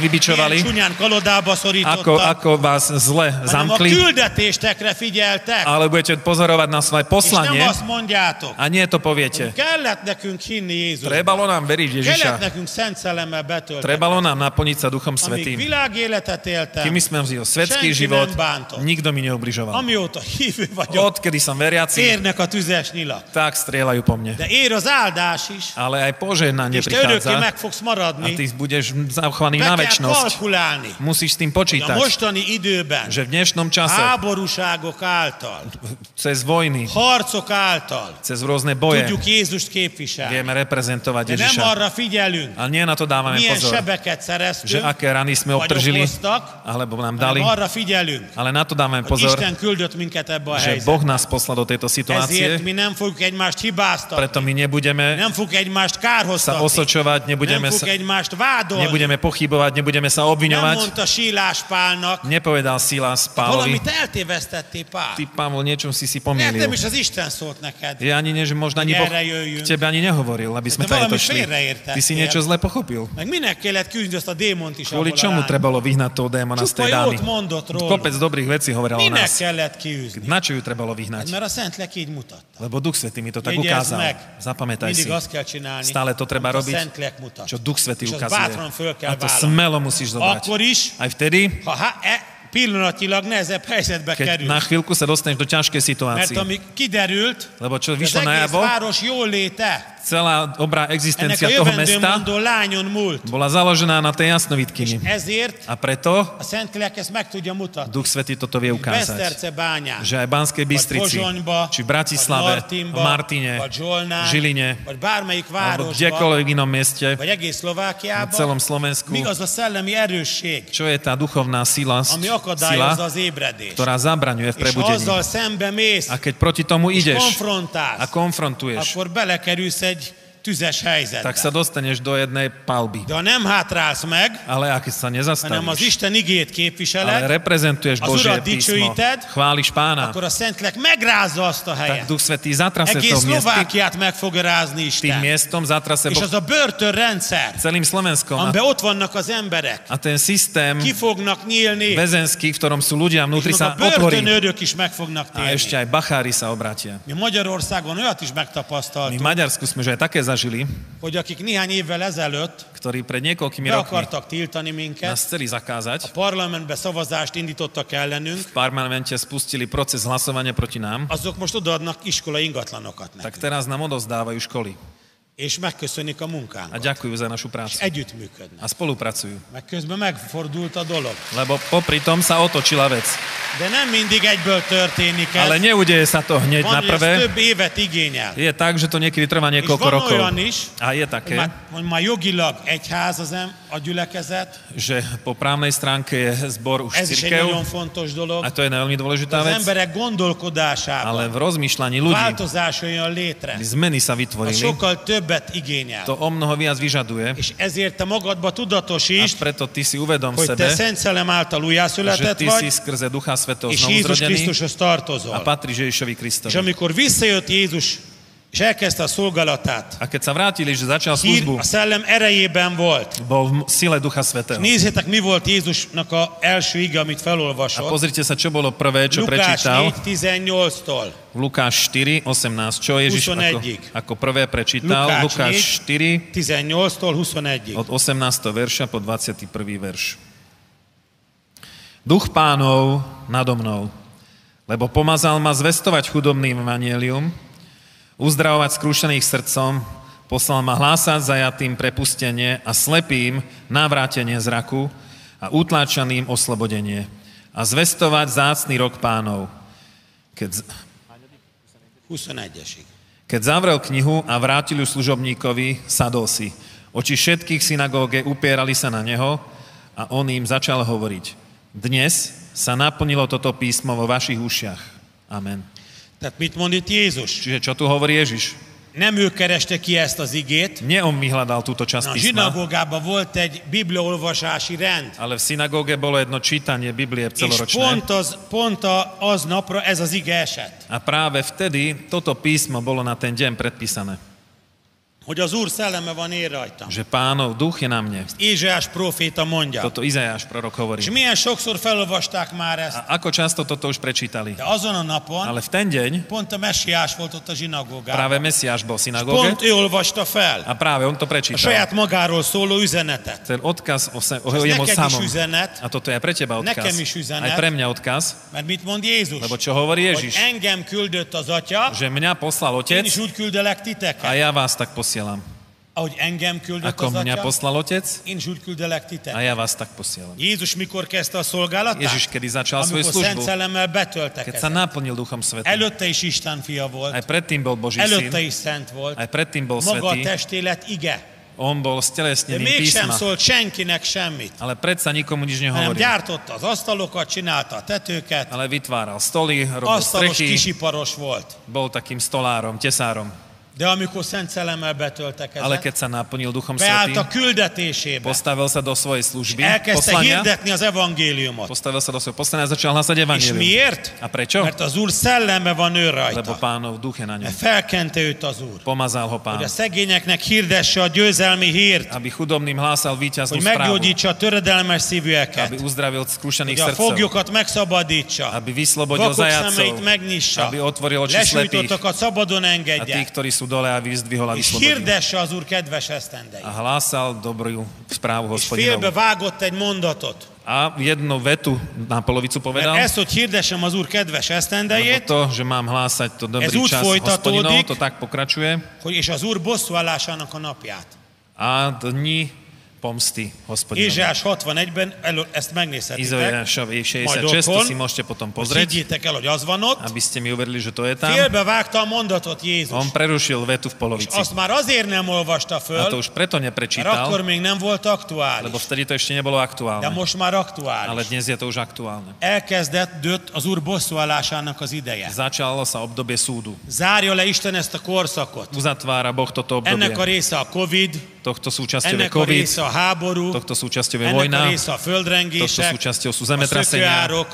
S2: milyen
S3: vybičovali,
S2: csúnyán kalodába szorítottak,
S3: ako, ako vás zle
S2: hanem a
S3: zamkli,
S2: küldetéstekre figyeltek,
S3: ale budete pozorovať na svoje
S2: és nem
S3: poslanie
S2: azt mondjátok,
S3: a nie to poviete.
S2: kellett nekünk hinni Jézusban,
S3: Trebalo nám veriť Ježiša.
S2: kellett nekünk Szent Szellemmel betölteni,
S3: Trebalo nám naplniť sa Duchom
S2: amíg
S3: Svetým.
S2: világéletet éltem,
S3: Kým sme žil svetský
S2: Všetci
S3: život,
S2: nám bánto.
S3: nikto mi neubližoval.
S2: amióta hívő vagyok,
S3: Odkedy som veriaci,
S2: érnek a tüzes nyilat.
S3: tak strieľajú po mne.
S2: De ér az áldás is,
S3: Ale aj požehnanie
S2: és te örökké
S3: prichádza
S2: meg fogsz
S3: a ty
S2: maradni,
S3: budeš zachovaný
S2: be
S3: na
S2: kell
S3: väčnosť.
S2: kalkulálni,
S3: Musíš s tým
S2: hogy a
S3: počítať,
S2: mostani időben
S3: že v dnešnom čase,
S2: háborúságok által,
S3: cez vojny,
S2: harcok által
S3: cez rôzne boje,
S2: tudjuk Jézust képviselni.
S3: vieme reprezentovať
S2: De nem
S3: Ježiša.
S2: arra figyelünk,
S3: A nie na to dávame
S2: milyen
S3: pozor,
S2: sebeket
S3: že
S2: szereztünk,
S3: aké rany sme
S2: vagy
S3: obtržili,
S2: okoztak,
S3: alebo nám dali,
S2: hanem arra figyelünk,
S3: ale na to dávame
S2: hogy
S3: pozor,
S2: Isten küldött minket ebbe a
S3: že
S2: helyzetbe.
S3: Boh nás poslal do tejto
S2: Ezért
S3: situácie,
S2: mi nem fogjuk egymást hibáztatni,
S3: preto my nebudeme
S2: nem fogjuk egymást
S3: sa
S2: kárhoztatni,
S3: osočovať,
S2: nem
S3: nebudeme sa,
S2: fogjuk egymást vádolni,
S3: nebudeme pochybovať, nebudeme sa
S2: nem
S3: obviňovať.
S2: mondta Sílás Pálnak,
S3: Nepovedal Silas Pálovi,
S2: valamit eltévesztettél Pál.
S3: ty Pavol, niečom si si
S2: Lehet nem
S3: pomýlil.
S2: is az Isten szólt neked.
S3: Ja ani ne, že možno ani Boh
S2: Nerejujú.
S3: k tebe ani nehovoril, aby sme
S2: To
S3: tady
S2: veľmi
S3: to šli.
S2: félreértettél.
S3: Ty si niečo zle pochopil.
S2: Meg minek kellett küldni azt a démont is,
S3: Kvôli
S2: ahol a
S3: čomu
S2: lány?
S3: trebalo vyhnať toho démona z tej
S2: Csupa
S3: dámy?
S2: jót mondott róla.
S3: Kopec dobrých vecí hovoril o
S2: Minek
S3: nás.
S2: kellett kiűzni?
S3: Na čo ju trebalo
S2: Hát,
S3: vyhnať?
S2: mert a Szentlek így mutatta.
S3: Lebo Duch Svetý mi to tak
S2: Jegyezd
S3: ukázal.
S2: meg,
S3: Zapamätaj si.
S2: mindig azt kell csinálni,
S3: Stále to
S2: amit
S3: treba
S2: a Hát
S3: robiť,
S2: Szentlek mutat.
S3: čo Duch Svetý
S2: És azt
S3: ukazuje.
S2: bátran föl
S3: A
S2: kell
S3: to
S2: vállalni.
S3: smelo musíš
S2: Akkor
S3: zobrať.
S2: is,
S3: Aj vtedy,
S2: ha há, e, pillanatilag nehezebb helyzetbe
S3: keď
S2: kerül.
S3: na chvíľku sa dostaneš do ťažkej
S2: Mert
S3: situácie.
S2: ami kiderült,
S3: Lebo čo
S2: az
S3: vyšlo
S2: egész
S3: najavo,
S2: város jól léte,
S3: celá dobrá
S2: ennek a
S3: existencia toho mesta
S2: jövendőmondó lányon múlt.
S3: bola založená na tej jasnovidkyni.
S2: Ezért
S3: A preto
S2: a Szentlélek ezt meg tudja mutatni.
S3: Duch Svetý toto vie ukázať.
S2: Beszterce bányán,
S3: Že aj v Banskej Bystrici,
S2: Pozsonyba,
S3: či v Bratislave,
S2: vagy
S3: v
S2: Martinba,
S3: Martine,
S2: vagy Zsolnán,
S3: Žiline,
S2: vagy bármelyik
S3: alebo
S2: városban,
S3: kdekoľvek inom mieste,
S2: vagy egész
S3: na
S2: Szlovákiában,
S3: celom Slovensku,
S2: míg az a szellemi erősség,
S3: čo je tá duchovná sila,
S2: ami
S3: sila
S2: akadályozza az ébredést.
S3: ktorá
S2: És
S3: zabraňuje v
S2: ha
S3: prebudení.
S2: azzal szembe mész,
S3: A keď proti tomu
S2: és
S3: ideš a
S2: konfrontálsz,
S3: konfrontuješ,
S2: akkor belekerülsz egy tüzes
S3: tak sa
S2: helyzetbe.
S3: dostaneš do jednej palby.
S2: De ha nem hátrálsz meg,
S3: Ale ak sa
S2: hanem az
S3: nezastavíš,
S2: Isten igét
S3: ale
S2: képviseled,
S3: reprezentuješ
S2: az
S3: Božie
S2: Urat
S3: písmo,
S2: dicsőíted,
S3: chváliš Pána,
S2: akkor a Szentlek megrázza azt a
S3: tak
S2: helyet.
S3: Duch Svetý zatrase to
S2: Egész
S3: miesto,
S2: Szlovákiát meg fogja rázni Isten.
S3: tým miestom
S2: És
S3: zatrase Boh
S2: az a börtönrendszer,
S3: celým Slovenskom a
S2: amiben ott vannak az emberek,
S3: A ten systém
S2: ki fognak nyílni,
S3: väzenský, v ktorom sú ľudia
S2: és
S3: vnútri,
S2: maguk a
S3: sa otvorí.
S2: börtönőrök is meg fognak
S3: A ešte
S2: térni.
S3: aj bachári sa obrátia.
S2: Mi Magyarországon olyat is
S3: My
S2: megtapasztaltunk,
S3: v Maďarsku sme už aj také zažili,
S2: hogy akik néhány évvel ezelőtt
S3: ktorí pred niekoľkými
S2: be
S3: rokmi
S2: akartak tiltani minket,
S3: nás chceli zakázať.
S2: parlamentbe szavazást indítottak ellenünk,
S3: V parlamente spustili proces hlasovania proti nám,
S2: azok most odaadnak iskola ingatlanokat
S3: tak
S2: nekünk,
S3: teraz nám odozdávajú školy
S2: és megköszönik a
S3: a
S2: munkánkat,
S3: ďakujú za
S2: és
S3: našu prácu
S2: együttműködnek.
S3: a spolupracujú.
S2: Meg közben megfordult a dolog.
S3: Lebo popri tom sa otočila vec.
S2: De nem mindig egyből történik ez.
S3: Ale neudeje sa to hneď na
S2: Van, hogy ez
S3: prvé.
S2: több évet igényel.
S3: Je tak, že to niekedy trvá
S2: És
S3: niekoľko
S2: van
S3: rokov.
S2: olyan is,
S3: A je
S2: hogy
S3: také,
S2: már, hogy már jogilag egyház az em, a gyülekezet,
S3: že po právnej stránke je zbor už
S2: ez is egy nagyon
S3: církev,
S2: fontos
S3: a
S2: dolog.
S3: to je veľmi dôležitá
S2: Az
S3: vec.
S2: emberek gondolkodásában
S3: Ale v rozmýšľaní ľudí
S2: változás jön létre,
S3: zmeny sa
S2: az
S3: vytvorili,
S2: sokkal többet igényel.
S3: to o mnoho viac vyžaduje
S2: És ezért te magadba
S3: a
S2: tudatosítsd,
S3: preto ty si uvedom
S2: hogy te
S3: sebe,
S2: Szent Szellem által
S3: že
S2: újjászületett
S3: ty si
S2: vagy,
S3: skrze Ducha Svetého
S2: és
S3: znovu
S2: Jézus
S3: zrodený
S2: Krisztushoz
S3: a
S2: tartozol.
S3: patríš Ježišovi
S2: És
S3: Kristovi.
S2: amikor visszajött Jézus, és elkezdte a szolgálatát,
S3: A keď sa vrátili, že začal
S2: hír
S3: službu,
S2: a szellem erejében volt.
S3: bol v m- sile Ducha Svetého.
S2: Nézzétek, mi volt Jézusnak a első ige, amit
S3: A
S2: felolvasott.
S3: pozrite sa, čo bolo prvé, čo
S2: Lukács
S3: prečítal
S2: 4.18-tól.
S3: Lukáš 4, 18, čo Ježiš ako,
S2: 21.
S3: ako prvé prečítal
S2: Lukáš
S3: Lukáš 4
S2: 18-tól 21-ig.
S3: od 18. verša po 21. verš. Duch pánov nado mnou, lebo pomazal ma zvestovať chudobným evanielium, uzdravovať skrúšených srdcom, poslal ma hlásať zajatým prepustenie a slepým navrátenie zraku a utláčaným oslobodenie a zvestovať zácný rok pánov. Keď, z-
S2: 21-esig.
S3: keď zavrel knihu a vrátil ju služobníkovi, sadol si. Oči všetkých v synagóge upierali sa na neho a on im začal hovoriť. Dnes sa naplnilo toto písmo vo vašich ušiach. Amen.
S2: Tehát mit mond itt Jézus?
S3: Čiže čo tu hovorí Ježiš?
S2: nem ő kereste ki ezt az igét.
S3: Nie on vyhľadal túto
S2: A
S3: časť písma,
S2: zsinagógában volt egy bibliaolvasási rend,
S3: ale v synagóge bolo jedno čítanie Biblie
S2: és
S3: celoročné.
S2: pont az, pont a, az napra ez az ige esett.
S3: A práve vtedy toto písmo bolo na ten deň predpísané,
S2: Hogy az Úr szelleme van én rajtam.
S3: že pánov duch je na mne.
S2: Ézsás proféta mondja.
S3: Toto Izajáš prorok hovorí.
S2: És milyen sokszor felolvasták már ezt,
S3: A ako často toto už prečítali?
S2: de azon a napon
S3: Ale v ten deň
S2: pont a messiás volt ott a zsinagógában.
S3: práve Mesiáš bol v synagóge
S2: Pont ő olvasta fel
S3: a práve on to
S2: a
S3: prečítal.
S2: saját magáról szóló üzenetet.
S3: Ten odkaz o, se, o
S2: Ez
S3: jemu
S2: neked is
S3: samom.
S2: üzenet,
S3: A toto je aj pre teba odkaz.
S2: Nekem is üzenet.
S3: Aj pre mňa odkaz,
S2: mert mit mond Jézus?
S3: lebo čo hovorí
S2: Hogy
S3: Ježiš?
S2: engem küldött az Atya,
S3: Že mňa poslal
S2: én
S3: Otec
S2: is úgy küldelek
S3: a
S2: titeket.
S3: ja vás tak posielam.
S2: Ahogy engem küldött
S3: Ako
S2: az Atya,
S3: mňa poslal Otec
S2: én is úgy küldelek
S3: a
S2: titeket.
S3: ja vás tak posielam.
S2: Jézus mikor kezdte a szolgálatát?
S3: Ježiš, kedy začal svoju
S2: Amikor Szent
S3: službu,
S2: Szellemmel betöltek
S3: keď sa
S2: ezen.
S3: naplnil Duchom Svetým,
S2: Előtte is Isten fia
S3: aj
S2: volt,
S3: predtým bol Boží syn,
S2: előtte is szent volt,
S3: aj predtým bol
S2: maga a
S3: svetý,
S2: testélet ige,
S3: on bol
S2: de
S3: stelesnením
S2: mégsem
S3: písma,
S2: szólt senkinek semmit,
S3: ale predsa nikomu nič
S2: hanem
S3: nehovoril.
S2: gyártotta az asztalokat, csinálta a tetőket,
S3: Ale vytváral stoly, robil
S2: asztalos
S3: strechy,
S2: kisiparos volt.
S3: bol takým stolárom, tesárom.
S2: De amikor Szent Szellemmel betöltek
S3: Ale
S2: ezen,
S3: keď sa naplnil Duchom
S2: beállt a
S3: Svetým,
S2: küldetésébe,
S3: postavil sa do svojej služby,
S2: elkezdte
S3: poslania,
S2: hirdetni az evangéliumot.
S3: postavil sa do svojho poslania a začal hlásať
S2: És
S3: evanílium.
S2: miért?
S3: A prečo?
S2: Mert az Úr szelleme van ő
S3: Lebo
S2: rajta.
S3: pánov duch je na
S2: Mert
S3: ňom.
S2: felkente őt az Úr,
S3: Pomazal ho pán,
S2: hogy a szegényeknek hirdesse a győzelmi hírt,
S3: aby chudobným hlásal
S2: hogy
S3: víťaznú správu,
S2: meggyógyítsa a töredelmes
S3: aby
S2: szívűeket,
S3: uzdravil skrušených
S2: hogy a
S3: srdcov,
S2: foglyokat megszabadítsa,
S3: aby vyslobodil
S2: vakok szemeit
S3: zajacov
S2: megnyissa,
S3: aby otvoril oči slepých
S2: lesújtottak a szabadon
S3: a tých,
S2: engedje,
S3: ktorí sú dole a vyzdvihol a
S2: és
S3: vyslobodil.
S2: hirdesse az Úr kedves esztendeit.
S3: A hlásal dobrú správu
S2: És félbe
S3: hospodinovu.
S2: vágott egy mondatot,
S3: A jednu vetu na polovicu
S2: mert
S3: povedal,
S2: ezt, hogy hirdessem az Úr kedves
S3: lebo
S2: esztendejét,
S3: to, že mám hlásať to dobrý
S2: Ez úgy
S3: čas
S2: folytatódik.
S3: hospodinov, to tak pokračuje.
S2: hogy és az Úr bosszúállásának a napját.
S3: A dni pomsty hospodinov.
S2: Ézsás 61-ben, elő, ezt megnézhetitek,
S3: Izraelšovi
S2: Majd
S3: 66, to
S2: otthon,
S3: si môžete potom
S2: hogy
S3: pozrieť,
S2: higgyétek el, hogy az van ott.
S3: aby ste mi uverili, že to je tam.
S2: Félbe vágta a mondatot Jézus.
S3: On prerušil vetu v
S2: És
S3: polovici.
S2: azt már azért nem olvasta
S3: A to
S2: föl,
S3: už preto
S2: mert akkor
S3: neprečítal,
S2: még nem volt
S3: lebo
S2: aktuális.
S3: vtedy to ešte nebolo
S2: De
S3: aktuálne.
S2: most már
S3: Ale
S2: aktuális.
S3: dnes je to už aktuálne.
S2: Elkezdett dött az Úr bosszúállásának az ideje.
S3: Začalo sa obdobie súdu.
S2: Zárja le Isten ezt a korszakot.
S3: Uzatvára Boh toto
S2: Ennek a
S3: obdobie.
S2: része a Covid,
S3: Tohto súčasťou je
S2: ennek a
S3: COVID,
S2: része a háború,
S3: tohto súčasťou je
S2: ennek a
S3: vojna,
S2: része a
S3: tohto
S2: földrengések,
S3: súčasťou sú
S2: a
S3: zemetrasenia,
S2: szökőárok,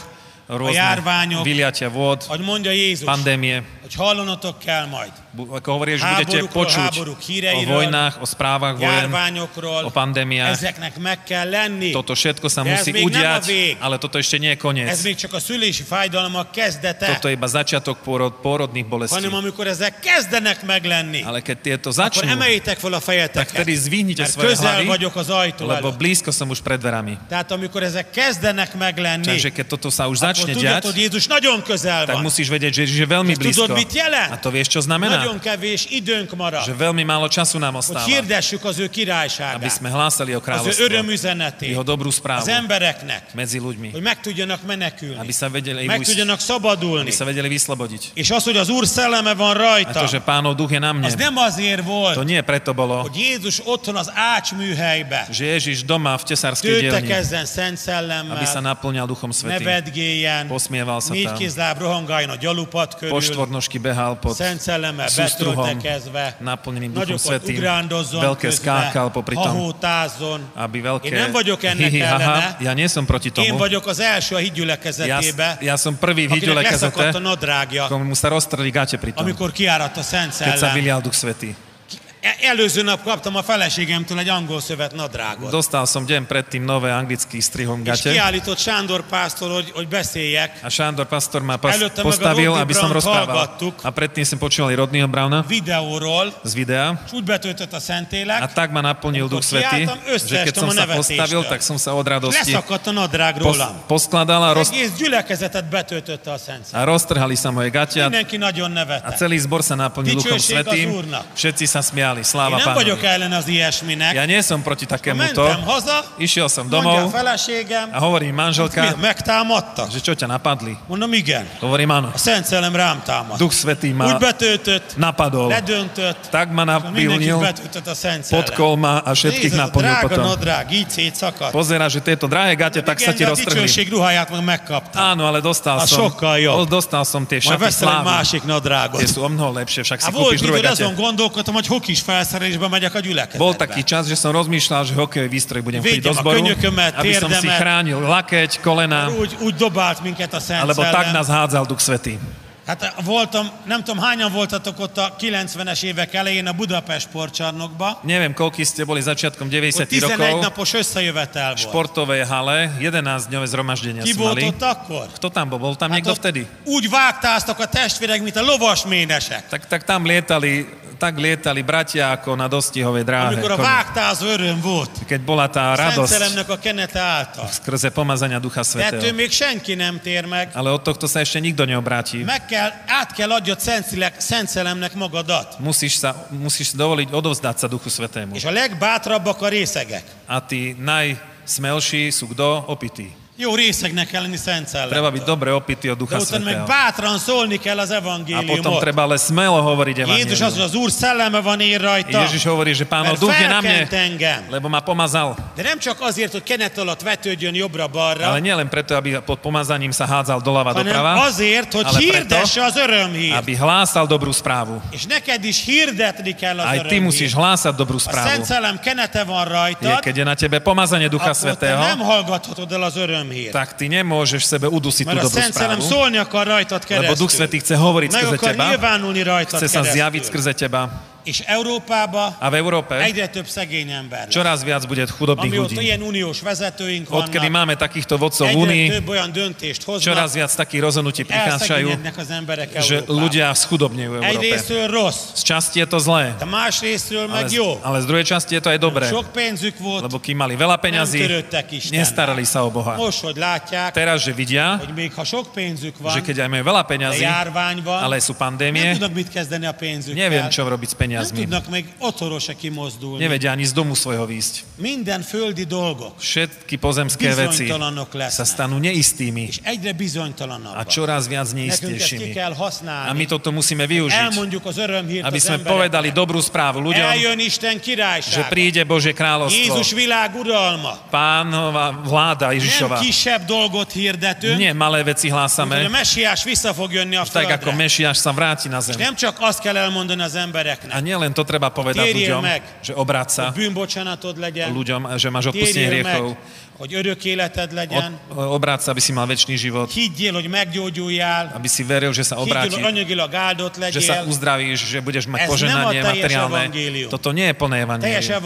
S2: a
S3: rôzne
S2: járványok,
S3: vyliatia vôd,
S2: ahogy mondja Jézus,
S3: pandémie.
S2: hogy hallanatok kell majd
S3: Bu- Ako hovorí, že budete
S2: háborúkról,
S3: počuť
S2: háborúk
S3: o
S2: híreiről,
S3: vojnách, o správach vojen,
S2: járványokról,
S3: o pandémiách.
S2: ezeknek meg kell lenni.
S3: Toto všetko sa
S2: De
S3: musí
S2: ez még nem a vég.
S3: udiať, ale toto ešte nie je koniec.
S2: Ez még csak a szülési fájdalmak kezdete,
S3: Toto je iba začiatok pôrod, pôrodných bolestí.
S2: hanem amikor ezek kezdenek meglenni,
S3: Ale keď tieto
S2: akkor
S3: začnú,
S2: emeljétek fel a
S3: tak
S2: fejeteket,
S3: vtedy zvihnite
S2: mert
S3: svoje
S2: közel
S3: hlavy,
S2: vagyok az ajtó
S3: lebo
S2: előtt.
S3: blízko som už pred dverami.
S2: Tehát amikor ezek kezdenek meglenni,
S3: Takže keď toto sa už
S2: akkor
S3: začne
S2: tudod, hogy
S3: diať,
S2: Jézus nagyon közel van.
S3: tak musíš vedieť, že Ježiš je veľmi
S2: Že
S3: blízko.
S2: tudod, mit jelent?
S3: A to vieš, čo znamená?
S2: Nagyon kevés időnk marad,
S3: Že veľmi málo času nám
S2: hogy
S3: ostáva,
S2: hirdessük az ő
S3: aby
S2: királyságát,
S3: sme hlásali
S2: az
S3: o
S2: ő
S3: kráľovstvo,
S2: örömüzenetét,
S3: jeho dobrú
S2: az
S3: správu
S2: embereknek,
S3: medzi ľuďmi,
S2: hogy meg tudjanak menekülni,
S3: aby sa vedeli,
S2: meg
S3: ujsť,
S2: tudjanak szabadulni.
S3: aby sa vedeli vyslobodiť.
S2: És az, hogy az Úr szelleme van
S3: A
S2: rajta,
S3: to, že pánov duch je na mne,
S2: az nem azért
S3: to
S2: volt,
S3: nie preto bolo,
S2: hogy Jézus otthon az ács műhelybe
S3: že Ježiš doma v tesárskej dielni,
S2: töltekezzen szent
S3: aby sa
S2: szellemmel,
S3: naplňal Duchom
S2: ne
S3: Svetým.
S2: vedgéljen,
S3: Posmieval sa
S2: négy
S3: tam.
S2: kézláb rohangáljon a gyalupat
S3: Po
S2: körül,
S3: štvornožky behal pod
S2: szent szellemmel
S3: sústruhom,
S2: betöltekezve,
S3: naplneným Duchom
S2: nagyokat
S3: Svetým,
S2: ugrándozzon
S3: veľké
S2: közbe,
S3: skákal popri tom,
S2: hahótázzon.
S3: aby
S2: Én
S3: veľké
S2: nem vagyok ennek
S3: hihi, haha,
S2: ellene,
S3: ja nie som proti
S2: én
S3: tomu.
S2: vagyok az első a
S3: Ja,
S2: hídgyülekezetébe,
S3: ja som prvý
S2: akinek
S3: v hydule
S2: leszakadt a
S3: kazete,
S2: nadrágja,
S3: komu sa roztrli gate pri tom,
S2: amikor kiáradt a Szent
S3: keď sa
S2: Szellem.
S3: vylial Duch Svetý.
S2: E- Előző nap kaptam a feleségemtől egy angol szövet nadrágot.
S3: Dostal som deň predtým nové anglický strihom
S2: És
S3: gate
S2: kiállított Sándor pásztor, hogy, hogy beszéljek.
S3: a Šándor Pastor ma pas,
S2: Előtte meg a
S3: postavil,
S2: Rodney
S3: aby som
S2: Brownt
S3: rozprával.
S2: hallgattuk.
S3: A predtým som počúval Rodneyho Browna
S2: videóról,
S3: z videa
S2: és úgy betöltött a
S3: a
S2: Szentélek,
S3: tak ma naplnil Duch Svetý,
S2: Ja tam
S3: že keď som
S2: összeestem a
S3: sa
S2: nevetéstől.
S3: postavil, tak som sa od
S2: és
S3: radosti
S2: leszakadt a nadrág
S3: pos,
S2: rólam.
S3: poskladal a,
S2: Az
S3: roz,
S2: egész gyülekezetet betöltötte a Szent
S3: a roztrhali sa moje gatia
S2: Mindenki nagyon
S3: a
S2: nevetett.
S3: celý zbor sa naplnil Duchom
S2: Dicsőség az
S3: Svetým.
S2: Úrnak.
S3: Všetci sa prijali.
S2: Én
S3: Sláva
S2: nem
S3: pánovi.
S2: vagyok ellen az ilyesminek.
S3: Ja nie som proti
S2: Ha
S3: takémuto.
S2: mentem haza,
S3: Išiel som
S2: mondja a
S3: domov
S2: feleségem,
S3: a hovorí
S2: mi,
S3: manželka,
S2: megtámadtak.
S3: že čo ťa napadli?
S2: Mondom, igen.
S3: Hovorím áno.
S2: A Szent Szellem rám támadt.
S3: Duch Svetý ma
S2: Úgy betöltött,
S3: napadol.
S2: ledöntött,
S3: Tak ma
S2: mindenkit
S3: napilnil,
S2: betöltött a Szent Szellem.
S3: potkol ma a všetkých
S2: Nézd, a
S3: naplnil
S2: drága
S3: potom.
S2: nadrág, így szétszakadt.
S3: Pozera, že tieto drahé gate tak sa
S2: Igen,
S3: ti
S2: de a
S3: roztrhli.
S2: dicsőség ruháját meg megkaptam.
S3: Áno, ale dostal
S2: A
S3: som,
S2: sokkal jobb.
S3: dostal som tie
S2: Majd
S3: šaty
S2: veszel egy
S3: slávy.
S2: másik nadrágot.
S3: Tie sú o mnoho lepšie, však si
S2: Á,
S3: kúpiš
S2: volt idő,
S3: druhé
S2: hogy
S3: gate.
S2: azon gondolkodtam, hogy hokis felszerelésben megyek a
S3: Bol
S2: gyülekezetbe.
S3: taký čas, že som rozmýšľal, že hokejový výstroj budem chodiť do
S2: Vidím, a
S3: zboru,
S2: könyökömet,
S3: aby som si
S2: térdemet.
S3: chránil lakeť, kolena,
S2: Úgy, úgy dobált minket a Szent
S3: alebo tak
S2: Szellem.
S3: nás hádzal Duch Svetý.
S2: Hát voltam, nem tudom hányan voltatok ott a 90-es évek elején a Budapest sportcsarnokba.
S3: Neviem, koľkí ste boli začiatkom 90
S2: Ott 11
S3: rokov,
S2: napos összejövetel volt.
S3: športovej hale, 11-dňové zhromaždenia
S2: Ki
S3: sme
S2: volt
S3: mali.
S2: ott akkor? Hát
S3: Kto tam bol? Bol tam niekto
S2: ott
S3: vtedy?
S2: úgy vágtáztak a testvérek, mint a lovasménesek.
S3: Tak, tak tam lietali, tak lietali bratia ako na dostihovej dráhe.
S2: Amikor a
S3: koni.
S2: vágtázó öröm volt.
S3: Keď bola tá
S2: Szent
S3: radosť
S2: Szellemnek a kenete által.
S3: skrze pomazania Ducha
S2: De ettől
S3: Svetého.
S2: még senki nem tér meg.
S3: Ale od tohto sa ešte nikto neobráti.
S2: Meg kell, át kell adjad Szent, Szilek, Szent Szellemnek magadat.
S3: Musíš sa, musíš dovoliť odovzdať sa Duchu Svetému.
S2: És a legbátrabbak a részegek.
S3: A tí najsmelší sú kto? Opití.
S2: Jó részegnek kell lenni Szent
S3: Treba
S2: Szellemtől.
S3: byť dobre opitý od
S2: De
S3: Ducha
S2: utána meg
S3: Svetého.
S2: bátran szólni kell az
S3: A potom
S2: evangéliumot.
S3: treba ale smelo hovoriť
S2: Jézus az, hogy
S3: evanílium.
S2: az Úr szelleme van én rajta.
S3: Ježiš hovorí, že pánov
S2: Mert
S3: duch je na mne,
S2: felkent engem.
S3: lebo ma pomazal.
S2: De nem csak azért, hogy kenet alatt vetődjön jobbra-balra,
S3: Ale nielen preto, aby pod pomazaním sa hádzal doľava
S2: hanem
S3: doprava,
S2: azért, hogy
S3: ale preto,
S2: hirdesse az örömhírt.
S3: aby hlásal dobrú správu.
S2: És neked is hirdetni kell az
S3: Aj ty musíš
S2: örömhírt.
S3: hlásať dobrú
S2: A Szent
S3: správu.
S2: Szellem kenete van
S3: Je,
S2: rajtad,
S3: keď je na tebe pomazanie Ducha
S2: akkor te nem
S3: Svetého,
S2: hallgathatod el az örömhírt.
S3: tak ty nemôžeš sebe udusiť tú
S2: Mert a
S3: dobrú
S2: Szent Szellem
S3: správu,
S2: szólni akar rajtad
S3: lebo Duch
S2: keresztül.
S3: Svetý chce hovoriť
S2: Meg
S3: skrze
S2: akar
S3: teba,
S2: nyilvánulni rajtad
S3: chce sa zjaviť
S2: keresztül.
S3: skrze teba.
S2: És Európában
S3: A v Európe
S2: egyre több szegény ember lesz.
S3: čoraz viac bude chudobných
S2: Amióta
S3: ľudí.
S2: ilyen uniós vezetőink
S3: Odkedy
S2: vannak,
S3: máme takýchto vodcov v Únii,
S2: egyre több olyan döntést hoznak,
S3: čoraz viac takých rozhodnutí prichádzajú,
S2: elszegényednek az emberek
S3: že
S2: Európában.
S3: ľudia schudobnejú v
S2: Egy
S3: Európe.
S2: részről rossz,
S3: Z časti je to zlé,
S2: de más részről
S3: ale,
S2: meg jó.
S3: ale z druhej časti je to aj dobré,
S2: Sok pénzük volt,
S3: lebo kým mali veľa
S2: nem
S3: peňazí,
S2: törődtek Istennel.
S3: nestarali sa o Boha.
S2: Most, hogy látják,
S3: Teraz, že vidia,
S2: hogy még ha sok pénzük
S3: že
S2: van,
S3: keď aj majú veľa
S2: de
S3: peňazí,
S2: járvány van,
S3: ale sú
S2: nem
S3: pandémie,
S2: tudnak mit kezdeni a pénzükkel.
S3: neviem, čo robiť s
S2: nem
S3: peniazmi.
S2: tudnak még otthonról se kimozdulni.
S3: Nevedia ani z domu svojho výjsť.
S2: Minden földi dolgok
S3: Všetky pozemské veci
S2: bizonytalanok
S3: sa
S2: lesznek.
S3: stanú neistými
S2: És egyre
S3: a
S2: bizonytalanabbak.
S3: čoraz viac
S2: Nekünk ezt ki
S3: neistejšími.
S2: kell
S3: A my
S2: használni.
S3: toto musíme využiť,
S2: Elmondjuk az örömhírt
S3: aby
S2: az
S3: sme
S2: embereknek.
S3: povedali dobrú správu ľuďom,
S2: Eljön Isten
S3: že
S2: királysága.
S3: príde Božie
S2: Jézus
S3: kráľovstvo,
S2: világ uralma.
S3: pánova vláda
S2: Nem
S3: Ježišova.
S2: kisebb dolgot hirdetünk,
S3: Nie malé veci
S2: hogy a
S3: hlásame,
S2: mesiás vissza fog jönni a
S3: tak ako
S2: földre.
S3: Mešiaš sa vráti na zem.
S2: Nem csak azt kell elmondani az
S3: A
S2: embereknek,
S3: nielen to treba povedať
S2: Térjél
S3: ľuďom,
S2: meg.
S3: že obráť sa
S2: hogy bűnbocsánatod legyen,
S3: ľuďom, že máš odpustenie
S2: térjél
S3: hriechov,
S2: meg, hogy örök életed
S3: Od,
S2: legyen,
S3: obráť sa, aby si mal väčší život,
S2: higgyél, hogy meggyógyuljál,
S3: aby si veril, že sa
S2: higgyél, hogy
S3: obráti,
S2: anyagilag áldott
S3: že sa
S2: legyél.
S3: uzdravíš, že budeš mať
S2: Ez
S3: poženanie
S2: nem a teljes
S3: materiálne.
S2: evangélium.
S3: Toto nie je plné
S2: Teljes
S3: evanílium.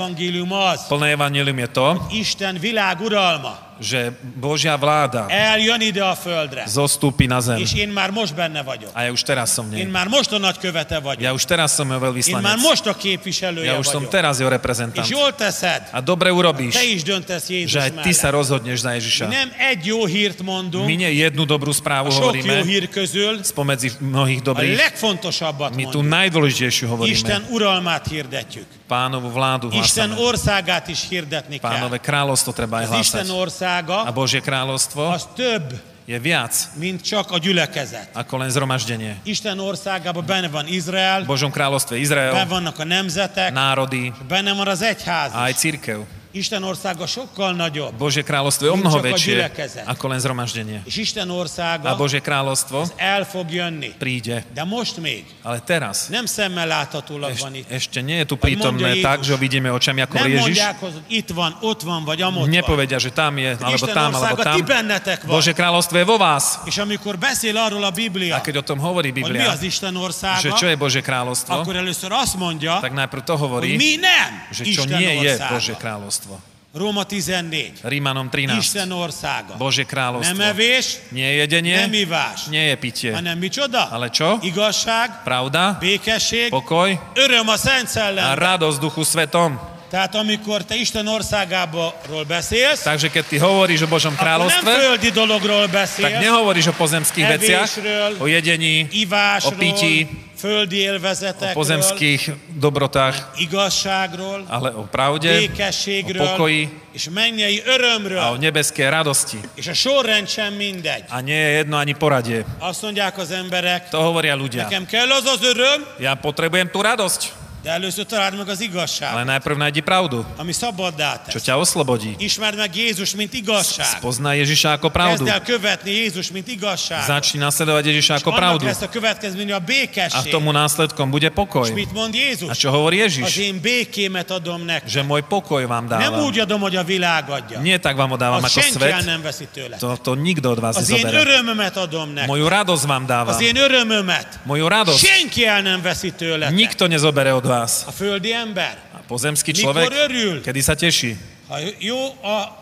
S2: evangélium az,
S3: Plné evanílium je to,
S2: Isten világ uralma
S3: že Božia vláda
S2: eljön ide a földre,
S3: zostúpi na zem.
S2: és én már most benne vagyok.
S3: A ja už teraz som
S2: Én
S3: nej.
S2: már most a nagykövete vagyok.
S3: Ja už teraz som
S2: Én
S3: jeho
S2: már
S3: veľvyslanec.
S2: most a képviselője
S3: Ja už som
S2: vagyok.
S3: teraz jeho
S2: És
S3: reprezentant.
S2: jól teszed,
S3: A dobre urobíš,
S2: te is döntesz Jézus
S3: že aj ty sa
S2: mellett.
S3: rozhodneš za
S2: Mi
S3: Ježiša.
S2: nem egy jó hírt
S3: My
S2: mondunk,
S3: nie jednu dobrú správu
S2: a sok jó
S3: hovoríme,
S2: hír közül
S3: spomedzi mnohých
S2: a
S3: dobrých.
S2: legfontosabbat
S3: My tu
S2: mondjuk.
S3: najdôležitejšiu hovoríme.
S2: Isten uralmát hirdetjük.
S3: Pánovu vládu
S2: Isten
S3: hlásame.
S2: országát is hirdetni kell.
S3: Pánové kráľovstvo treba aj
S2: Az
S3: hlásať.
S2: Isten
S3: A
S2: országa
S3: Božie kráľovstvo
S2: az több,
S3: je viac
S2: mint csak a gyülekezet.
S3: ako len zhromaždenie.
S2: Isten országában benne van
S3: V
S2: Izrael,
S3: Božom kráľovstve
S2: benne
S3: Izrael,
S2: vannak a nemzetek,
S3: národy
S2: benne van az
S3: a
S2: egyház.
S3: aj
S2: is.
S3: církev.
S2: Isten országa sokkal nagyobb,
S3: Božie kráľovstvo je o
S2: My csak
S3: mnoho
S2: a
S3: väčšie
S2: gyülekezet.
S3: ako len zhromaždenie.
S2: és Isten
S3: A
S2: országa
S3: Božie kráľovstvo
S2: el fog jönni.
S3: príde.
S2: De most még
S3: Ale teraz
S2: nem szemmel láthatólag van itt.
S3: ešte nie
S2: Aj
S3: je tu
S2: mondja
S3: prítomné
S2: Ježiš.
S3: tak, že ho vidíme očami ako
S2: Nem
S3: Ježiš.
S2: mondják, hogy itt van, ott van, vagy amott van.
S3: Nepovedia, že tam je, alebo
S2: Isten
S3: tam, alebo
S2: országa
S3: tam.
S2: ti bennetek van.
S3: Božie kráľovstvo je vo vás.
S2: És amikor beszél arról a
S3: A
S2: Biblia,
S3: keď o tom hovorí
S2: hogy mi
S3: Biblia,
S2: az Isten
S3: že
S2: országa,
S3: čo je Božie kráľovstvo,
S2: akkor először azt mondja,
S3: tak najprv to
S2: hogy
S3: hovorí,
S2: mi nem
S3: že čo
S2: Isten
S3: nie je Božie
S2: országa.
S3: kráľovstvo.
S2: Róma 14.
S3: Rímanom 13.
S2: Isten országa.
S3: Božie
S2: Nem
S3: kráľovstvo.
S2: evés,
S3: Nie je jedenie,
S2: nem ivás,
S3: nie je pitie,
S2: hanem micsoda?
S3: ale čo?
S2: Igazság,
S3: Pravda,
S2: békesség,
S3: pokoj
S2: öröm a Szent
S3: a
S2: Szellem.
S3: radosť Duchu Svetom.
S2: Tehát amikor te Isten országáról beszélsz,
S3: Takže keď ty hovoríš o Božom
S2: akkor nem
S3: kráľovstve,
S2: földi dologról
S3: tak
S2: beszélsz,
S3: nehovoríš o pozemských veciach,
S2: Evésről,
S3: o jedení, o
S2: ivásról,
S3: pití,
S2: földi
S3: o
S2: élvezetekről,
S3: pozemských dobrotách,
S2: igazságról,
S3: ale o pravde, o
S2: békességről,
S3: pokoji
S2: és mennyei
S3: a o
S2: örömről.
S3: nebeskej radosti.
S2: És a sorrend sem mindegy.
S3: A nie je jedno ani poradie.
S2: Azt mondják az emberek,
S3: To hovoria ľudia.
S2: nekem kell az az öröm,
S3: Ja potrebujem tú radosť,
S2: de először találd meg az
S3: ale
S2: igazságot,
S3: najprv nájdi pravdu,
S2: ami szabaddá
S3: čo
S2: tesz.
S3: ťa oslobodí.
S2: Ismerd meg Jézus, mint igazság.
S3: Poznaj Ježiša ako pravdu.
S2: Kezd el követni Jézus, mint igazság.
S3: Začni nasledovať Ježiša ako
S2: Annak
S3: pravdu.
S2: lesz a következménye a
S3: A
S2: békesség.
S3: tomu následkom bude
S2: És
S3: pokoj.
S2: mit mond
S3: A
S2: Jézus?
S3: čo hovorí
S2: Az
S3: Ježiš?
S2: én békémet adom nektek.
S3: Že môj pokoj vám
S2: Nem
S3: dávam.
S2: úgy adom, hogy a világ adja.
S3: Nie tak vám ho dávam
S2: Azt
S3: ako
S2: senki el
S3: svet.
S2: nem veszi tőle.
S3: To, to nikto od vás
S2: Az én
S3: nezoberie.
S2: örömömet adom nektek.
S3: Moju radosť vám dávam.
S2: Az én örömömet.
S3: Moju radosť
S2: Senki el nem veszi tőle.
S3: nikto nezobere od vás.
S2: A földi ember,
S3: A pozemský
S2: mikor
S3: človek,
S2: örül,
S3: kedy sa teší,
S2: ha jó a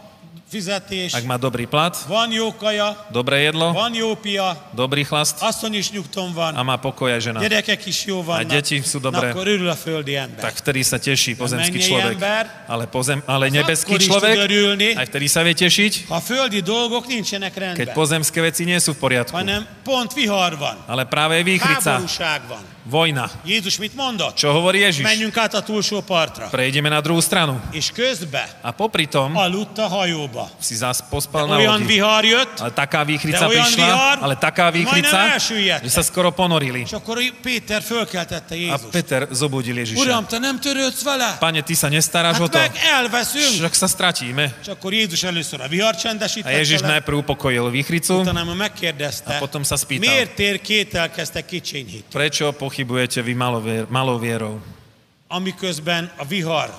S2: fizetés,
S3: ak má dobrý plat,
S2: van jó kaja,
S3: dobré jedlo,
S2: van jó pia,
S3: dobrý chlast
S2: asszony is nyugton van,
S3: a má pokoj aj žena.
S2: gyerekek is jó vannak.
S3: gyertyi sú
S2: Na,
S3: dobré.
S2: Akkor örül a földi ember.
S3: Tak vtedy sa teší pozemský
S2: menej
S3: človek.
S2: ember,
S3: Ale, pozem, ale
S2: Akkor
S3: nebeský
S2: is tud
S3: človek,
S2: örülni,
S3: aj vtedy sa vie tešiť,
S2: ha a földi dolgok nincsenek
S3: keď
S2: rendben,
S3: pozemské veci nie sú v poriadku.
S2: hanem pont vihar van,
S3: Ale práve je výchrica,
S2: háborúság van.
S3: vojna.
S2: Jézus mit mondott?
S3: Čo hovorí Ježiš?
S2: Menjünk át a túlsó partra.
S3: Prejdeme na druhú stranu.
S2: És közben
S3: A popri tom
S2: aludt a hajóba.
S3: si zás pospal na
S2: Olyan
S3: lodi.
S2: vihar jött,
S3: Ale taká výchrica
S2: De olyan vihar,
S3: prišla, ale taká
S2: majdnem
S3: výchrica,
S2: elsüllyedtek.
S3: že sa skoro ponorili.
S2: és akkor Péter fölkeltette
S3: A
S2: Jézus.
S3: Peter zobudil Ježiša.
S2: Uram, te nem törődsz vele?
S3: Pane, ty sa nestaráš
S2: Hát
S3: o to,
S2: meg elveszünk.
S3: však sa stratíme.
S2: És akkor Jézus először a vihar
S3: A Ježiš
S2: csendesítette, le,
S3: najprv upokojil výchricu,
S2: utána már
S3: a
S2: megkérdezte,
S3: potom sa spýtal,
S2: miért tér kételkeztek kicsiny hit?
S3: prečo pochybujete vy malovier- malou vierou?
S2: Amiközben a vihar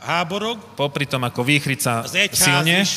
S2: háborog,
S3: Popri tom, ako výchrica
S2: az egyház
S3: silne,
S2: is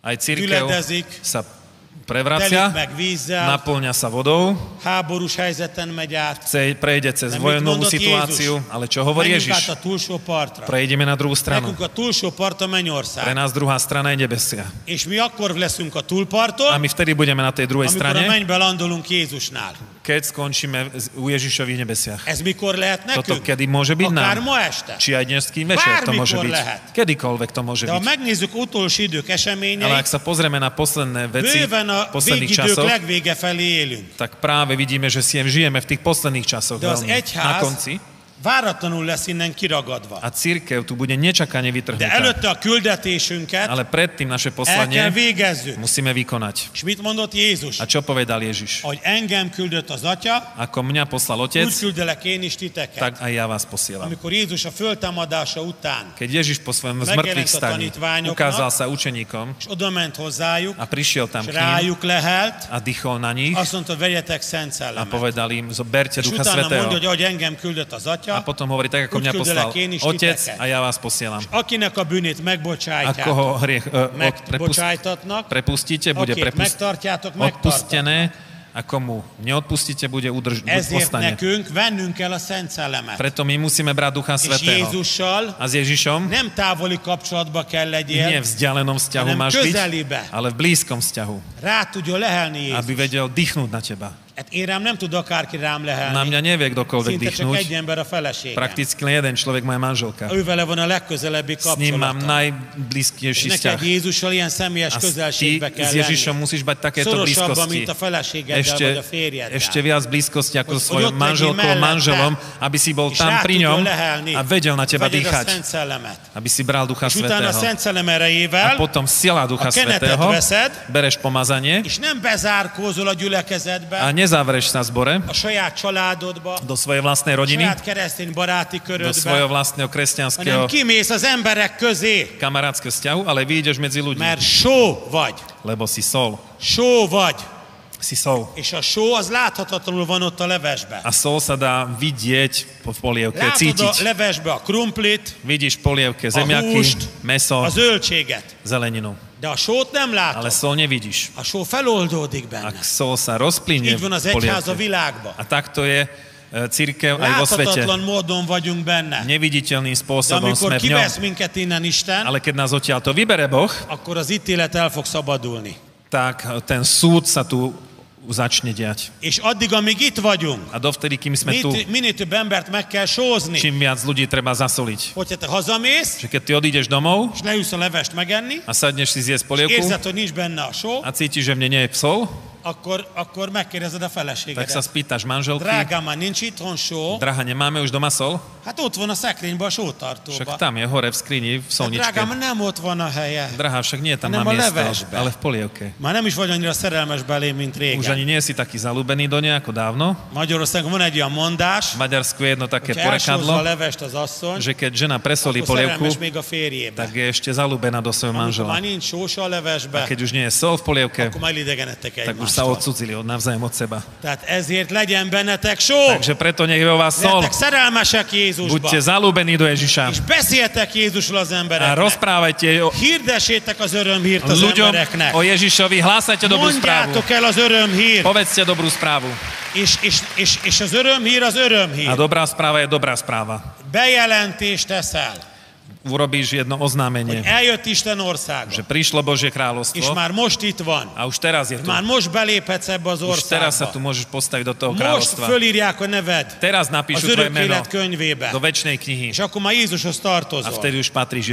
S3: aj církev
S2: gyüledezik,
S3: sa
S2: telik
S3: prevracia,
S2: meg vízzel,
S3: naplňa sa vodou,
S2: háborús helyzeten megy át.
S3: ce- prejde cez
S2: Nem
S3: vojnovú
S2: mit mondott
S3: situáciu, ale čo hovorí
S2: Menjünk át
S3: Ježiš?
S2: a túlsó partra.
S3: Prejdeme na druhú stranu.
S2: Nekünk a túlsó part a
S3: Pre
S2: mennyország.
S3: nás druhá strana je nebesia.
S2: És mi akkor leszünk a
S3: A
S2: túlparton,
S3: my vtedy budeme na tej druhej
S2: amikor a
S3: strane,
S2: mennybe landolunk Jézusnál.
S3: keď skončíme z- u Ježišových nebesiach.
S2: Ez mikor lehet
S3: Toto
S2: nekünk?
S3: kedy môže byť
S2: Akár
S3: nám?
S2: ma este.
S3: Či aj dneským večer to
S2: Bármikor
S3: môže byť.
S2: lehet.
S3: Kedykoľvek to môže
S2: De ha
S3: byť.
S2: megnézzük utolsó idők
S3: Ale
S2: eseményeit,
S3: ak sa pozrieme na posledné veci
S2: bőven a
S3: posledných
S2: végidők
S3: časov,
S2: legvége felé élünk.
S3: tak práve vidíme, že si žijeme v tých posledných časoch
S2: De az
S3: veľmi na
S2: egyház
S3: konci
S2: váratlanul lesz innen kiragadva.
S3: a církev tu bude nečakane
S2: De
S3: vytrhnutá.
S2: előtte a küldetésünket
S3: Ale predtým naše
S2: el kell
S3: poslanie
S2: végezzük.
S3: musíme vykonať.
S2: És mit mondott Jézus?
S3: A čo povedal Ježiš?
S2: Hogy engem küldött az Atya,
S3: Ako mňa poslal Otec,
S2: úgy küldelek én is titeket.
S3: tak aj ja vás posielam.
S2: Amikor Jézus a föltámadása után,
S3: Keď Ježiš po svojom
S2: Megjelent
S3: zmrtvých
S2: a
S3: staní
S2: tanítványoknak.
S3: ukázal sa
S2: és
S3: učeníkom
S2: oda ment hozzájuk,
S3: a prišiel tam
S2: és
S3: k ním
S2: rájuk lehelt,
S3: a dýchol na nich
S2: azt mondta, vegyetek Szent
S3: a
S2: Szellemet.
S3: povedal im,
S2: És
S3: zoberte Ducha
S2: utána mondja,
S3: Svetého.
S2: hogy ahogy engem küldött az
S3: A
S2: Atya,
S3: potom hovorí, tak ako
S2: Úgy
S3: mňa
S2: küldelek
S3: poslal
S2: én is
S3: Otec
S2: titeket.
S3: a ja vás posielam.
S2: akinek a bűnét megbocsájtják,
S3: Ako ho hriech e, od, prepust,
S2: megbocsájtatnak,
S3: prepustíte, bude
S2: akit
S3: prepust,
S2: megtartjátok, megtartanak.
S3: odpustené a komu neodpustíte, bude udrž, buď
S2: Ezért
S3: ostane.
S2: nekünk vennünk kell a Szent Szellemet.
S3: Preto my musíme brať Ducha
S2: És
S3: Svetého.
S2: Jézussal
S3: A s Ježišom
S2: nem távoli kapcsolatba kell
S3: nie
S2: legyél,
S3: v vzdialenom vzťahu
S2: hanem
S3: máš byť,
S2: közelibe.
S3: ale v blízkom vzťahu,
S2: rá tudja lehelni
S3: aby
S2: Jézus.
S3: vedel dýchnuť na teba.
S2: Hát én rám nem tud akárki rám
S3: Na
S2: lehelni,
S3: mňa nevie kdokoľvek
S2: szinte csak
S3: dýchnuť.
S2: egy ember a feleségem.
S3: Prakticky len jeden človek, moja manželka.
S2: Ővele van a legközelebbi
S3: S ním mám
S2: kapcsolatom.
S3: najblízkejší vzťah.
S2: Neked Jézussal ilyen személyes
S3: A s- ty
S2: közelségbe
S3: s
S2: kell
S3: Ježišom
S2: lenni.
S3: musíš mať takéto
S2: Szorosabban,
S3: blízkosti.
S2: mint a feleségeddel
S3: Ešte,
S2: vagy a férjeddel.
S3: ešte viac blízkosti ako
S2: Hogy-
S3: so svojou
S2: hogy ott legyél
S3: manželkou,
S2: mellette.
S3: manželom, aby si bol
S2: És
S3: tam
S2: rá
S3: pri
S2: tudjon
S3: ňom
S2: lehelni.
S3: a vedel na teba
S2: Vegyed a
S3: dýchať.
S2: Szent Szellemet.
S3: Aby si bral Ducha
S2: És utána a
S3: Svetého.
S2: Szent Szellem
S3: A
S2: erejével,
S3: potom sila Ducha
S2: A kenetet
S3: Svetého,
S2: veszed.
S3: bereš pomazanie
S2: és nem bezárkózol a
S3: a
S2: gyülekezetbe,
S3: nezávereš sa v zbore
S2: a saját családodba, a
S3: do svojej vlastnej rodiny,
S2: saját keresztény baráti
S3: do
S2: körödbe,
S3: svojho vlastného
S2: hanem
S3: kresťanského
S2: kimész az emberek közé,
S3: kamarátskeho vzťahu, ale vyjdeš medzi ľudí,
S2: mert só vagy.
S3: lebo si sol.
S2: Só vagy.
S3: Si sol.
S2: És a só az láthatatlanul van ott a levesben.
S3: A sol sa dá vidieť po v polievke,
S2: Látod a
S3: cítiť.
S2: levesbe a krumplit,
S3: Vidíš v polievke zemiaky,
S2: húšt,
S3: meso,
S2: a zöldséget,
S3: zeleninu.
S2: de a sót nem látod.
S3: Ale sol nevidíš.
S2: A só feloldódik benne.
S3: Ak sol sa rozplynie
S2: Így van
S3: v
S2: az egyház a
S3: polievke.
S2: világban.
S3: A takto je e, církev aj vo svete.
S2: Láthatatlan módon vagyunk benne.
S3: Neviditeľným
S2: De
S3: spôsobom
S2: amikor
S3: sme v ňom.
S2: kivesz minket innen Isten,
S3: Ale keď nás odtiaľ to vybere Boh,
S2: akkor az ítélet el fog szabadulni.
S3: tak ten súd sa tu začne diať.
S2: És addig, amíg itt vagyunk,
S3: A dovtedy, kým sme tu,
S2: mit, minél több embert meg kell sózni.
S3: čím viac ľudí treba zasoliť.
S2: Hogyha te hazamész,
S3: Že keď ty odídeš domov
S2: és leülsz a levest megenni,
S3: a sadneš si zjesť polievku Hát-
S2: érzed, hogy nincs benne a só,
S3: a cítiš, že v nej nie je sol,
S2: akkor, akkor megkérdezed a
S3: tak sa
S2: feleségedet.
S3: spýtaš manželky,
S2: Drágám, már nincs itthon só?
S3: draha, nemáme už doma sol?
S2: Hát ott van a szekrényben, a sótartóban.
S3: Však tam je hore v skrini,
S2: Hát,
S3: v
S2: drágám,
S3: solničke.
S2: nem ott van a helye.
S3: Drahá, však nie je tam
S2: Nem
S3: na
S2: a
S3: miesto,
S2: levesbe.
S3: ale v polievke.
S2: Már nem is vagy annyira szerelmes belém, mint
S3: Už
S2: régen.
S3: ani nie si taký zalúbený do nej ako dávno.
S2: Magyarországon van egy olyan mondás,
S3: V Maďarsku je jedno také
S2: hogyha elsózza a
S3: porekadlo,
S2: levest az asszony,
S3: že keď žena presolí
S2: akkor szerelmes
S3: polievku,
S2: még a férjébe.
S3: tak je ešte zalúbená do svojho
S2: Amikor már
S3: manžela.
S2: nincs sósa a
S3: A
S2: levesbe,
S3: keď už nie je sol v polievke,
S2: akkor már idegenedtek
S3: tak už sa
S2: egymástól.
S3: odcudzili od navzájom od seba.
S2: Tehát ezért legyen bennetek só!
S3: Takže preto nech je vo vás sol.
S2: Legyetek szerelmesek Jézusba!
S3: Buďte zalúbení do Ježiša
S2: És beszéltek Jézusról az
S3: a
S2: embereknek!
S3: rozprávajte o
S2: Hirdessétek az örömhírt az
S3: ľuďom
S2: embereknek!
S3: o Ježišovi, hlásajte dobrú správu.
S2: Mondjátok el az örömhírt!
S3: Povedzte dobrú správu.
S2: És, és, és, és az örömhír az
S3: Hát A
S2: örömhír.
S3: dobrá správa je dobrá správa.
S2: Bejelentést teszel,
S3: Urobíš jedno
S2: hogy
S3: oznámenie,
S2: eljött Isten országa,
S3: že prišlo
S2: és
S3: Božie kráľovstvo
S2: már most itt van.
S3: a už teraz je tu.
S2: Már most beléphetsz ebbe az
S3: Už teraz sa tu
S2: országba.
S3: môžeš postaviť do toho
S2: Most
S3: kráľovstva.
S2: fölírják a neved az
S3: Teraz napíšu
S2: örök
S3: tvoje meno
S2: élet könyvébe.
S3: do väčšnej knihy
S2: És akkor már Jézushoz
S3: a
S2: tartozol.
S3: vtedy už patríš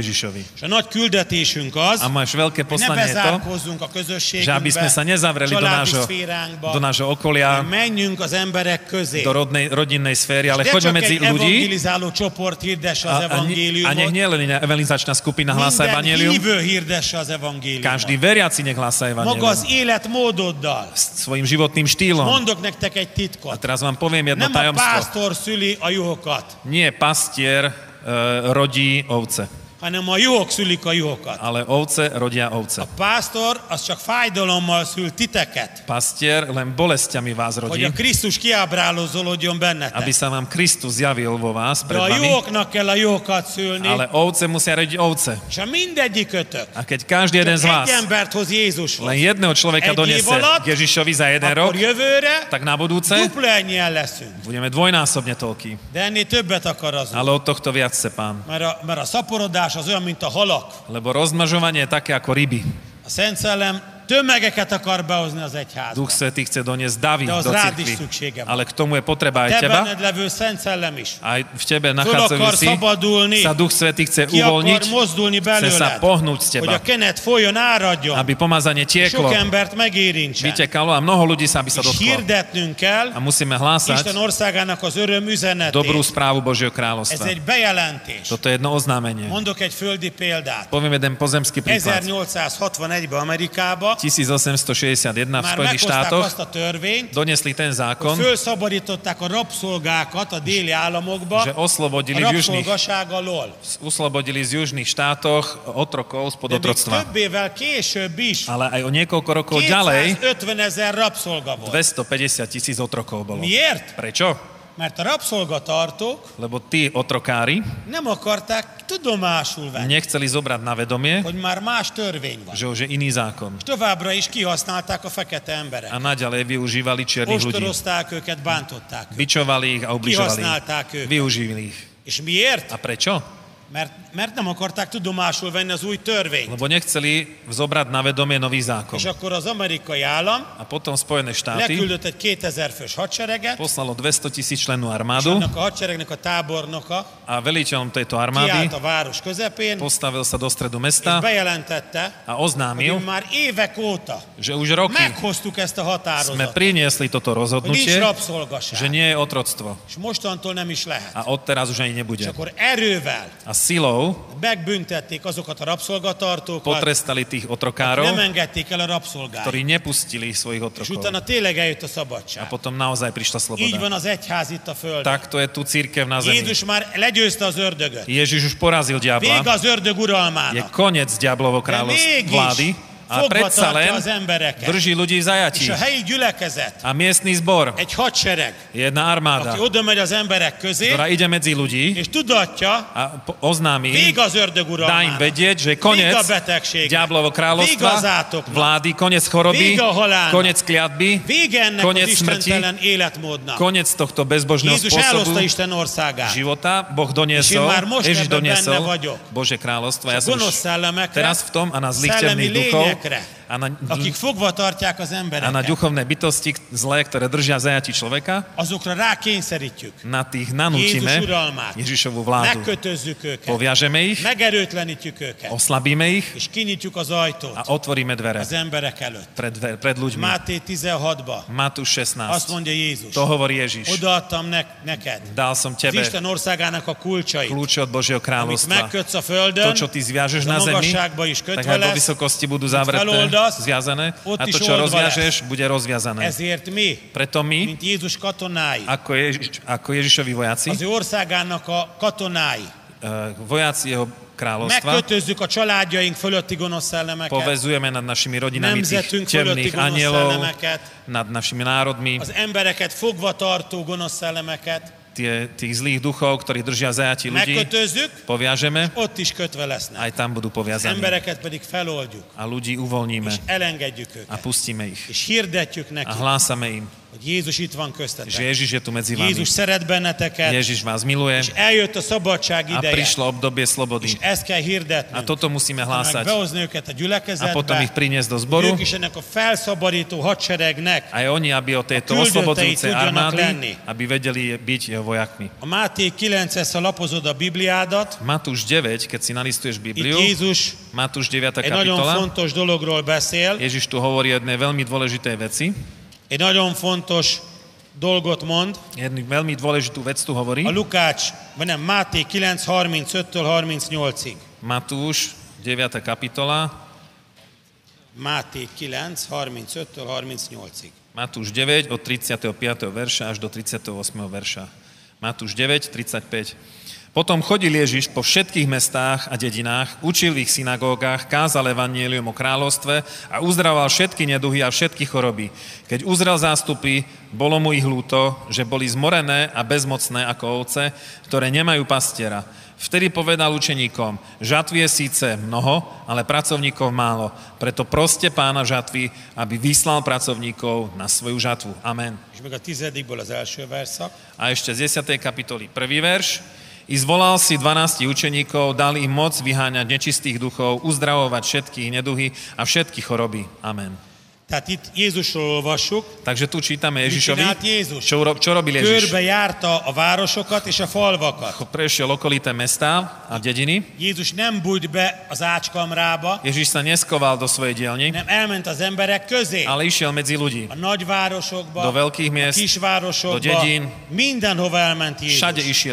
S2: És
S3: Ježišovi.
S2: a nagy küldetésünk az,
S3: A máš veľké
S2: hogy ne
S3: poslanie je to,
S2: bezárkózzunk a
S3: že aby sme
S2: közösségünkbe,
S3: sa nezavreli do
S2: családi
S3: nášho,
S2: szféránkba,
S3: do nášho
S2: hanem
S3: okolia,
S2: menjünk az emberek közé.
S3: do rodnej, rodinnej sféry, ale
S2: De csak egy
S3: choďme medzi ľudí
S2: evangelizáló csoport hirdesse az
S3: a, a, ne- a nech
S2: evangéliumot,
S3: nie len evangelizačná skupina hlása
S2: Minden
S3: evanelium,
S2: hívő hirdesse az evangéliumot.
S3: každý veriaci nech hlása
S2: Maga az
S3: evanelium
S2: életmódoddal.
S3: s svojim životným štýlom.
S2: Mondok nektek egy
S3: A
S2: titkot.
S3: teraz vám poviem jedno
S2: Nem a
S3: tajomstvo.
S2: pásztor szüli a juhokat,
S3: Nie pastier e, rodí ovce,
S2: hanem a juhok szülik a juhokat.
S3: ale ovce rodia
S2: A
S3: ovce.
S2: pásztor az csak fájdalommal szül titeket,
S3: Pastier len bolestiami vás
S2: hogy
S3: rodí,
S2: a Krisztus kiábrálozolódjon
S3: aby
S2: bennetek.
S3: sa vám Kristus zjavil vo vás
S2: De
S3: pred
S2: No a
S3: vami,
S2: juhoknak kell a juhokat szülni,
S3: ale ovce musia rodiť ovce.
S2: és a mindegyikötök
S3: A keď každý jeden z vás
S2: egy embert hoz Jézushoz,
S3: len jedného
S2: Egy év
S3: človeka donese
S2: alatt,
S3: k Ježišovi za jeden rok,
S2: akkor jövőre
S3: tak na budúce
S2: dupla ennyien leszünk.
S3: budeme dvojnásobne toľký.
S2: De ennél többet akar az Úr.
S3: Ale od tohto viac chce pán.
S2: Mert a, mert a szaporodás az olyan, mint a halak.
S3: Lebo rozmažovanie je také ako ryby.
S2: A Szent Szellem tömegeket akar behozni az egyházba.
S3: Duch Svetý chce doniesť davy
S2: To
S3: do
S2: zrádiš
S3: cirkvi.
S2: súkšegem.
S3: Ale k tomu je potreba aj
S2: Te
S3: teba.
S2: benned levő Szent Szellem is.
S3: Aj v tebe
S2: Föl
S3: nachádzajú
S2: akar
S3: si,
S2: szabadulni,
S3: sa Duch Svetý chce
S2: ki akar
S3: uvoľniť,
S2: mozdulni
S3: chce
S2: belőled,
S3: sa pohnúť z
S2: hogy
S3: teba,
S2: a kenet folyjon, áradjon,
S3: aby pomazanie tieklo,
S2: sok embert megérintsen.
S3: vytekalo a mnoho ľudí sa by sa
S2: És
S3: dotklo.
S2: hirdetnünk kell
S3: A
S2: Isten
S3: musíme hlásať
S2: országának az öröm
S3: dobrú
S2: üzenetét.
S3: správu Božieho
S2: Ez
S3: kráľovstva.
S2: egy bejelentés.
S3: Toto je jedno oznámenie.
S2: Mondok egy földi példát.
S3: Poviem jeden pozemský príklad.
S2: 1861-ben Amerikában
S3: 1861 v
S2: már
S3: Spojených
S2: meghozták
S3: štátoch
S2: azt a törvényt,
S3: donesli ten
S2: hogy
S3: zákon,
S2: fölszabadították a rabszolgákat a déli államokba,
S3: že oslobodili
S2: a
S3: v južných,
S2: rabszolgaság alól.
S3: uslobodili z južných štátoch otrokov spod
S2: De még
S3: otroctva.
S2: több évvel később is
S3: Ale aj o niekoľko rokov ďalej
S2: 250 ezer rabszolga volt.
S3: 250 tisíc otrokov bolo.
S2: Miért?
S3: Prečo?
S2: Mert a rabszolgatartók
S3: Lebo tí otrokári
S2: nem akarták tudomásul venni,
S3: nechceli zobrať na vedomie,
S2: hogy már más törvény van.
S3: že už je iný zákon.
S2: Továbbra is kihasználták a fekete
S3: A
S2: emberek.
S3: naďalej využívali čiernych ľudí.
S2: Ostorozták őket, bántották őket.
S3: Bičovali ich a ubližovali. ich.
S2: Kihasználták őket.
S3: Využívali ich.
S2: És miért?
S3: A prečo?
S2: Mert, mert nem akarták tudomásul venni az új törvényt.
S3: Lebo nechceli zobrať na vedomie nový zákon.
S2: És akkor az amerikai állam
S3: A potom Spojené štáty
S2: leküldött egy 2000 fős hadsereget,
S3: poslalo 200 tisíc členú
S2: és
S3: armádu
S2: annak a hadseregnek a tábornoka
S3: a veliteľom tejto
S2: kiállt
S3: armády
S2: a város közepén,
S3: postavil sa do stredu
S2: és
S3: mesta
S2: bejelentette,
S3: a
S2: hogy mi
S3: oznámil,
S2: már évek óta
S3: že už roky
S2: meghoztuk ezt a
S3: sme
S2: határozatot,
S3: priniesli
S2: hogy
S3: toto
S2: nincs
S3: rozhodnutie, že
S2: rabszolgaság,
S3: nie je otroctvo.
S2: és mostantól nem is lehet.
S3: A odteraz už ani
S2: És
S3: nebude.
S2: akkor erővel
S3: A silou
S2: megbüntették azokat a rabszolgatartókat,
S3: potrestali tých
S2: nem
S3: otrokárov,
S2: engedték el a rabszolgát.
S3: ktorí nepustili svojich
S2: És
S3: otrokov.
S2: utána tényleg eljött a
S3: A
S2: szabadság.
S3: potom naozaj prišla
S2: Így
S3: sloboda.
S2: van az egyház itt a földön.
S3: Takto je tu církev na zemi.
S2: Jézus már legyőzte az ördögöt.
S3: Ježiš už porazil
S2: Vége
S3: diabla.
S2: az ördög
S3: Je
S2: uralmának.
S3: koniec diablovo
S2: De
S3: kráľovstva vlády
S2: mégis
S3: a
S2: fogva
S3: predsa
S2: tartja
S3: len
S2: az embereket.
S3: drží ľudí v
S2: És
S3: zajatí.
S2: a helyi gyülekezet,
S3: A miestný zbor
S2: egy hadsereg,
S3: je jedna armáda,
S2: aki oda megy az emberek közé,
S3: ktorá ide medzi ľudí
S2: és tudatja,
S3: a po- oznámi im,
S2: vége az ördög
S3: dá im
S2: uralmának.
S3: vedieť, že je
S2: Vége
S3: koniec
S2: a betegségnek.
S3: diablovo
S2: Vége
S3: kráľovstva,
S2: az átoknak.
S3: vlády, koniec choroby,
S2: Vége a halálnak.
S3: koniec kliatby,
S2: Vége ennek az
S3: koniec smrti,
S2: istentelen életmódnak.
S3: koniec tohto bezbožného
S2: Jézus elhozta
S3: spôsobu
S2: Isten országát.
S3: života. Boh doniesol,
S2: Ešte már most
S3: Ježiš
S2: ebben benne
S3: doniesol
S2: vagyok.
S3: Bože kráľovstvo. Ja som
S2: Gonosz
S3: už
S2: szellemekre,
S3: teraz v tom a nás
S2: szellemi
S3: lichtemných duchov
S2: lényekre,
S3: a na,
S2: akik fogva tartják az
S3: a na
S2: embereket,
S3: duchovné bytosti k- zlé, ktoré držia v zajati človeka,
S2: azokra rákényszerítjük.
S3: na tých
S2: Jézus
S3: nanútime
S2: uralmát.
S3: Ježišovu vládu.
S2: Megkötözzük őket.
S3: Poviažeme ich,
S2: Megerőtlenítjük őket.
S3: oslabíme ich
S2: És kinyitjuk az ajtót
S3: a otvoríme dvere
S2: az emberek előtt.
S3: pred, dve- pred ľuďmi.
S2: Máté 16-ba
S3: Matúš
S2: azt
S3: 16.
S2: mondja Jézus,
S3: To hovorí Ježiš.
S2: odaadtam ne- neked
S3: Dal som
S2: az
S3: tebe
S2: Isten országának a kulcsait,
S3: kľúče od Božieho
S2: amit
S3: kráľovstva.
S2: megkötsz a
S3: To,
S2: földön,
S3: čo ty zviažeš
S2: a
S3: na zemi,
S2: magasságba is
S3: tak
S2: kötve
S3: aj do
S2: lesz,
S3: vysokosti budú zavreté,
S2: feloldasz,
S3: zviazané.
S2: ott
S3: A
S2: is
S3: to, čo
S2: oldva
S3: rozviažeš, bude rozviazané.
S2: ezért mi,
S3: Preto my,
S2: mint Jézus katonái,
S3: ako, Ježiš, ako Ježišovi vojaci,
S2: az ő országának a katonái,
S3: eh, vojaci jeho kráľovstva,
S2: megkötözzük a családjaink fölötti gonosz szellemeket,
S3: povezujeme nad našimi rodinami tých
S2: nemzetünk fölötti
S3: temných
S2: gonosz
S3: anielov,
S2: szellemeket,
S3: nad našimi národmi,
S2: az embereket fogva tartó gonosz szellemeket,
S3: tie, tých zlých duchov, ktorí držia zajati ľudí,
S2: megkötözzük,
S3: poviažeme,
S2: ott is kötve lesznek.
S3: aj tam
S2: Az
S3: budú poviazaní.
S2: embereket pedig feloldjuk,
S3: A ľudí uvoľníme
S2: és elengedjük őket,
S3: a pustíme ich.
S2: és hirdetjük
S3: A
S2: nekik,
S3: hlásame im,
S2: hogy Jézus itt van
S3: že
S2: köztetek.
S3: Ježiš je tu medzi vami.
S2: Jézus szeret benneteket,
S3: Ježiš vás
S2: és
S3: miluje
S2: eljött a szabadság
S3: a
S2: ideje,
S3: prišlo obdobie slobody.
S2: és ezt kell
S3: A
S2: hirdetnünk.
S3: toto musíme
S2: Meg
S3: hlásať.
S2: behozni őket a
S3: A potom
S2: gyülekezetbe,
S3: ich priniesť do zboru.
S2: ők is ennek a felszabadító hadseregnek
S3: Aj oni, aby o tejto
S2: A küldöttei
S3: oslobodzujúcej
S2: tudjanak lenni.
S3: armády, aby vedeli byť jeho vojakmi.
S2: A Máté 9-hez, ha lapozod a Bibliádat,
S3: Matúš 9, keď si nalistuješ
S2: itt
S3: Bibliu,
S2: Jézus
S3: Matúš 9.
S2: egy nagyon
S3: kapitola,
S2: fontos dologról beszél,
S3: Ježiš tu hovorí o jednej veľmi dôležitej veci.
S2: egy nagyon fontos dolgot mond.
S3: Jednu veľmi dôležitú vec tu hovorí.
S2: A Lukács, vagy nem, Máté 9, 35-től 38-ig.
S3: Matúš 9. kapitola,
S2: Máté 9, 35-től 38-ig.
S3: Matúš 9 od 35. verša až do 38. verša. Matúš 9, 35. Potom chodil Ježiš po všetkých mestách a dedinách, učil v ich synagógach, kázal evanielium o kráľovstve a uzdraval všetky neduhy a všetky choroby. Keď uzrel zástupy, bolo mu ich ľúto, že boli zmorené a bezmocné ako ovce, ktoré nemajú pastiera. Vtedy povedal učeníkom, žatvy je síce mnoho, ale pracovníkov málo. Preto proste pána žatvy, aby vyslal pracovníkov na svoju žatvu. Amen.
S2: És meg a tizedikből az első verszak.
S3: A ešte z 10. kapitoly prvý verš. I zvolal si 12 učeníkov, dal im moc vyháňať nečistých duchov, uzdravovať všetky neduhy a všetky choroby. Amen.
S2: Tehát itt Jézusról olvassuk,
S3: Takže tu čítame
S2: mit csinált
S3: Ježišovi,
S2: Jézus.
S3: čo, uro- čo robil Ježiš.
S2: Körbe járta a városokat és a falvakat.
S3: Prešiel okolité mestá a dediny.
S2: Jézus nem bújt be az ácskamrába,
S3: Ježiš sa neskoval do svojej dielne,
S2: nem elment az emberek közé.
S3: ale išiel medzi ľudí.
S2: A nagyvárosokba,
S3: Do veľkých miest,
S2: a kisvárosokba,
S3: do dedín.
S2: mindenhova elment Jézus.
S3: Všade išiel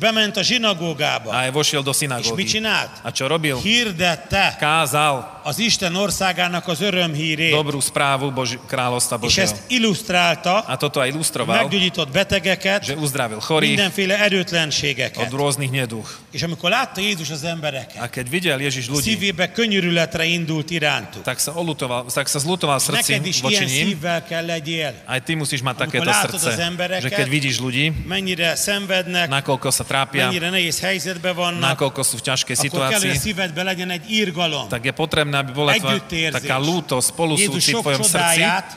S2: És bement a zsinagógába,
S3: A aj vošiel do
S2: és mit
S3: synagógy.
S2: csinált?
S3: A čo robil?
S2: Hirdette
S3: Kázal
S2: az Isten országának az örömhírét,
S3: dobrú správu Boži- kráľovstva
S2: és
S3: Božieho.
S2: ezt illusztrálta,
S3: A toto aj ilustroval,
S2: meggyógyított betegeket,
S3: že uzdravil chorých
S2: mindenféle
S3: od
S2: erőtlenségeket.
S3: rôznych neduch.
S2: És amikor látta Jézus az embereket,
S3: A keď videl Ježiš ľudí,
S2: szívébe könyörületre indult irántuk.
S3: tak sa, olutoval, tak sa zlutoval
S2: Neked
S3: srdci
S2: is ilyen
S3: voči ním.
S2: szívvel kell legyél.
S3: Aj ty musíš mať takéto
S2: látod
S3: srdce,
S2: az embereket,
S3: že keď vidíš ľudí,
S2: Mennyire szenvednek,
S3: nakoľko sa trápia,
S2: mennyire nehéz helyzetben vannak,
S3: nakoľko sú v ťažkej
S2: akkor kell, hogy
S3: situácii,
S2: a szívedben legyen egy írgalom.
S3: tak je potrebné, aby bola tvoja,
S2: Együttérzés.
S3: taká lútosť,
S2: Jézus
S3: spolusúcit v
S2: sok
S3: tvojom srdci.
S2: csodáját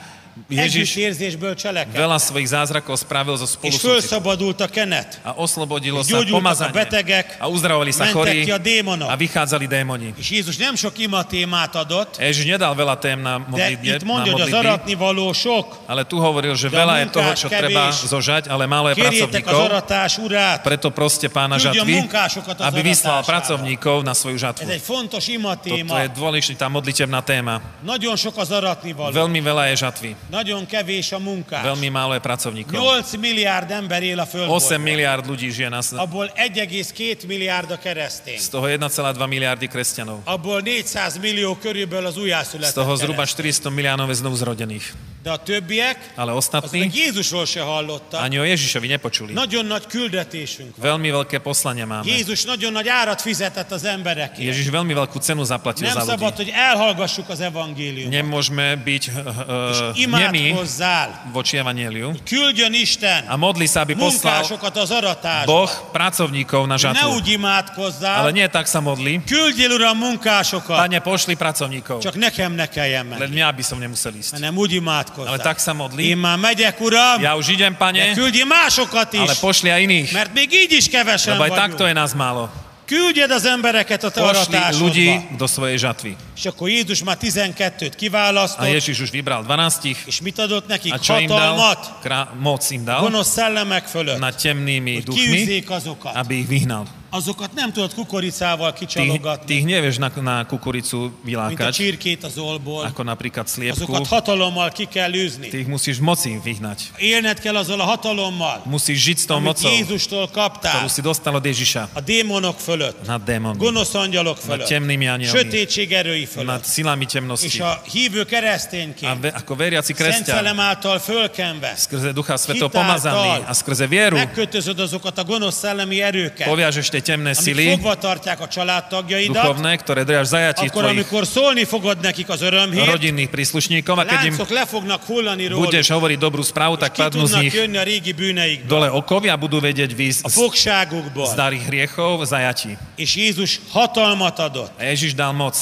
S3: Ježiš
S2: együttérzésből cselekedt.
S3: veľa svojich zázrakov spravil zo
S2: És
S3: spolusúcitu.
S2: fölszabadult a kenet,
S3: A oslobodilo
S2: És
S3: sa
S2: gyógyultak a
S3: pomazanie.
S2: betegek,
S3: A uzdravovali sa
S2: mentek
S3: chorí
S2: ki a démonok.
S3: a vychádzali démoni.
S2: és Jézus nem sok ima témát adott,
S3: Ježiš nedal veľa tém
S2: de
S3: na modlitbe,
S2: itt
S3: na
S2: mondja, hogy az
S3: modlitby,
S2: aratni való sok.
S3: ale tu hovoril, že
S2: De a
S3: veľa je
S2: munkás
S3: toho, čo
S2: kevés.
S3: treba zožať, ale málo je
S2: Kérjétek az
S3: pracovníkov.
S2: aratás urát.
S3: Preto proste pána
S2: Ľudia
S3: žatvy,
S2: munkásokat az
S3: aby vyslal
S2: aratására.
S3: pracovníkov na svoju
S2: Ez
S3: žatvu.
S2: egy fontos ima
S3: Toto
S2: téma.
S3: je dôležitá modlitebná téma.
S2: Nagyon sok az aratni való.
S3: Veľmi veľa je žatvy,
S2: Nagyon kevés a munkás.
S3: veľmi málo je pracovníkov.
S2: 8 milliárd ember él a Földön.
S3: 8 miliárd ľudí žije na svete.
S2: Abból 1,2 miliárd a keresztény.
S3: Z toho 1,2 miliardy kresťanov.
S2: Abból 400 millió körülbelül az
S3: Z
S2: újjászületett
S3: toho zhruba
S2: keresztény.
S3: 400 miliónov je znovu zrodených.
S2: De a többiek,
S3: Ale
S2: az meg
S3: ostatní
S2: Jézusról se hallottak.
S3: ani o Ježišovi nepočuli.
S2: Nagyon nagy küldetésünk.
S3: Veľmi veľké poslanie máme.
S2: Jézus nagyon nagy árat fizetett az emberekért.
S3: Ježiš veľmi veľkú cenu zaplatil
S2: Nem
S3: za ľudí.
S2: szabad, hogy elhallgassuk az evangéliumot.
S3: Nemôžeme byť uh, nemi
S2: Imádkozzál.
S3: voči Evangeliu.
S2: Küldjön
S3: A
S2: Isten
S3: modli sa, aby poslal
S2: munkásokat az aratásba.
S3: Boh pracovníkov na
S2: Ne
S3: žatvu.
S2: úgy imádkozzál.
S3: Ale nie tak sa modli.
S2: Küldjél, Uram, munkásokat.
S3: Pane, pošli pracovníkov.
S2: Csak nekem ne kelljen menni.
S3: Len mňa by som nemusel ísť.
S2: Hanem úgy imádkozzál.
S3: Ale tak sa
S2: Én
S3: modli.
S2: már megyek, Uram,
S3: Ja už
S2: de
S3: idem, pane,
S2: küldjél másokat
S3: ale
S2: is.
S3: pošli aj iných.
S2: Mert még így is kevesen
S3: Lebo aj takto
S2: vagyunk.
S3: je nás málo.
S2: Küldjed az embereket a te
S3: Pošli ľudí
S2: aratásodba.
S3: do svojej žatvy.
S2: És akkor Jézus már 12-t kiválasztott,
S3: A Ježiš už vybral 12
S2: és mit adott nekik?
S3: a čo im dal?
S2: Hatalmat
S3: Krá- moc im
S2: a
S3: dal
S2: gonosz szellemek fölött,
S3: nad temnými
S2: hogy
S3: duchmi,
S2: kiűzzék azokat.
S3: aby ich vyhnal.
S2: Azokat nem tudod kukoricával
S3: Ty,
S2: kicsalogatni,
S3: ty ich nevieš na, na kukuricu
S2: mint a
S3: vylákať,
S2: csirkét az olból.
S3: ako napríklad sliepku.
S2: Azokat hatalommal ki kell űzni.
S3: Ty ich musíš moci vyhnať.
S2: Élned kell azzal a hatalommal,
S3: Musíš žiť s tou
S2: amit
S3: mocou,
S2: Jézustól kaptál,
S3: ktorú si dostal od Ježiša.
S2: a démonok fölött,
S3: Nad démonmi,
S2: gonosz angyalok fölött,
S3: temnými anielmi,
S2: sötétség erői
S3: nad
S2: fölött,
S3: silami
S2: és
S3: temnosti.
S2: a hívő
S3: A
S2: keresztényként,
S3: ve, ako veriaci
S2: Szent
S3: kresťan,
S2: Szellem által fölkenve,
S3: skrze Ducha Svetého
S2: Chytá
S3: pomazaný
S2: dal.
S3: a skrze vieru,
S2: megkötözöd azokat a gonosz szellemi erőket,
S3: poviažeš tie temné
S2: amik
S3: sily
S2: fogva tartják a családtagjaidat,
S3: duchovné, ktoré držíš zajatí
S2: akkor
S3: tvojich
S2: amikor szólni fogod nekik az örömhírt,
S3: rodinných príslušníkov a keď im
S2: láncok le fognak hullani róluk,
S3: budeš hovoriť dobrú správu, tak
S2: ki
S3: padnú z
S2: tudnak
S3: nich
S2: jönni a régi bűneikből,
S3: dole okovia a budú vedieť výjsť
S2: a
S3: z, z
S2: fogságukból,
S3: darých hriechov zajatí.
S2: és Jézus hatalmat adott
S3: A Ježiš dal moc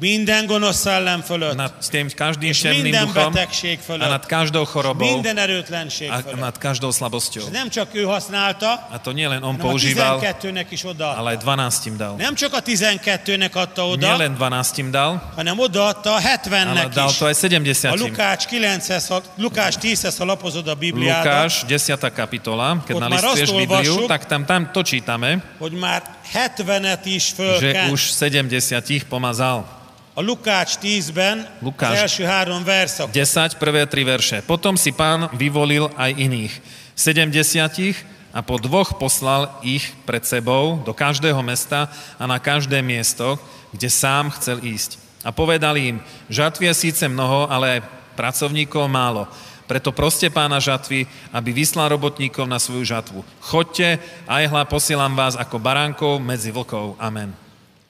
S2: minden gonosz szellem fölött,
S3: nad tým každým
S2: és
S3: šemným
S2: minden
S3: duchom
S2: betegség
S3: a nad
S2: fölött,
S3: každou chorobou
S2: minden erőtlenség
S3: a
S2: fölött.
S3: nad každou
S2: És
S3: slabosťou.
S2: Nem csak ő használta,
S3: A to nielen on
S2: hanem a
S3: používal,
S2: 12-nek is oda.
S3: ale aj 12 im dal.
S2: Nem csak a 12-nek adta oda,
S3: Nielen 12 im dal,
S2: hanem odaadta a
S3: ale
S2: 70-nek
S3: dal
S2: is.
S3: to aj 70
S2: A
S3: im.
S2: Lukács 9-hez, ha- Lukács 10-hez, ha lapozod a Bibliádat,
S3: Lukáš, 10. kapitola, keď
S2: Od
S3: nalistuješ
S2: Marostol
S3: Bibliu,
S2: vašu.
S3: tak tam, tam to čítame,
S2: hogy már 70-et is
S3: že
S2: fölkent.
S3: už 70 ich pomazal.
S2: A Lukács 10-ben
S3: Lukács.
S2: az első három verszak.
S3: 10, prvé tri verše. Potom si pán vyvolil aj iných. 70 a po dvoch poslal ich pred sebou do každého mesta a na každé miesto, kde sám chcel ísť. A povedal im, žatvy je síce mnoho, ale aj pracovníkov málo. Preto proste pána žatvy, aby vyslal robotníkov na svoju žatvu. Chodte a jehla posielam vás ako baránkov medzi vlkov. Amen.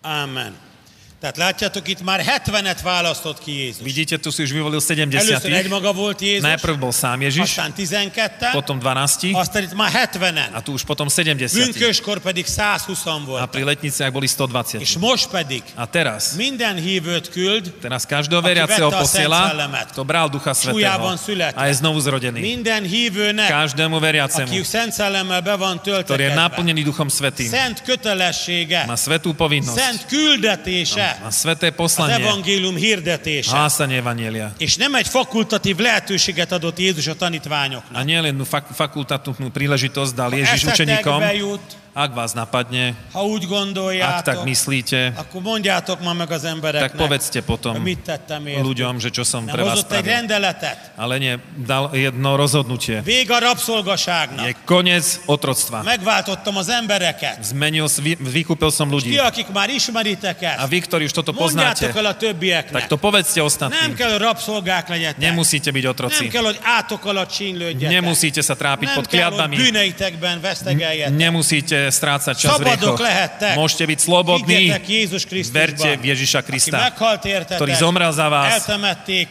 S2: Amen. Tehát látjátok, itt már 70-et választott ki Jézus.
S3: Vidíte, tu si už vyvolil
S2: Először
S3: 70.
S2: egymaga volt Jézus,
S3: Najprv bol sám Ježiš,
S2: aztán 12-en,
S3: potom Hát, 12.
S2: aztán itt már
S3: A
S2: 70-en.
S3: tu už potom 70.
S2: Bünköskor pedig 120
S3: A
S2: volt.
S3: pri letniciach boli 120.
S2: És most pedig
S3: A teraz,
S2: minden hívőt küld,
S3: teraz každého veriaceho
S2: vette a
S3: posiela,
S2: Sent Szellemet.
S3: to bral Ducha Svetého
S2: Sújában születve.
S3: a je znovu zrodený.
S2: minden hívőnek,
S3: Každému
S2: aki
S3: veriacemu,
S2: szent szellemmel be van
S3: ktorý je
S2: töltekedve,
S3: naplnený Duchom Svetým,
S2: szent kötelessége,
S3: má svetú povinnosť,
S2: szent küldetése,
S3: má sveté
S2: az
S3: poslanie,
S2: evangélium hirdetése.
S3: hlásanie Evanielia.
S2: És nem egy fakultatív lehetőséget adott Jézus a
S3: A
S2: tanítványoknak.
S3: nie len fak- fakultatívnu príležitosť dal Ježiš
S2: Eszetekbe
S3: učeníkom,
S2: jut,
S3: ak vás napadne,
S2: ha úgy
S3: ak tak
S2: gondoljátok,
S3: myslíte,
S2: akkor mondjátok ma meg az
S3: tak
S2: embereknek,
S3: povedzte
S2: hogy
S3: potom
S2: mit tettem értük.
S3: ľuďom, že čo som
S2: Nem
S3: pre vás
S2: hozott egy
S3: spravil.
S2: rendeletet.
S3: Ale nie, dal jedno rozhodnutie.
S2: Vég a
S3: Je
S2: rabszolgaságnak.
S3: koniec otroctva.
S2: Megváltottam az embereket.
S3: Zmenil, s- vy- vykúpil som
S2: Ti,
S3: ľudí.
S2: akik már ismeritek
S3: A
S2: ezt,
S3: vy, ktorí už toto
S2: mondjátok
S3: poznáte,
S2: el a
S3: tak
S2: többieknek.
S3: to povedzte
S2: Nem
S3: ostatným.
S2: kell, hogy rabszolgák legyetek.
S3: Nemusíte byť
S2: Nem
S3: otroci.
S2: kell, hogy átok alatt csínlődjetek.
S3: Nemusíte sa trápiť
S2: Nem
S3: pod
S2: kell, hogy
S3: kliatbami.
S2: bűneitekben vesztegeljetek.
S3: Nemusíte strácať čas v
S2: Szabadok
S3: riechoch.
S2: lehettek.
S3: Môžete byť slobodní.
S2: Higgyetek Jézus Krisztusban,
S3: Verte v Ježiša
S2: aki
S3: Krista,
S2: meghalt értetek,
S3: ktorý zomrel za vás.
S2: eltemették,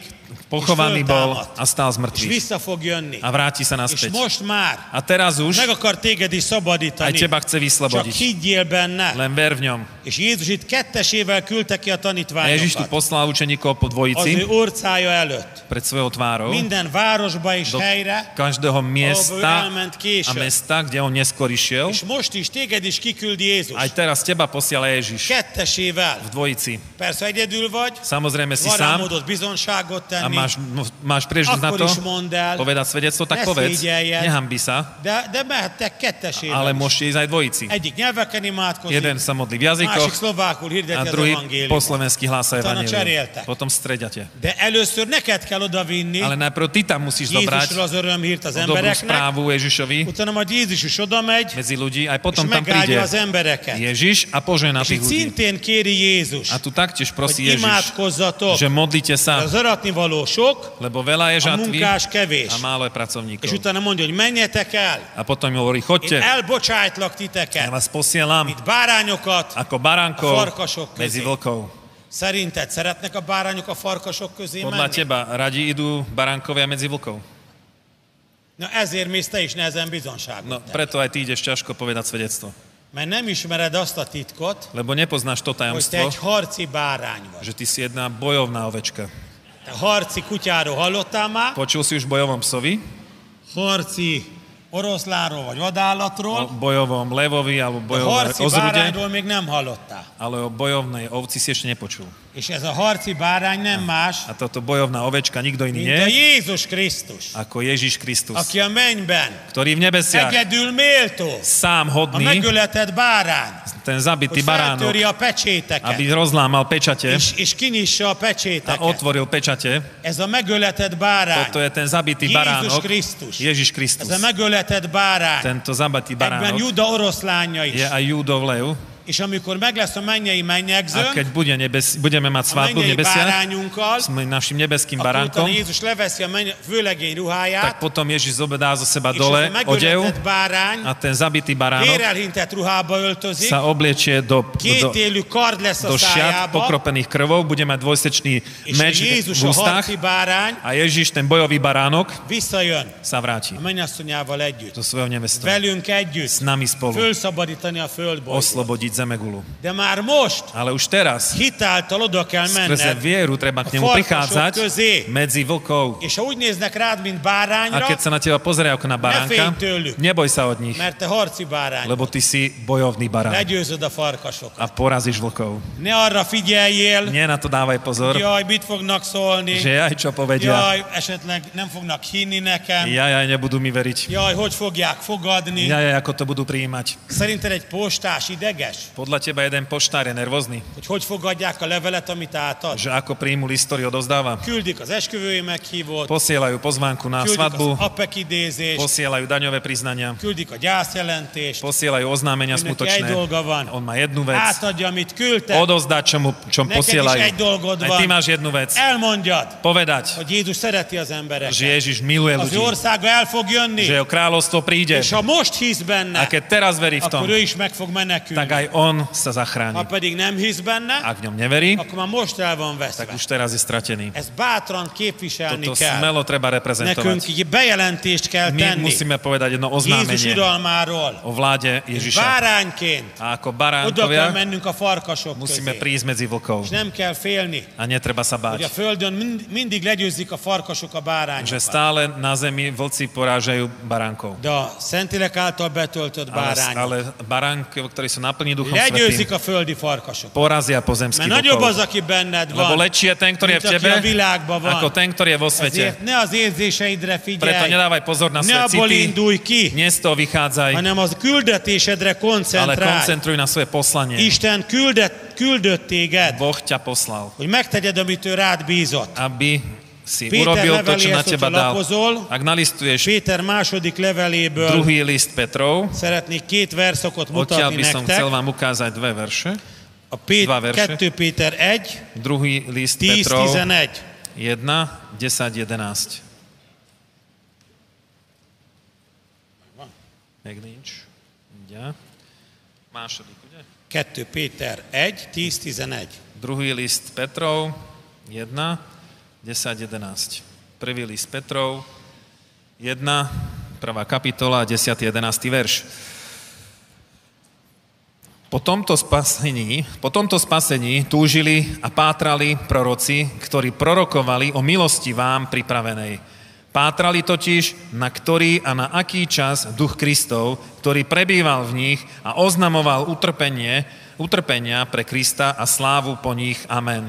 S3: Pochovaný
S2: és
S3: bol
S2: föltámadt,
S3: a stál z
S2: és
S3: mŕtvych.
S2: vissza fog jönni.
S3: A vráti sa
S2: És
S3: naspäť.
S2: most már
S3: A teraz už
S2: meg akar téged is
S3: aj
S2: szabadítani.
S3: teba chce
S2: Csak
S3: vyslobodiť.
S2: higgyél benne.
S3: Len ver v ňom.
S2: És Jézus itt kettesével küldte ki a
S3: A Ježiš tu
S2: tanítványokat.
S3: poslal učeníkov po
S2: Az ő
S3: dvojici
S2: orcája előtt.
S3: pred svojou tvárou
S2: Minden városba és
S3: do
S2: helyre,
S3: každého
S2: ahova ő
S3: miesta
S2: elment
S3: a
S2: később.
S3: mesta, kde on neskôr išiel.
S2: És most is téged is kiküldi Jézus.
S3: Aj teraz teba posiela Ježiš
S2: Kettesével.
S3: v dvojici.
S2: Persze egyedül vagy,
S3: Samozrejme si
S2: van
S3: sám
S2: rámodott bizonságot
S3: a
S2: tenni,
S3: máš, no, máš príležitosť na
S2: Akkor
S3: to
S2: is mondd el.
S3: povedať svedectvo, tak
S2: Ne
S3: povedz,
S2: szégyeljen.
S3: nehambi sa,
S2: de, de mehettek kettesével.
S3: ale
S2: is.
S3: môžete ísť aj dvojici.
S2: Egyik nyelveken imádkozik,
S3: Jeden sa modlí v
S2: másik
S3: jazykoch
S2: szlovákul
S3: a
S2: hirdeti az
S3: druhý po
S2: evangéliumot.
S3: slovensky hlása
S2: To na
S3: evanílium.
S2: čarielta.
S3: Potom stredate.
S2: De először neked kell odavinni
S3: Ale najprv ty tam musíš
S2: Jézusról
S3: zobrať
S2: az örömhírt az
S3: dobrú
S2: embereknek,
S3: správu Ježišovi
S2: utána majd Jézus is oda megy,
S3: medzi ľudí, aj
S2: és
S3: potom tam
S2: megáldja
S3: príde
S2: az embereket.
S3: Ježiš a požehná
S2: És
S3: tých
S2: itt
S3: ľudí.
S2: szintén kéri Jézus,
S3: A tu taktiež
S2: hogy
S3: prosí Ježiš,
S2: imádkozzatok,
S3: že modlite
S2: mert
S3: sa,
S2: az aratnivaló sok,
S3: lebo veľa je
S2: a
S3: žatvy
S2: munkás
S3: a
S2: kevés.
S3: málo je
S2: És
S3: pracovníkov.
S2: utána mondja, hogy menjetek el,
S3: A potom im hovorí,
S2: én
S3: chodte,
S2: elbocsájtlak
S3: ja
S2: titeket,
S3: vás posielam
S2: mint bárányokat,
S3: ako
S2: A
S3: baránkov
S2: farkasok közé.
S3: medzi vlkov.
S2: Szerinted szeretnek a bárányok a farkasok közé
S3: Podľa
S2: menni?
S3: teba radi idú baránkovia medzi vlkov.
S2: Na ezért mész te is nehezen bizonságot.
S3: No
S2: tenni.
S3: preto aj ty ideš ťažko povedať svedectvo.
S2: Mert nem ismered azt a titkot,
S3: Lebo nepoznáš to
S2: hogy te egy
S3: tajomstvo,
S2: harci bárány vagy.
S3: že ty si jedna bojovná ovečka.
S2: Te harci kutyáról hallottál már?
S3: Počul si už bojovom psovi?
S2: Harci oroszláról vagy vadállatról,
S3: O bojovom levovi alebo
S2: a
S3: bojovnej
S2: harci
S3: ozrude,
S2: bárányról még nem hallottál.
S3: ale o bojovnej ovci si ešte nepočul.
S2: És ez a harci bárány nem más,
S3: A toto bojovná ovečka nikto iný
S2: mint a
S3: nie,
S2: Jézus Krisztus,
S3: ako Ježiš Kristus,
S2: aki a mennyben
S3: ktorý v nebesiach
S2: egyedül méltó,
S3: sám
S2: a
S3: hodný,
S2: megöletett bárány,
S3: ten zabitý
S2: hogy
S3: baránok,
S2: feltöri a
S3: aby
S2: pecséteket,
S3: rozlámal pečate
S2: és, és kinyissa a
S3: a
S2: pecséteket.
S3: otvoril pečate,
S2: Ez a megöletett bárány,
S3: toto je ten zabitý
S2: Ježiš
S3: baránok,
S2: Kristus.
S3: Ježiš
S2: ez
S3: Kristus.
S2: a megöletett bárány,
S3: Tento zabitý
S2: egyben
S3: baránok
S2: Juda oroszlánja is.
S3: je aj Júdov lev,
S2: És amikor meg lesz a mennyei mennyegző,
S3: a keď bude nebes, budeme mať
S2: a
S3: svátbu v
S2: mennyei
S3: nebesiach,
S2: bárányunkkal,
S3: s mojim našim nebeským
S2: akkor utána
S3: baránkom,
S2: Jézus leveszi a menny- főlegény
S3: tak
S2: ruháját,
S3: potom Ježiš zobedá zo seba
S2: és az a
S3: dole Hát, odev
S2: megöletett bárány
S3: a ten zabitý baránok
S2: vérelhintett ruhába öltözik,
S3: sa obliečie do, do,
S2: két élű kard lesz a
S3: do šiat
S2: szájába,
S3: pokropených krvou, bude mať dvojsečný
S2: és
S3: meč
S2: Jézus
S3: v
S2: a
S3: ústach
S2: harci bárány
S3: a Ježiš, ten bojový baránok,
S2: visszajön
S3: sa vráti
S2: a mennyasszonyával együtt,
S3: so svojou nevestou.
S2: velünk együtt,
S3: S nami spolu
S2: fölszabadítani a földbolygót.
S3: oslobodiť Zemegulu.
S2: De már most
S3: Ale už teraz,
S2: hitáltal oda kell
S3: skrze
S2: menned,
S3: vieru,
S2: A
S3: treba k nemu
S2: farkasok
S3: prichádzať
S2: közé.
S3: medzi vlkov.
S2: és ha úgy néznek rád, mint
S3: A
S2: bárányra,
S3: keď sa na teba pozerajú ako na baránka,
S2: Neféj tőlük.
S3: neboj sa od nich,
S2: mert te harci bárány,
S3: lebo ty si bojovný barán
S2: legyőzöd a farkasokat.
S3: a porazíš vlkov.
S2: Ne arra figyeljél,
S3: Nie na to dávaj pozor,
S2: jaj, mit fognak szólni,
S3: že aj čo povedia,
S2: jaj, esetleg nem fognak hinni nekem,
S3: ja aj nebudú mi veriť.
S2: jaj, hogy fogják fogadni.
S3: Ja aj ako to budú prijímať.
S2: Szerinted egy postás ideges,
S3: Podľa teba jeden poštár je nervózny,
S2: hogy hogy fogadják a levelet, amit átad?
S3: že ako príjmu list, ktorý odozdáva.
S2: Küldik az esküvői meghívót,
S3: Posielajú pozvánku na
S2: küldik az
S3: svadbu,
S2: apek idézést,
S3: posielajú daňové priznania,
S2: küldik a gyászjelentést,
S3: posielajú oznámenia
S2: Önnek
S3: skutočné.
S2: aj dolga van.
S3: On má jednu vec.
S2: átadja, amit küldte,
S3: Odozdať, čo mu čo mu
S2: Neked
S3: posielajú.
S2: is aj dolgod
S3: Aj
S2: van.
S3: ty máš jednu vec.
S2: E- elmondjad,
S3: Povedať,
S2: hogy Jézus szereti az embereket,
S3: že Ježiš miluje
S2: az
S3: ľudí,
S2: ő országa el fog jönni,
S3: že jeho kráľovstvo príde.
S2: és ha most hisz
S3: A
S2: benne,
S3: keď teraz verí v tom,
S2: akkor ő is meg fog
S3: tak
S2: menekülni.
S3: aj on sa
S2: Ha
S3: zachráni.
S2: pedig nem hisz benne,
S3: Ak v ňom neverí,
S2: akkor már most el van
S3: tak
S2: veszve.
S3: už teraz je stratený.
S2: Ezt bátran képviselni
S3: Toto
S2: kell.
S3: smelo treba
S2: Nekünk
S3: reprezentovať.
S2: így bejelentést kell
S3: My
S2: tenni
S3: musíme povedať jedno
S2: Jézus
S3: oznámenie
S2: uralmáról.
S3: o vláde Ježiša.
S2: Bárányként
S3: A ako
S2: oda kell
S3: baránkovia
S2: mennünk a farkasok
S3: musíme
S2: közé.
S3: prísť medzi
S2: És
S3: vlkov.
S2: nem kell félni,
S3: A netreba sa
S2: hogy a
S3: báť,
S2: földön mind- mindig legyőzik a farkasok a
S3: že
S2: bárányokat.
S3: stále na zemi vlci porážajú baránkov.
S2: De a Szentlélek által betöltött
S3: Ale,
S2: bárányok
S3: ale baránky, ktorí sú naplní Duchom Svetým,
S2: legyőzik a földi farkasok.
S3: porazia pozemský
S2: Mert nagyobb az,
S3: vlkov.
S2: aki benned
S3: Lebo
S2: van,
S3: lečie ten, ktorý je
S2: mint
S3: v
S2: aki
S3: tebe,
S2: a világban
S3: ako
S2: van.
S3: ten, ktorý je vo
S2: Ezért
S3: svete.
S2: ne az érzéseidre
S3: Preto
S2: figyelj,
S3: nedávaj pozor na
S2: ne
S3: svoje
S2: abból
S3: city,
S2: indulj ki,
S3: nie z toho vychádzaj,
S2: hanem az küldetésedre
S3: ale
S2: koncentrálj.
S3: koncentruj na svoje poslanie.
S2: Isten küldött, küldött téged,
S3: Boh ťa poslal,
S2: hogy megtegyed, amit ő rád bízott.
S3: aby si
S2: Péter
S3: urobil to, čo
S2: leveléhez,
S3: na teba
S2: hogyha
S3: dal.
S2: lapozol,
S3: Ak nalistuješ
S2: Péter második leveléből
S3: druhý list Petrov,
S2: szeretnék két verszakot
S3: odtiaľ
S2: mutatni
S3: by som chcel
S2: nektek.
S3: vám ukázať dve verše.
S2: A Pét,
S3: dva verse.
S2: 2 Péter 1,
S3: Druhý list Petrov
S2: 10-11.
S3: 1, 10, 11. Meg nincs. Ugye. Második, ugye?
S2: 2 Péter 1, 10-11.
S3: Druhý list Petrov 1, 10, 11. Prvý list Petrov 1, prvá kapitola, 10, 11. verš. Po tomto spasení, po tomto spasení túžili a pátrali proroci, ktorí prorokovali o milosti vám pripravenej. Pátrali totiž, na ktorý a na aký čas duch Kristov, ktorý prebýval v nich a oznamoval utrpenie, utrpenia pre Krista a slávu po nich. Amen.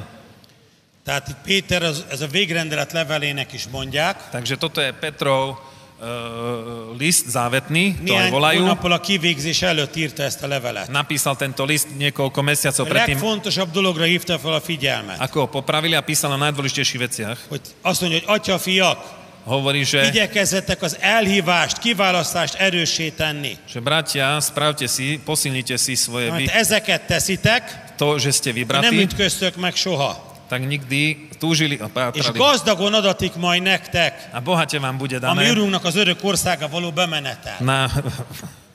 S2: Tehát itt Péter az, ez a végrendelet levelének is mondják.
S3: Takže toto je Petrov e, list závetný, to
S2: Néhány
S3: aj volajú.
S2: hónappal a kivégzés előtt írta ezt a levelet.
S3: Napísal tento list niekoľko mesiacov
S2: A
S3: predtým,
S2: legfontosabb dologra hívta fel a figyelmet,
S3: ako ho popravili a písal o najdôležitejších veciach.
S2: hogy azt mondja, hogy atya fiak,
S3: Hovorí, že...
S2: igyekezzetek az elhívást, kiválasztást erőssé tenni.
S3: že bratia, spravte si, posilnite si svoje vy,
S2: Mert ezeket teszitek,
S3: to, že ste
S2: nem
S3: vybratí,
S2: ütköztök meg soha.
S3: tak nikdy túžili
S2: És
S3: a pátrali.
S2: gazdagon adatik majd nektek,
S3: A bohate vám bude
S2: ami
S3: dané
S2: Urunknak az örök országa való bemenetel.
S3: na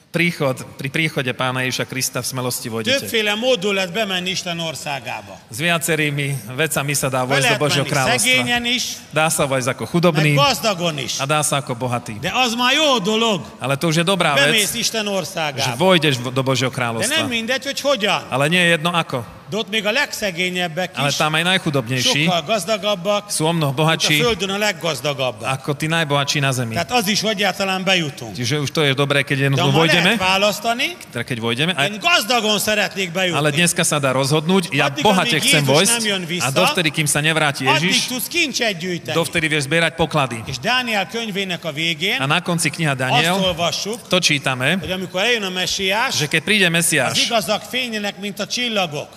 S3: príchod, pri príchode Pána Ježiša Krista v smelosti vojdete.
S2: Többféle módon lehet bemenni Isten országába.
S3: S viacerými vecami sa dá
S2: Be
S3: vojsť do
S2: lehet
S3: Božieho
S2: menni
S3: kráľovstva.
S2: szegényen is,
S3: Dá sa vojsť ako
S2: meg
S3: chudobný
S2: gazdagon is.
S3: a dá sa ako bohatý.
S2: De az már jó dolog,
S3: Ale to už je dobrá
S2: bemész
S3: vec,
S2: Isten
S3: že
S2: országába.
S3: vojdeš do Božieho
S2: De nem
S3: kráľovstva.
S2: mindegy, hogy hogyan.
S3: Ale nie je jedno ako.
S2: De ott még a legszegényebbek
S3: ale
S2: is
S3: tam aj najchudobnejší
S2: sokkal gazdagabbak,
S3: sú o mnoho
S2: mint a
S3: bohatší
S2: Földön a leggazdagabbak.
S3: ako tí najbohatší na zemi.
S2: Tehát az is, hogy egyáltalán bejutunk.
S3: Čiže už to je dobré, keď
S2: De ha
S3: jednoducho
S2: ma
S3: vojdeme,
S2: lehet választani,
S3: teda keď vojdeme, aj,
S2: én gazdagon szeretnék
S3: ale
S2: bejutni.
S3: dneska sa dá rozhodnúť, ja
S2: Addig,
S3: bohate
S2: amíg
S3: chcem
S2: Jézus
S3: vojsť
S2: nám jen
S3: a
S2: vysa,
S3: dovtedy, kým sa nevráti
S2: Addig
S3: Ježiš,
S2: tudsz kincset gyűjteni.
S3: dovtedy vieš zbierať poklady.
S2: És Dániel könyvének a végén
S3: A na konci kniha
S2: azt
S3: Daniel,
S2: olvassuk,
S3: to čítame,
S2: hogy amikor eljön a messiás,
S3: že keď príde
S2: az
S3: Mesiáš,
S2: igazak fényenek, mint a csillagok,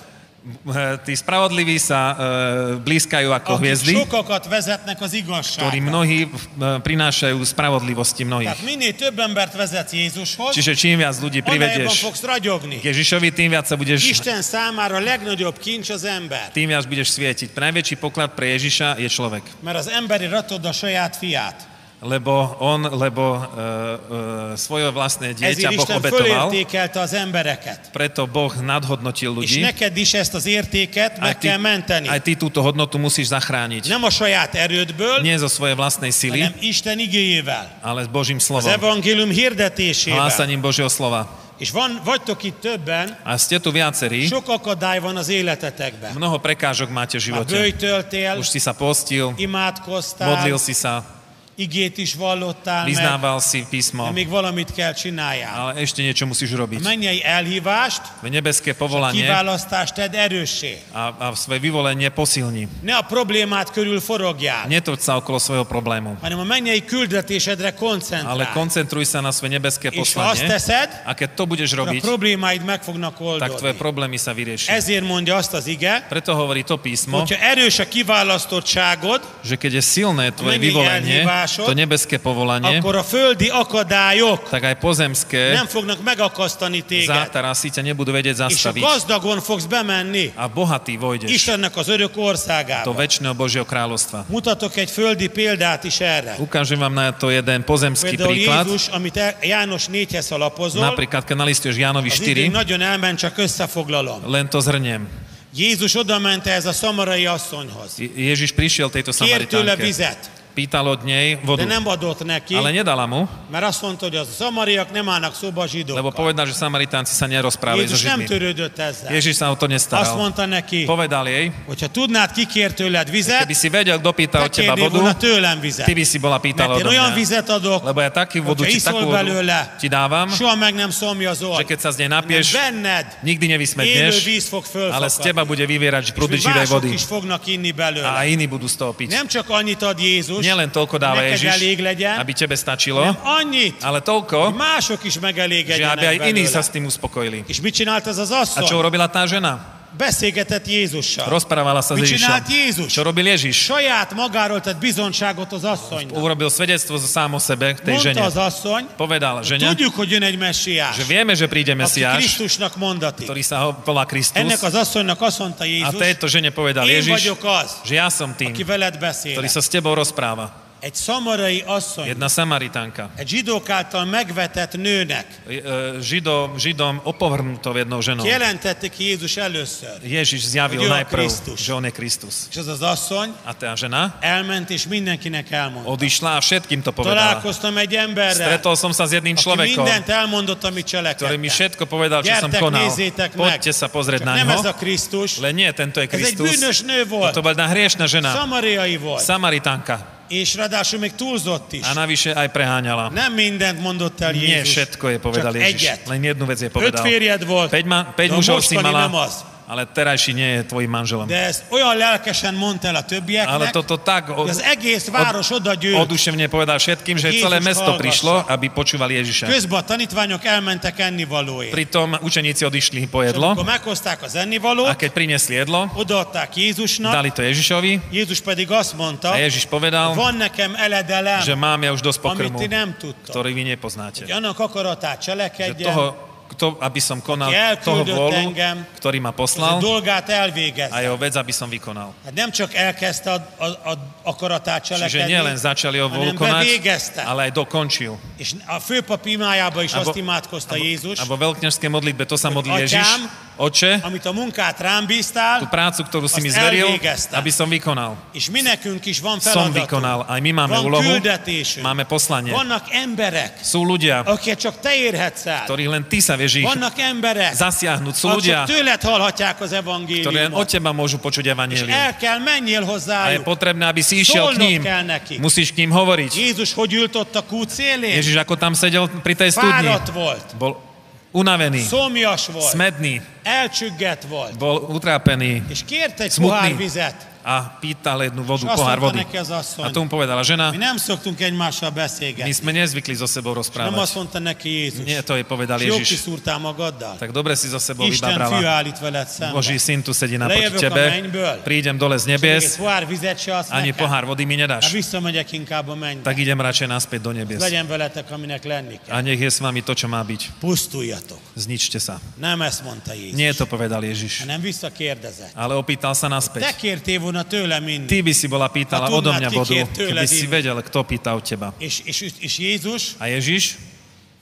S3: eh, tí spravodliví sa eh, blízkajú ako
S2: akik
S3: hviezdy,
S2: sokakat vezetnek az
S3: ktorí
S2: igazságra.
S3: mnohí eh, prinášajú spravodlivosti mnohých.
S2: Tehát minél több embert vezet Jézushoz,
S3: Čiže čím viac ľudí
S2: annál jobban
S3: privedieš
S2: fogsz ragyogni.
S3: k Ježišovi, tým viac sa budeš,
S2: Isten számára a legnagyobb kincs az ember,
S3: tým viac budeš svietiť. Najväčší poklad pre Ježiša je človek.
S2: mert az emberi ratod a saját fiát.
S3: Lebo on, lebo uh, uh, svoje vlastné
S2: Ezért
S3: dieťa Boh
S2: Isten
S3: obetoval,
S2: fölértékelte az embereket.
S3: preto Boh nadhodnotil
S2: És
S3: ľudí.
S2: neked is ezt az értéket
S3: Aj
S2: meg
S3: ty,
S2: kell menteni.
S3: aj ty túto hodnotu musíš zachrániť.
S2: Nem a saját erődből,
S3: Nie zo svojej vlastnej sily,
S2: hanem Isten igéjével.
S3: ale s Božím
S2: Az
S3: slovom.
S2: evangélium hirdetésével.
S3: Hlásaním Božieho slova.
S2: És van, vagytok itt többen,
S3: A ste tu viacerí,
S2: sok akadály van az életetekben.
S3: mnoho prekážok máte
S2: Már
S3: v živote.
S2: bőjtöltél,
S3: Už si sa postil, modlil
S2: imádkoztál,
S3: si sa,
S2: igét is vallottál meg,
S3: vyznával si
S2: de
S3: písmo,
S2: még valamit kell csináljál.
S3: ale ešte niečo
S2: A
S3: musíš robiť.
S2: mennyei elhívást,
S3: Nebeské povolanie
S2: kiválasztást tedd erőssé.
S3: a, a svoje vyvolenie posilní.
S2: Ne a problémát körül forogjál,
S3: Netoč sa okolo svojho problému,
S2: hanem a mennyei küldetésedre
S3: ale
S2: koncentrálj.
S3: koncentruj sa na svoje nebeské
S2: És ha azt
S3: poslanie
S2: teszed,
S3: a keď to budeš
S2: akkor a
S3: robiť,
S2: problémáid meg fognak
S3: eh? tak
S2: oldódni.
S3: tvoje problémy sa vyriešia.
S2: Ezért mondja azt az ige,
S3: Preto hovorí to písmo,
S2: hogyha erős a kiválasztottságod,
S3: že keď je silné tvoje
S2: Menej
S3: vyvolenie,
S2: elhívášok,
S3: to nebeské povolanie,
S2: akkor a földi akadályok
S3: tak aj pozemské
S2: nem fognak megakasztani téged.
S3: zátarasy ťa nebudú
S2: És
S3: vedieť
S2: a
S3: zastaviť.
S2: gazdagon fogsz bemenni
S3: A bohatý vojdeš
S2: Istennek az örök
S3: do
S2: országába.
S3: väčšného Božieho kráľovstva.
S2: Mutatok egy földi példát is erre.
S3: Ukážem vám na to jeden pozemský
S2: Például
S3: príklad.
S2: Jézus, amit el- János 4-hez alapozol,
S3: Napríklad, keď nalistuješ Jánovi
S2: az idén
S3: 4,
S2: nagyon elment, csak összefoglalom.
S3: len to zhrniem.
S2: Jézus odament ehhez a szamarai asszonyhoz.
S3: Je- Ježiš prišiel tejto
S2: Kért tőle
S3: Samaritánke,
S2: vizet,
S3: pýtal od nej
S2: de
S3: vodu,
S2: nem adott neki,
S3: ale nedala mu,
S2: mert azt mondta, hogy az a szamariak nem állnak szóba a
S3: lebo
S2: zsidókkal.
S3: povedal, že Samaritánci sa nerozprávajú so
S2: Jézus nem
S3: Židmi.
S2: törődött ezzel.
S3: Ježiš sa o to
S2: Azt
S3: nestaral.
S2: mondta neki,
S3: Povedal jej,
S2: hogyha tudnád, kikért tőled vizet,
S3: keby si vedel, kto pýta
S2: te
S3: od teba
S2: kérnél volna
S3: vodu,
S2: tőlem vizet.
S3: ty by si bola pýtala
S2: Mert
S3: odo
S2: én olyan
S3: mňa.
S2: vizet adok,
S3: Lebo ja taký vodu,
S2: hogyha
S3: či
S2: iszol
S3: takú vodu
S2: belőle,
S3: ti dávam,
S2: soha meg nem szomjazol.
S3: že keď sa z nej
S2: Hanem
S3: napieš,
S2: benned
S3: nikdy
S2: élő
S3: nevysmedneš,
S2: víz fog
S3: ale z
S2: fölfakadni.
S3: teba bude vyvierať prúdy
S2: És még
S3: živej
S2: mások
S3: vody.
S2: is fognak inni belőle.
S3: A iní budú z toho piť.
S2: Nem csak annyit ad Jézus,
S3: Nielen toľko
S2: hogy
S3: dáva
S2: neked elég
S3: Ježiš,
S2: legyen,
S3: aby tebe stačilo,
S2: hanem annyit,
S3: ale
S2: hogy
S3: toľko,
S2: mások is
S3: že aby aj
S2: megelégedjenek
S3: iní
S2: belőle.
S3: sa s tým uspokojili.
S2: És mit csinált ez az
S3: A čo
S2: asszony?
S3: urobila tá žena?
S2: Beszélgetett Jézussal.
S3: Rozprávala sa s
S2: Mit csinált
S3: Ježišom.
S2: Jézus?
S3: Čo robil Ježiš?
S2: Saját magáról tett bizonságot az asszonynak.
S3: Urobil svedectvo zo sám o sebe k tej
S2: Mondta
S3: žene.
S2: az asszony,
S3: Povedal žene,
S2: tudjuk, hogy jön egy messiás,
S3: že vieme, že príde
S2: aki
S3: Mesiáš,
S2: Krisztusnak mondatik.
S3: ktorý sa ho volá
S2: Ennek
S3: Kristus.
S2: az asszonynak azt mondta
S3: A
S2: Jézus,
S3: tejto žene povedal
S2: én
S3: Ježiš,
S2: vagyok az,
S3: že ja som tým,
S2: aki veled
S3: ktorý
S2: beszélek.
S3: sa s tebou rozpráva.
S2: Egy szamarai asszony,
S3: Jedna Samaritánka.
S2: egy zsidók által megvetett nőnek
S3: E, e, Židom, židom opovrhnutou jednou ženou.
S2: jelentette ki Jézus először.
S3: Ježiš zjavil
S2: Že on
S3: najprv,
S2: Kristus.
S3: že on je Kristus.
S2: És az az asszony
S3: A tá žena
S2: elment és mindenkinek elmondta.
S3: odišla a všetkým to povedala.
S2: Találkoztam egy emberrel,
S3: Stretol som sa s jedným
S2: aki
S3: človekom,
S2: mindent elmondott, amit
S3: ktorý mi
S2: cselekedtem.
S3: všetko povedal, čo som
S2: Gyertek,
S3: konal.
S2: nézzétek meg!
S3: Poďte sa pozrieť
S2: Csak
S3: na
S2: nem ez a
S3: ňo.
S2: Krisztus,
S3: Len nie, tento
S2: ez
S3: je
S2: egy
S3: Kristus.
S2: bűnös nő volt,
S3: To bola jedna hriešna žena,
S2: szamariai volt,
S3: Samaritánka.
S2: és ráadásul még túlzott is.
S3: A navyše aj preháňala.
S2: Nem mindent mondott el
S3: Nie
S2: Jézus.
S3: všetko je povedal
S2: Csak
S3: Ježiš.
S2: egyet.
S3: Len jednu vec je
S2: Öt
S3: povedal.
S2: férjed volt,
S3: Peť, ma, peť
S2: de a
S3: mužov si
S2: mostani
S3: mala,
S2: nem az.
S3: ale terajší nie je tvojim manželom.
S2: De ezt olyan lelkesen mondta el a
S3: Ale
S2: többieknek,
S3: toto tak
S2: hogy
S3: od,
S2: az egész város oda gyűlt.
S3: oduševne povedal všetkým, že
S2: Ježiš
S3: celé mesto
S2: hallgass.
S3: prišlo, aby počúvali Ježiša.
S2: Közben a tanítványok elmentek ennivalóért.
S3: Pritom učeníci odišli po
S2: És Amikor
S3: jedlo
S2: meghozták az
S3: a
S2: ennivalót,
S3: keď priniesli jedlo,
S2: odaadták Jézusnak,
S3: dali to Ježišovi
S2: Jézus pedig azt mondta,
S3: a Ježiš povedal,
S2: van nekem eledelem,
S3: že mám ja už dosť
S2: amit
S3: pokrmu,
S2: ti nem tudtok.
S3: ktorý vy
S2: Hogy
S3: nepoznáte.
S2: annak akaratát
S3: Že
S2: cselekedjen,
S3: toho, kto, aby som konal
S2: Aki
S3: toho
S2: elküldött
S3: vôľu,
S2: engem,
S3: ktorý ma
S2: az a
S3: poslal
S2: dolgát
S3: a
S2: elvégezze.
S3: jeho vec, aby som vykonal.
S2: Hát nem csak elkezdte a, a, a akaratát
S3: Čiže
S2: cselekedni,
S3: nielen začali ho vôľu
S2: hanem
S3: konať,
S2: bevégezte.
S3: ale aj dokončil.
S2: És a főpap imájába is
S3: Abo-
S2: azt imádkozta Jézus,
S3: A vo veľkňažskej modlitbe to sa
S2: Atyám,
S3: modlí Ježiš. Oče,
S2: amit a munkát rám
S3: tú
S2: bíztál,
S3: prácu, ktorú si
S2: Azt
S3: mi zveril,
S2: elvégeztem.
S3: aby som vykonal.
S2: és mi nekünk is van
S3: Som
S2: feladatunk,
S3: vykonal. Aj my máme
S2: van
S3: úlohu,
S2: küldetésünk,
S3: máme poslanie.
S2: vannak emberek,
S3: Sú ľudia,
S2: akiket csak te érhetsz el,
S3: ktorých len ty sa vieš ich
S2: vannak emberek,
S3: zasiahnuť. Sú
S2: akik
S3: ľudia,
S2: csak tőled hallhatják az
S3: ktorí len od
S2: evangéliumot,
S3: teba môžu počuť
S2: és
S3: evanílium.
S2: el kell menjél
S3: A je
S2: hozzájuk.
S3: potrebné, aby si išiel k
S2: Szólnod
S3: ním.
S2: kell nekik.
S3: Musíš k ním hovoriť.
S2: Jézus hogy ült ott a kút szélén?
S3: Ježiš, ako tam sedel pri tej studni,
S2: Fáradt volt,
S3: bol unavený,
S2: szomjas volt,
S3: smedný,
S2: elcsüggett volt,
S3: bol utrápený
S2: és kért egy
S3: Smutný.
S2: pohár vizet,
S3: a pýtal jednu vodu,
S2: és azt
S3: pohár Hát
S2: mondta
S3: vody.
S2: neki az
S3: A
S2: asszony,
S3: tomu povedala žena,
S2: mi nem szoktunk egymással
S3: my
S2: beszélgetni.
S3: sme nezvykli so sebou
S2: Nem azt
S3: rozprávať.
S2: mondta neki
S3: Nie,
S2: Jézus,
S3: to jej povedal
S2: és jó
S3: Ježiš.
S2: kiszúrtál magaddal.
S3: Tak dobre si so sebou
S2: Isten fű
S3: vybabrala.
S2: állít veled szemben.
S3: Boží syn tu sedí naproti
S2: Lejevok a
S3: tebe,
S2: menyből.
S3: prídem dole z
S2: Egy
S3: nebies,
S2: pohár vizet se azt
S3: ani
S2: nekem.
S3: pohár vody mi
S2: Hát
S3: nedáš.
S2: visszamegyek inkább a mennybe.
S3: Tak idem radšej naspäť do nebies.
S2: Legyen veletek, aminek lenni kell.
S3: A nech je s vami to, čo má byť.
S2: Pusztuljatok.
S3: Zničte sa.
S2: Nem ezt mondta Jézus,
S3: Nie to povedal Ježiš.
S2: hanem visszakérdezett.
S3: Ale opýtal sa
S2: Te
S3: naspäť.
S2: kértél volna tőlem mindent.
S3: Ty by si bola
S2: A
S3: pýtala
S2: tu
S3: odo mňa
S2: na
S3: vodu,
S2: tikiet tőled
S3: keby si
S2: innen.
S3: vedel, kto pýta od teba.
S2: És, és, és Jézus
S3: A Ježiš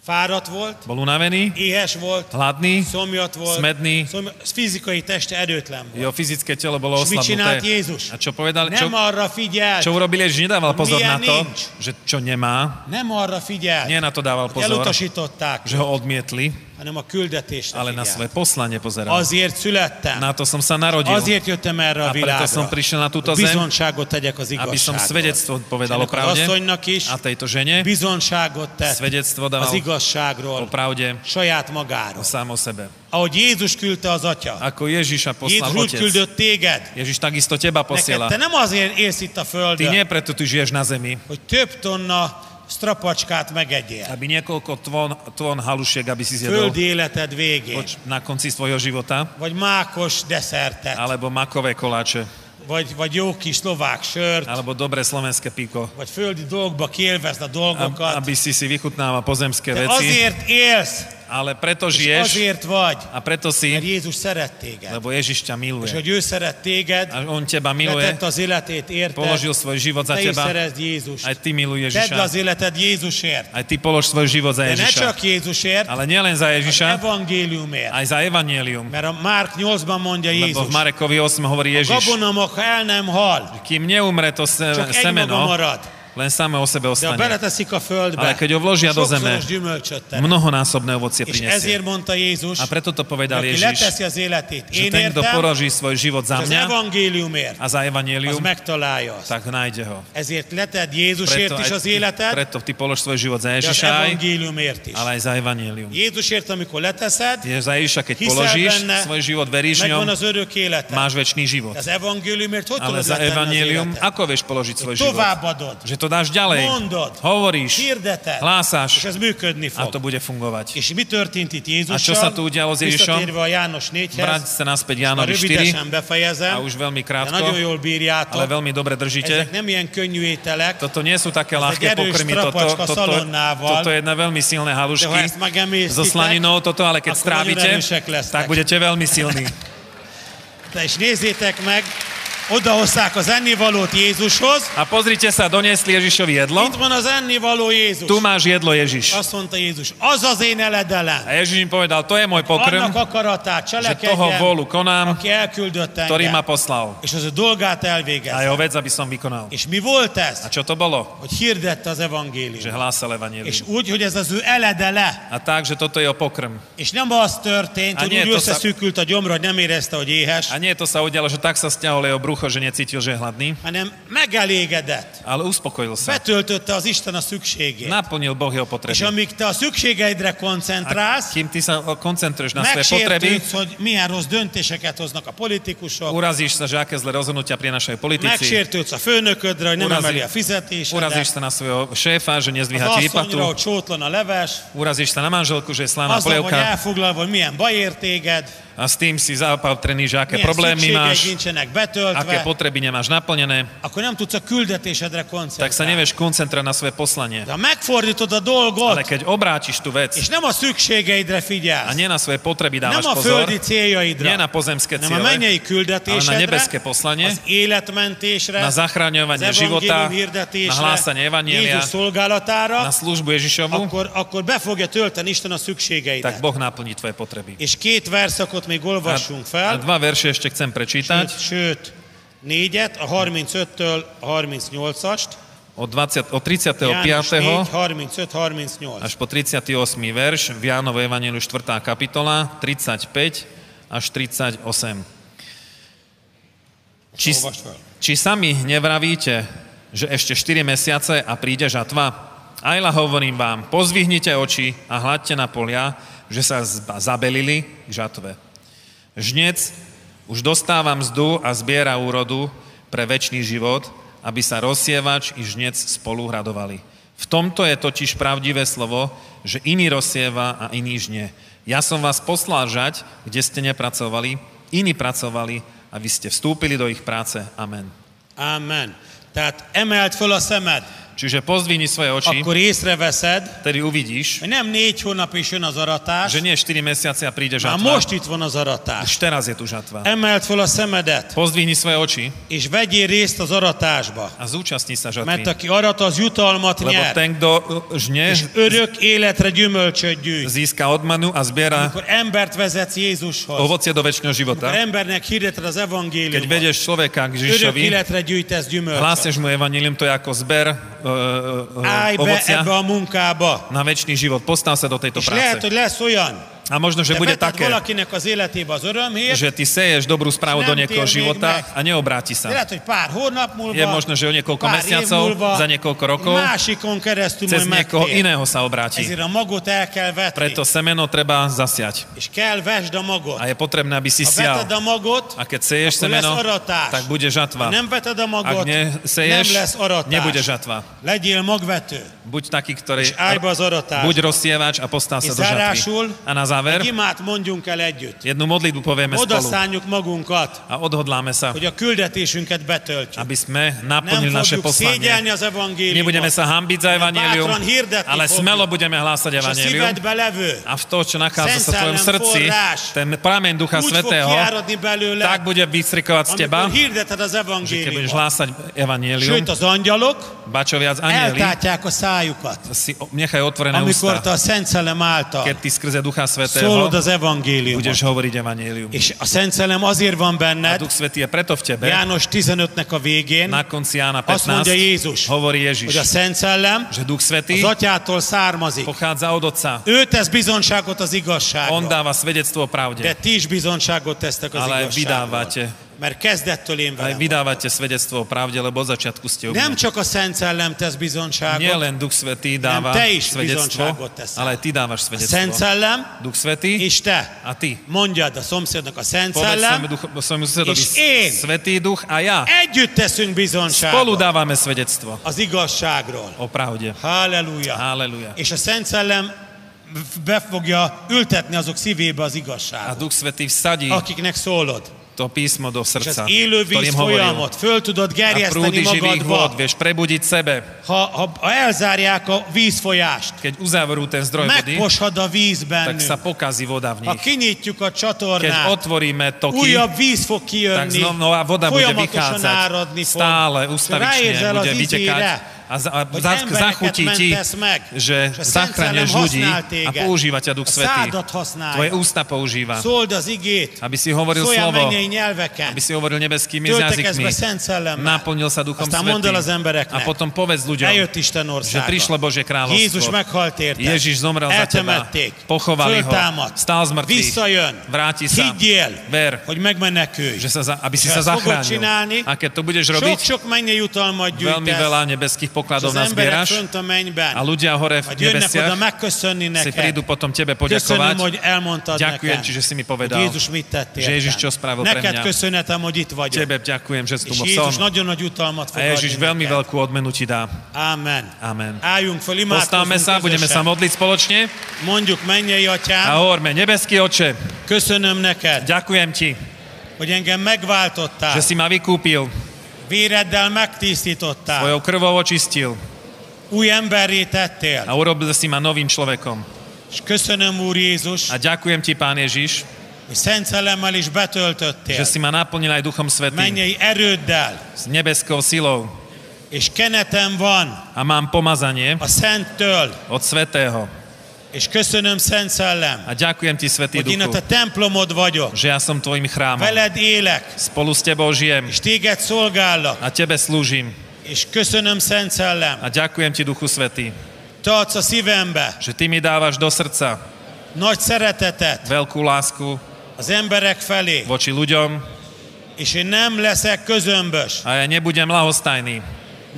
S2: fáradt volt,
S3: bol unavený,
S2: éhes volt,
S3: hladný,
S2: szomjat volt,
S3: Smedni.
S2: szomj- fizikai teste erőtlen volt.
S3: jeho fyzické telo bolo
S2: És mit csinált
S3: oslabnuté.
S2: Jézus?
S3: A čo povedal, čo,
S2: Nem arra figyelt,
S3: čo urobil Ježiš? Nedával pozor
S2: Milyen
S3: na to,
S2: nincs.
S3: že čo nemá,
S2: nem arra figyelt,
S3: nie na to dával
S2: hogy
S3: pozor,
S2: elutasították,
S3: že ho odmietli,
S2: hanem a küldetésre
S3: ale na
S2: figyelt.
S3: svoje poslanie pozeral.
S2: Azért születtem,
S3: Na to som sa narodil,
S2: azért jöttem erre a
S3: A preto som
S2: világra,
S3: prišiel na túto
S2: hogy
S3: zem,
S2: bizonságot tegyek az
S3: aby som
S2: igazságról.
S3: svedectvo povedal
S2: Ennek
S3: o
S2: az
S3: pravde
S2: asszonynak is
S3: a tejto žene,
S2: bizonságot tett
S3: svedectvo
S2: az
S3: dával o
S2: igazságról,
S3: pravde
S2: saját magáról.
S3: sám o sebe.
S2: Ahogy Jézus küldte az atya,
S3: Ako Ježiša poslal
S2: Jézus úgy
S3: Otec,
S2: küldött téged,
S3: Ježiš takisto teba
S2: Neked
S3: posiela.
S2: te nem azért élsz itt a
S3: Ty
S2: földön,
S3: nie preto tu žiješ na zemi,
S2: hogy több tonna strapacskát megegyél.
S3: aby niekoľko tvon, tvon halušiek, aby si zjedol
S2: Földi életed végén.
S3: poč- na konci svojho života,
S2: Vagy mákos desszertet.
S3: alebo makové koláče,
S2: Vagy, vagy jó kis szlovák sört.
S3: alebo dobré slovenské píko,
S2: Vagy földi dolgokba kielvezd a
S3: ab-
S2: dolgokat.
S3: aby si si vychutnával pozemské
S2: Te
S3: veci,
S2: azért élsz,
S3: ale preto
S2: és
S3: žiješ
S2: azért vagy,
S3: a preto
S2: mert
S3: si,
S2: Jézus szeret téged.
S3: lebo Ježiš ťa
S2: És
S3: miluje.
S2: hogy ő szeret téged,
S3: A on teba miluje,
S2: letett az életét érted,
S3: položil svoj život za
S2: te is
S3: teba,
S2: szerezd Jézust.
S3: aj ty miluje
S2: Tedd le
S3: Ježiša.
S2: az életed Jézusért.
S3: Aj ty polož svoj život za
S2: De ne
S3: Ježiša.
S2: csak Jézusért,
S3: Ale nielen za
S2: az
S3: Ježiša,
S2: evangéliumért.
S3: aj za Evangelium.
S2: Mert a Márk 8-ban mondja
S3: Lebo
S2: Jézus,
S3: v Marekovi 8 hovorí Ježiš,
S2: gabonamak ha el nem hal,
S3: kým neumre to se-
S2: csak egymaga
S3: semeno,
S2: marad,
S3: len samé o
S2: de ha
S3: sebe ostane.
S2: beleteszik a földbe,
S3: Ale keď ho vložia do zeme,
S2: sokszoros gyümölcsöt terem.
S3: Mnohonásobné ovocie
S2: És
S3: prinesie.
S2: ezért mondta Jézus,
S3: A preto to povedal
S2: aki
S3: Ježiš,
S2: leteszi az életét
S3: že
S2: én
S3: ten, kto
S2: értem,
S3: poroží svoj
S2: és
S3: život za
S2: az
S3: mňa
S2: evangéliumért,
S3: a za
S2: az
S3: evanelium,
S2: megtalálja azt.
S3: tak nájde ho.
S2: Ezért leted
S3: Preto,
S2: Jézusért is
S3: aj
S2: az
S3: ty,
S2: életed,
S3: preto ty polož svoj život
S2: de
S3: za
S2: az
S3: Ježiša aj,
S2: evangéliumért is.
S3: ale aj za evanelium.
S2: Jézusért, amikor leteszed,
S3: Tiež za Ježiša, keď
S2: Hisel
S3: položíš
S2: benne,
S3: svoj život, veríš
S2: megvan
S3: ňom,
S2: az örök életed.
S3: máš väčší
S2: De
S3: život.
S2: az evangéliumért hogy
S3: Ale
S2: tudod
S3: za
S2: letenni az
S3: evanelium,
S2: életed?
S3: ako vieš položiť svoj život?
S2: Továbbadod,
S3: Že to dáš ďalej,
S2: Mondod.
S3: hovoríš,
S2: hirdeted, és
S3: hlásáš
S2: ez működni
S3: a
S2: fog.
S3: to bude fungovať.
S2: És mi történt itt
S3: A čo sa
S2: Jézussal?
S3: tu udialo s Ježišom?
S2: Visszatérve a János
S3: Vráť
S2: 4-hez,
S3: sa naspäť
S2: már
S3: Jánovi 4
S2: rövidesen
S3: a
S2: befejezem,
S3: už veľmi
S2: de nagyon
S3: krátko,
S2: jól
S3: ale
S2: bírjátok.
S3: veľmi dobre
S2: Ezek
S3: držíte.
S2: nem ilyen könnyű ételek,
S3: Toto nie sú také
S2: Ezek
S3: ľahké
S2: erős
S3: pokrmy, toto,
S2: trapačka
S3: toto,
S2: szalonnával.
S3: toto je jedna veľmi silné
S2: de ha
S3: halušky
S2: ezt
S3: so
S2: megemésztitek,
S3: slaninou, toto, ale keď
S2: Ako
S3: strávite,
S2: nagyon erősek lesznek.
S3: tak budete veľmi silní.
S2: de és nézzétek meg, odahozták az ennivalót Jézushoz.
S3: A pozrite sa, doniesli Ježišovi jedlo.
S2: Itt van az ennivaló Jézus.
S3: Tu máš jedlo Ježiš.
S2: Azt mondta Jézus, az az én eledelem.
S3: A Ježiš im povedal, to je môj pokrm,
S2: Annak akaratát
S3: že toho
S2: cselekedjem,
S3: vôľu konám,
S2: aki elküldött
S3: ktorý ma
S2: engem,
S3: poslal.
S2: és az a dolgát
S3: A
S2: elvégezte.
S3: jeho vec, aby som vykonal.
S2: És mi volt
S3: A
S2: ez?
S3: čo to bolo?
S2: Hogy hirdette az
S3: Že
S2: evangélium.
S3: hlásal
S2: Hát- És
S3: evanílium.
S2: úgy, hogy ez az ő eledele,
S3: A tak, že toto je o pokrm.
S2: és nem az történt, hogy
S3: Hát nyilván
S2: úgy
S3: tudsz-
S2: összeszűkült a gyomra, hogy nem érezte, hogy éhes,
S3: A nie to sa udialo, že tak sa stiahol jeho brucho, že necítil, že je hladný,
S2: hanem megelégedett.
S3: ale uspokojil
S2: Szóval-
S3: sa.
S2: Betöltötte az Isten a szükségét.
S3: Naplnil Boh jeho
S2: És
S3: potreby.
S2: amíg te a szükségeidre
S3: A
S2: koncentrálsz,
S3: kým ty sa koncentruješ na svoje potreby,
S2: megsértődsz, hogy milyen rossz döntéseket hoznak a politikusok,
S3: urazíš sa, že aké zlé rozhodnutia prinašajú politici,
S2: megsértődsz a főnöködre, hogy nem
S3: Urazi-
S2: emeli a
S3: urazíš
S2: fizetésedet,
S3: sa na svojho šéfa,
S2: az
S3: že nezdvíha ti
S2: asszonyra,
S3: výplatu,
S2: hogy csótlan a leves,
S3: urazíš sa na manželku, že je slána
S2: azzal vagy
S3: polievka
S2: elfoglalva, hogy milyen baj ér téged,
S3: a s tým si zaopatrený, že aké
S2: milyen
S3: problémy
S2: szükségeid
S3: máš,
S2: nincsenek
S3: aké
S2: betöltve,
S3: potreby nemáš naplnené,
S2: akkor nem tudsz a küldetésedre
S3: tak sa
S2: koncentrálni.
S3: nevieš koncentrovať na svoje poslanie.
S2: De ha megfordítod a
S3: Ale
S2: dolgot,
S3: keď obrátiš tú vec
S2: és nem a szükségeidre
S3: a
S2: figyelsz,
S3: nie na svoje potreby
S2: nem
S3: dávaš
S2: a
S3: pozor,
S2: földi
S3: nie
S2: céljaidra,
S3: na pozemské
S2: nem a
S3: ciele,
S2: mennyei
S3: ale na nebeské
S2: küldetésedre,
S3: poslanie,
S2: az életmentésre,
S3: na
S2: az
S3: zachráňovanie života,
S2: evangélium
S3: na
S2: hirdetésre,
S3: hlásanie Evanielia,
S2: Jézus
S3: na
S2: szolgálatára,
S3: službu Ježišovu,
S2: akkor, akkor be fogja tölteni Isten a szükségeidet.
S3: tak Boh naplní tvoje potreby.
S2: És két verszakot még
S3: A,
S2: olvassunk
S3: a
S2: fel,
S3: dva verše ešte chcem prečítať.
S2: sőt, sőt, négyet, a 35-től a 38-ast,
S3: Od, 20, od
S2: János 4,
S3: 35.
S2: 35, 38.
S3: až po 38. verš v Jánovej Evangeliu 4. kapitola 35 až 38. Či,
S2: Olvasd fel.
S3: či sami nevravíte, že ešte 4 mesiace a príde žatva? Ajla hovorím vám, pozvihnite oči a hladte na polia, že sa zba- zabelili k žatve. Žnec už dostáva mzdu a zbiera úrodu pre väčší život, aby sa rozsievač i žnec spolu hradovali. V tomto je totiž pravdivé slovo, že iný rozsieva a iný žnie. Ja som vás poslal žať, kde ste nepracovali, iní pracovali a vy ste vstúpili do ich práce. Amen.
S2: Amen. Tehát emeld föl a szemed,
S3: Čiže pozdvihni svoje oči,
S2: akkor észreveszed,
S3: tedy uvidíš,
S2: hogy nem négy hónap is jön az aratás,
S3: že nie 4 mesiace a príde
S2: már
S3: žatva.
S2: most itt van az aratás.
S3: Už teraz je tu žatva.
S2: Emeld föl a szemedet,
S3: Pozdvihni svoje oči
S2: és vegyél részt az aratásba.
S3: a zúčastni sa
S2: Mert
S3: žatvy.
S2: aki arat, az jutalmat
S3: Lebo
S2: nyer,
S3: ten, kto žne,
S2: és örök életre gyümölcsöt gyűjt.
S3: získa odmanu a zbiera
S2: Amikor embert vezetsz Jézushoz,
S3: ovocie do väčšného života.
S2: amikor embernek hirdeted az
S3: Keď
S2: evangéliumot,
S3: vedieš človeka k
S2: örök
S3: Žižovi,
S2: életre gyűjtesz gyümölcsöt.
S3: hlásneš mu evanílium, to je ako zber e, e,
S2: Állj be
S3: ovocia
S2: ebbe a munkába,
S3: na väčší život. Postav sa do tejto
S2: és lehet,
S3: práce.
S2: hogy lesz olyan,
S3: A možno,
S2: te
S3: že bude
S2: veted
S3: také,
S2: valakinek az életébe az örömhír,
S3: že ty seješ dobrú správu do
S2: Nem
S3: niekoho
S2: térnék
S3: života
S2: meg.
S3: a neobráti
S2: De
S3: sa.
S2: lehet, hogy pár hónap múlva,
S3: Je možné, že o niekoľko
S2: pár
S3: mesiacov,
S2: év múlva,
S3: za niekoľko rokov,
S2: egy másikon keresztül
S3: cez
S2: majd
S3: niekoho
S2: megtér.
S3: iného sa obráti.
S2: Ezért a magot el kell vetni,
S3: Preto semeno treba zasiať.
S2: és kell vesd a magot.
S3: A je potrebné, aby si
S2: Ha
S3: sial.
S2: veted a magot,
S3: A keď seješ
S2: Akkor Szóval lesz
S3: semeno,
S2: aratás.
S3: tak bude
S2: ha
S3: žatva.
S2: nem veted a
S3: Ak
S2: magot, nem
S3: neseješ,
S2: lesz aratás.
S3: nebude žatva.
S2: Legyél magvető,
S3: Buď taký, ktorý...
S2: és állj be az aratás.
S3: Buď rozsievač a postav
S2: És
S3: sa do
S2: zárásul
S3: žatvy. A na
S2: Egy
S3: záver,
S2: imát mondjunk el együtt.
S3: jednu modlitbu povieme
S2: Oda
S3: spolu
S2: szálljuk magunkat,
S3: a odhodláme sa,
S2: hogy a küldetésünket betöltjük.
S3: aby sme
S2: Nem
S3: naplnili naše
S2: fogjuk szégyelni
S3: poslanie.
S2: az evangéliumot,
S3: Nebudeme
S2: és
S3: sa hambiť za evanílium,
S2: Bátran hirdetni
S3: ale
S2: fogjuk.
S3: smelo budeme hlásať
S2: a
S3: evanílium.
S2: szívedbe levő
S3: A v to, čo nachádza sa v tvojom
S2: Szent Szellem
S3: srdci,
S2: forrás
S3: ten prameň Ducha
S2: úgy fog
S3: Svetého,
S2: kiáradni belőle,
S3: tak bude vystrikovať z teba,
S2: amikor hirdeted az
S3: že keď budeš
S2: evangéliumot.
S3: hlásať evanílium,
S2: Sőt, az angyalok
S3: bačo viac anieli,
S2: eltátják a szájukat,
S3: si o- nechaj otvorené
S2: amikor te
S3: ústa,
S2: a Szent Szellem
S3: keď
S2: által
S3: ty skrze Ducha Svetého
S2: szólod az evangéliumot.
S3: budeš hovoriť evanílium.
S2: És a Szent Szellem azért van
S3: A
S2: benned,
S3: Duch Svetý je preto v tebe,
S2: János 15-nek a végén,
S3: Hát, Na konci Jána
S2: Azt mondja
S3: 15
S2: Jézus,
S3: hovorí
S2: hogy a
S3: Ježiš,
S2: Szent Szellem
S3: že Duch Svetý
S2: az atyától származik.
S3: pochádza od Otca.
S2: Ő tesz bizonságot az
S3: On
S2: igazságról.
S3: dáva svedectvo o
S2: De
S3: pravde,
S2: ti is bizonságot tesztek az
S3: ale aj vy
S2: igazságról.
S3: dávate.
S2: Mert kezdettől én
S3: Aj
S2: velem
S3: vy dávate svedectvo o pravde, lebo od začiatku ste u
S2: Nem
S3: mňa.
S2: csak a Szent Szellem tesz
S3: Nie
S2: bizonságot,
S3: len Duch Svetý dáva
S2: Nem, te is
S3: svedectvo,
S2: bizonságot teszel.
S3: ale aj ty dávaš
S2: a Szent
S3: svedectvo.
S2: Szellem
S3: Duch Svetý
S2: és te.
S3: a ty.
S2: Mondjad a szomszédnak a Szent
S3: Povedz svojmu,
S2: Szellem,
S3: duchu, svojmu susedovi,
S2: Iš én.
S3: Svetý Duch a ja.
S2: együtt teszünk
S3: Spolu
S2: bizonságot
S3: dávame svedectvo
S2: az igazságról.
S3: o pravde.
S2: Halleluja!
S3: Halleluja.
S2: És a Szent Szellem be fogja ültetni azok szívébe az
S3: A
S2: igazságot,
S3: Duch Svetý vsadí
S2: akiknek szólod.
S3: to písmo do
S2: És
S3: srdca,
S2: az élő víz
S3: ktorým hovoril.
S2: folyamot föl tudod
S3: A
S2: gerjeszteni
S3: prúdy živých vôd
S2: magadba,
S3: vieš prebudiť sebe.
S2: ha, ha, ha elzárják a vízfolyást.
S3: Keď uzavrú ten zdroj vody,
S2: Megposhad a víz
S3: tak sa
S2: bennünk.
S3: pokazí voda v
S2: Ha
S3: nich.
S2: kinyitjuk a
S3: Keď
S2: csatornát,
S3: otvoríme toky,
S2: újabb víz fog
S3: tak
S2: kijönni,
S3: znova voda bude
S2: folyamatosan
S3: vychádzať.
S2: áradni fog.
S3: Stále,
S2: És ráérzel
S3: ustavične
S2: az
S3: bude vytekať
S2: vízére,
S3: a, za, a
S2: hogy
S3: za,
S2: embereket
S3: zachutí ti,
S2: mentesz meg,
S3: že
S2: és a Szent
S3: zachrániš
S2: Szellem
S3: ľudí
S2: használ
S3: a
S2: téged.
S3: používa ťa Duch
S2: A
S3: Svetý.
S2: szádat használja.
S3: Tvoje ústa používa,
S2: szóld az igét,
S3: aby si hovoril
S2: szóljál
S3: slovo,
S2: mennyei nyelveken,
S3: aby si hovoril nebeskými
S2: töltekezz
S3: jazykmi,
S2: be Szent Szellemmel.
S3: naplnil sa Duchom
S2: Aztán mondd el
S3: Svetým
S2: az
S3: a
S2: embereknek,
S3: potom povedz ľuďom,
S2: eljött Isten
S3: že
S2: országa.
S3: prišlo Božie
S2: Jézus
S3: kráľovstvo.
S2: meghalt érte.
S3: Ježiš zomrel za teba,
S2: Eltemették.
S3: pochovali ho,
S2: Föltámadt.
S3: stál z mŕtvych,
S2: Visszajön.
S3: vráti sa,
S2: Higgyél,
S3: ver,
S2: hogy megmenekülj.
S3: že sa, za- aby
S2: Že
S3: si sa
S2: sa fogod
S3: zachránil.
S2: csinálni,
S3: A keď to budeš robiť,
S2: Sok-sok mennyi jutalmat
S3: veľmi
S2: gyűjtesz,
S3: veľa nebeských
S2: és
S3: pokladov
S2: az emberek
S3: nazbieraš
S2: fönt a
S3: a
S2: mennyben.
S3: ľudia hore v
S2: Majd jönnek oda
S3: nebesiach
S2: megköszönni
S3: si
S2: neked.
S3: prídu potom tebe
S2: Köszönöm,
S3: poďakovať,
S2: hogy elmondtad
S3: Ďakujem
S2: nekem,
S3: ti, že si mi
S2: hogy
S3: povedal,
S2: Jézus mit tett
S3: že Ježiš čo
S2: értem.
S3: spravil pre
S2: Neked
S3: mňa.
S2: köszönhetem, hogy itt vagyok.
S3: tebe ďakujem, že tu
S2: És
S3: som.
S2: Jézus nagyon nagy jutalmat
S3: A
S2: fog
S3: Ježiš veľmi
S2: adni neked.
S3: veľkú odmenu ti dá.
S2: Amen.
S3: Amen.
S2: Álljunk föl,
S3: Postavme
S2: imádkozzunk
S3: sa, budeme sa
S2: közösen.
S3: modliť spoločne
S2: Mondjuk, mennyei
S3: a
S2: atyám,
S3: hovorme, nebeský oče,
S2: köszönöm neked,
S3: ďakujem ti,
S2: hogy engem megváltottál,
S3: že si ma vykúpil,
S2: véreddel megtisztítottál,
S3: tvojou krvou očistil
S2: új emberré
S3: a
S2: tettél.
S3: urobil si ma novým človekom.
S2: És köszönöm, Úr Jézus,
S3: A ďakujem ti, Pán Ježiš,
S2: hogy Szent Szellemmel is betöltöttél,
S3: že si ma naplnil aj Duchom Svetým,
S2: mennyei erőddel,
S3: s nebeskou silou
S2: és kenetem van
S3: a mám pomazanie
S2: a Szenttől,
S3: od Svetého.
S2: És köszönöm, Szent Szellem,
S3: A ďakujem ti, Svetý
S2: hogy én a
S3: Duchu,
S2: te templomod vagyok.
S3: že ja som tvojim chrámom.
S2: Veled élek,
S3: Spolu s tebou žijem
S2: és téged szolgállak.
S3: a tebe slúžim.
S2: És köszönöm, Szent Szellem,
S3: A ďakujem ti, Duchu Svetý,
S2: te adsz a szívembe
S3: že ty mi dávaš do srdca
S2: nagy szeretetet
S3: veľkú lásku
S2: az emberek felé,
S3: voči ľuďom
S2: és én nem leszek közömbös,
S3: a ja nebudem lahostajný,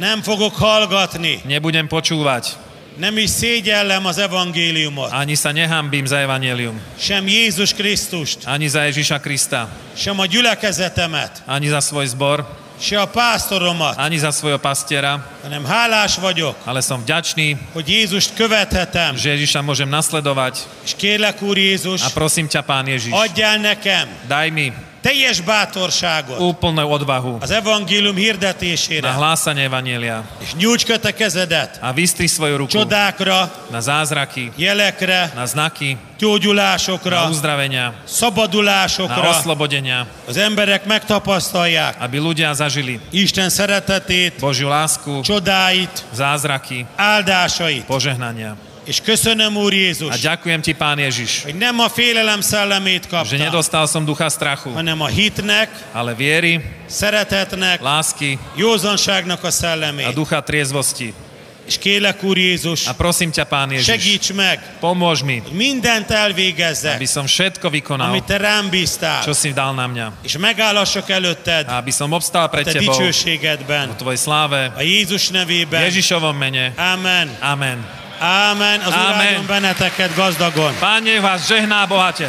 S2: nem fogok hallgatni,
S3: nebudem počúvať,
S2: nem is szégyellem az evangéliumot,
S3: ani sa nehambím za Evangelium,
S2: sem Jézus Krisztust,
S3: ani za Ježiša Krista,
S2: sem a gyülekezetemet,
S3: ani za svoj zbor,
S2: se a pásztoromat,
S3: ani za svojho pastiera,
S2: hanem hálás vagyok,
S3: ale som vďačný,
S2: hogy Jézust követhetem,
S3: že Ježiša môžem nasledovať
S2: és kérlek Úr Jézus,
S3: a prosím ťa, Pán Ježiš,
S2: adjál nekem
S3: daj mi
S2: teljes bátorságot
S3: úplnú odvahu
S2: az evangélium
S3: na
S2: hirdetésére,
S3: hlásanie Evangelia
S2: és nyújts kötekezedet
S3: a vystri svoju ruku
S2: csodákra,
S3: na zázraky,
S2: jelekre,
S3: na znaky, na
S2: gyógyulásokra,
S3: uzdravenia, na
S2: szabadulásokra,
S3: oslobodenia,
S2: az emberek megtapasztalják
S3: aby ľudia zažili
S2: Isten szeretetét,
S3: Božiu lásku,
S2: csodáit,
S3: zázraky,
S2: áldásait.
S3: požehnania.
S2: És köszönöm, Úr
S3: A
S2: Jézus,
S3: ďakujem ti, Pán Ježiš,
S2: hogy nem a félelem szellemét
S3: že
S2: kaptam,
S3: nedostal som ducha strachu,
S2: hanem a hitnek,
S3: ale viery, Hát-
S2: szeretetnek,
S3: lásky
S2: józanságnak a
S3: a
S2: szellemét.
S3: ducha triezvosti.
S2: És kélek, Úr Jézus,
S3: A prosím ťa, Pán Ježiš,
S2: segíts meg,
S3: pomôž mi,
S2: hogy mindent elvégezzek,
S3: aby som všetko vykonal,
S2: amit Te rám
S3: čo
S2: bíztál,
S3: si dal na mňa.
S2: és megállassak előtted,
S3: A aby som obstal pred
S2: Te
S3: Tebou v
S2: dicsőségedben,
S3: Tvojej sláve,
S2: a Jézus
S3: v
S2: nevében.
S3: Ježišovom mene.
S2: Ámen.
S3: Amen.
S2: Ámen. Az Úr
S3: Ámen.
S2: áldjon benneteket gazdagon.
S3: Pán nech vás žehná bohate.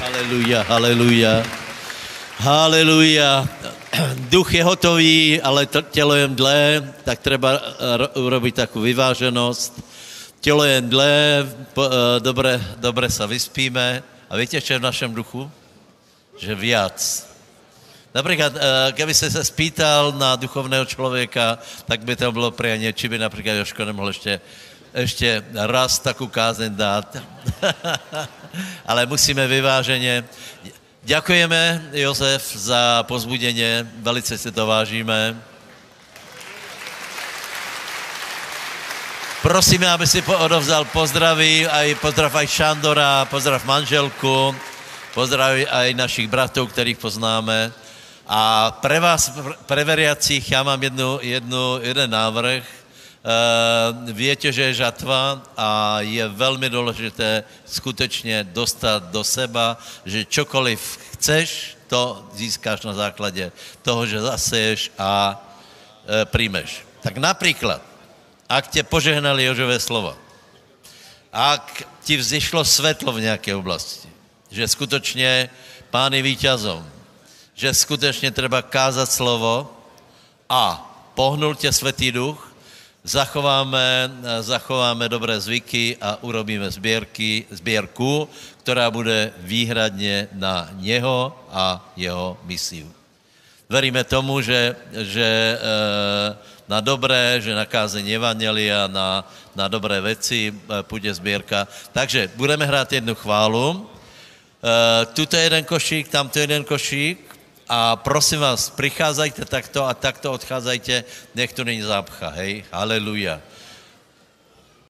S1: Haleluja, haleluja. Haleluja. Duch je hotový, ale t- tělo je mdlé, tak treba eh, ro- urobiť takú vyváženosť. Tělo je mdlé, po, eh, dobre, dobre sa vyspíme. A viete, čo je v našem duchu? Že viac. Napríklad, eh, keby ste sa spýtal na duchovného človeka, tak by to bolo prianie, či by napríklad Joško nemohol ešte, ešte raz takú kázeň dát. Ale musíme vyváženě. Ďakujeme, Jozef, za pozbudenie, velice si to vážíme. Prosíme, aby si po- odovzdal pozdraví, aj pozdrav aj Šandora, pozdrav manželku, pozdrav aj našich bratov, ktorých poznáme. A pre vás, pr- pre veriacich, ja mám jednu, jednu, jeden návrh. Uh, viete, že je žatva a je veľmi dôležité skutečne dostať do seba, že čokoliv chceš, to získáš na základe toho, že zaseješ a e, príjmeš. Tak napríklad, ak tě požehnali Jožové slova, ak ti vzešlo svetlo v nějaké oblasti, že skutečně pán je víťazom, že skutečně treba kázat slovo a pohnul tě svatý duch, zachováme, zachováme dobré zvyky a urobíme sběrky, sběrku, která bude výhradně na něho a jeho misiu. Veríme tomu, že, že e, na dobré, že na kázení Evangelia, na, na dobré veci e, půjde sbírka. Takže budeme hrát jednu chválu. E, tuto je jeden košík, tamto je jeden košík. A prosím vás, přicházejte takto a takto odcházejte, nech to není zápcha, hej, haleluja.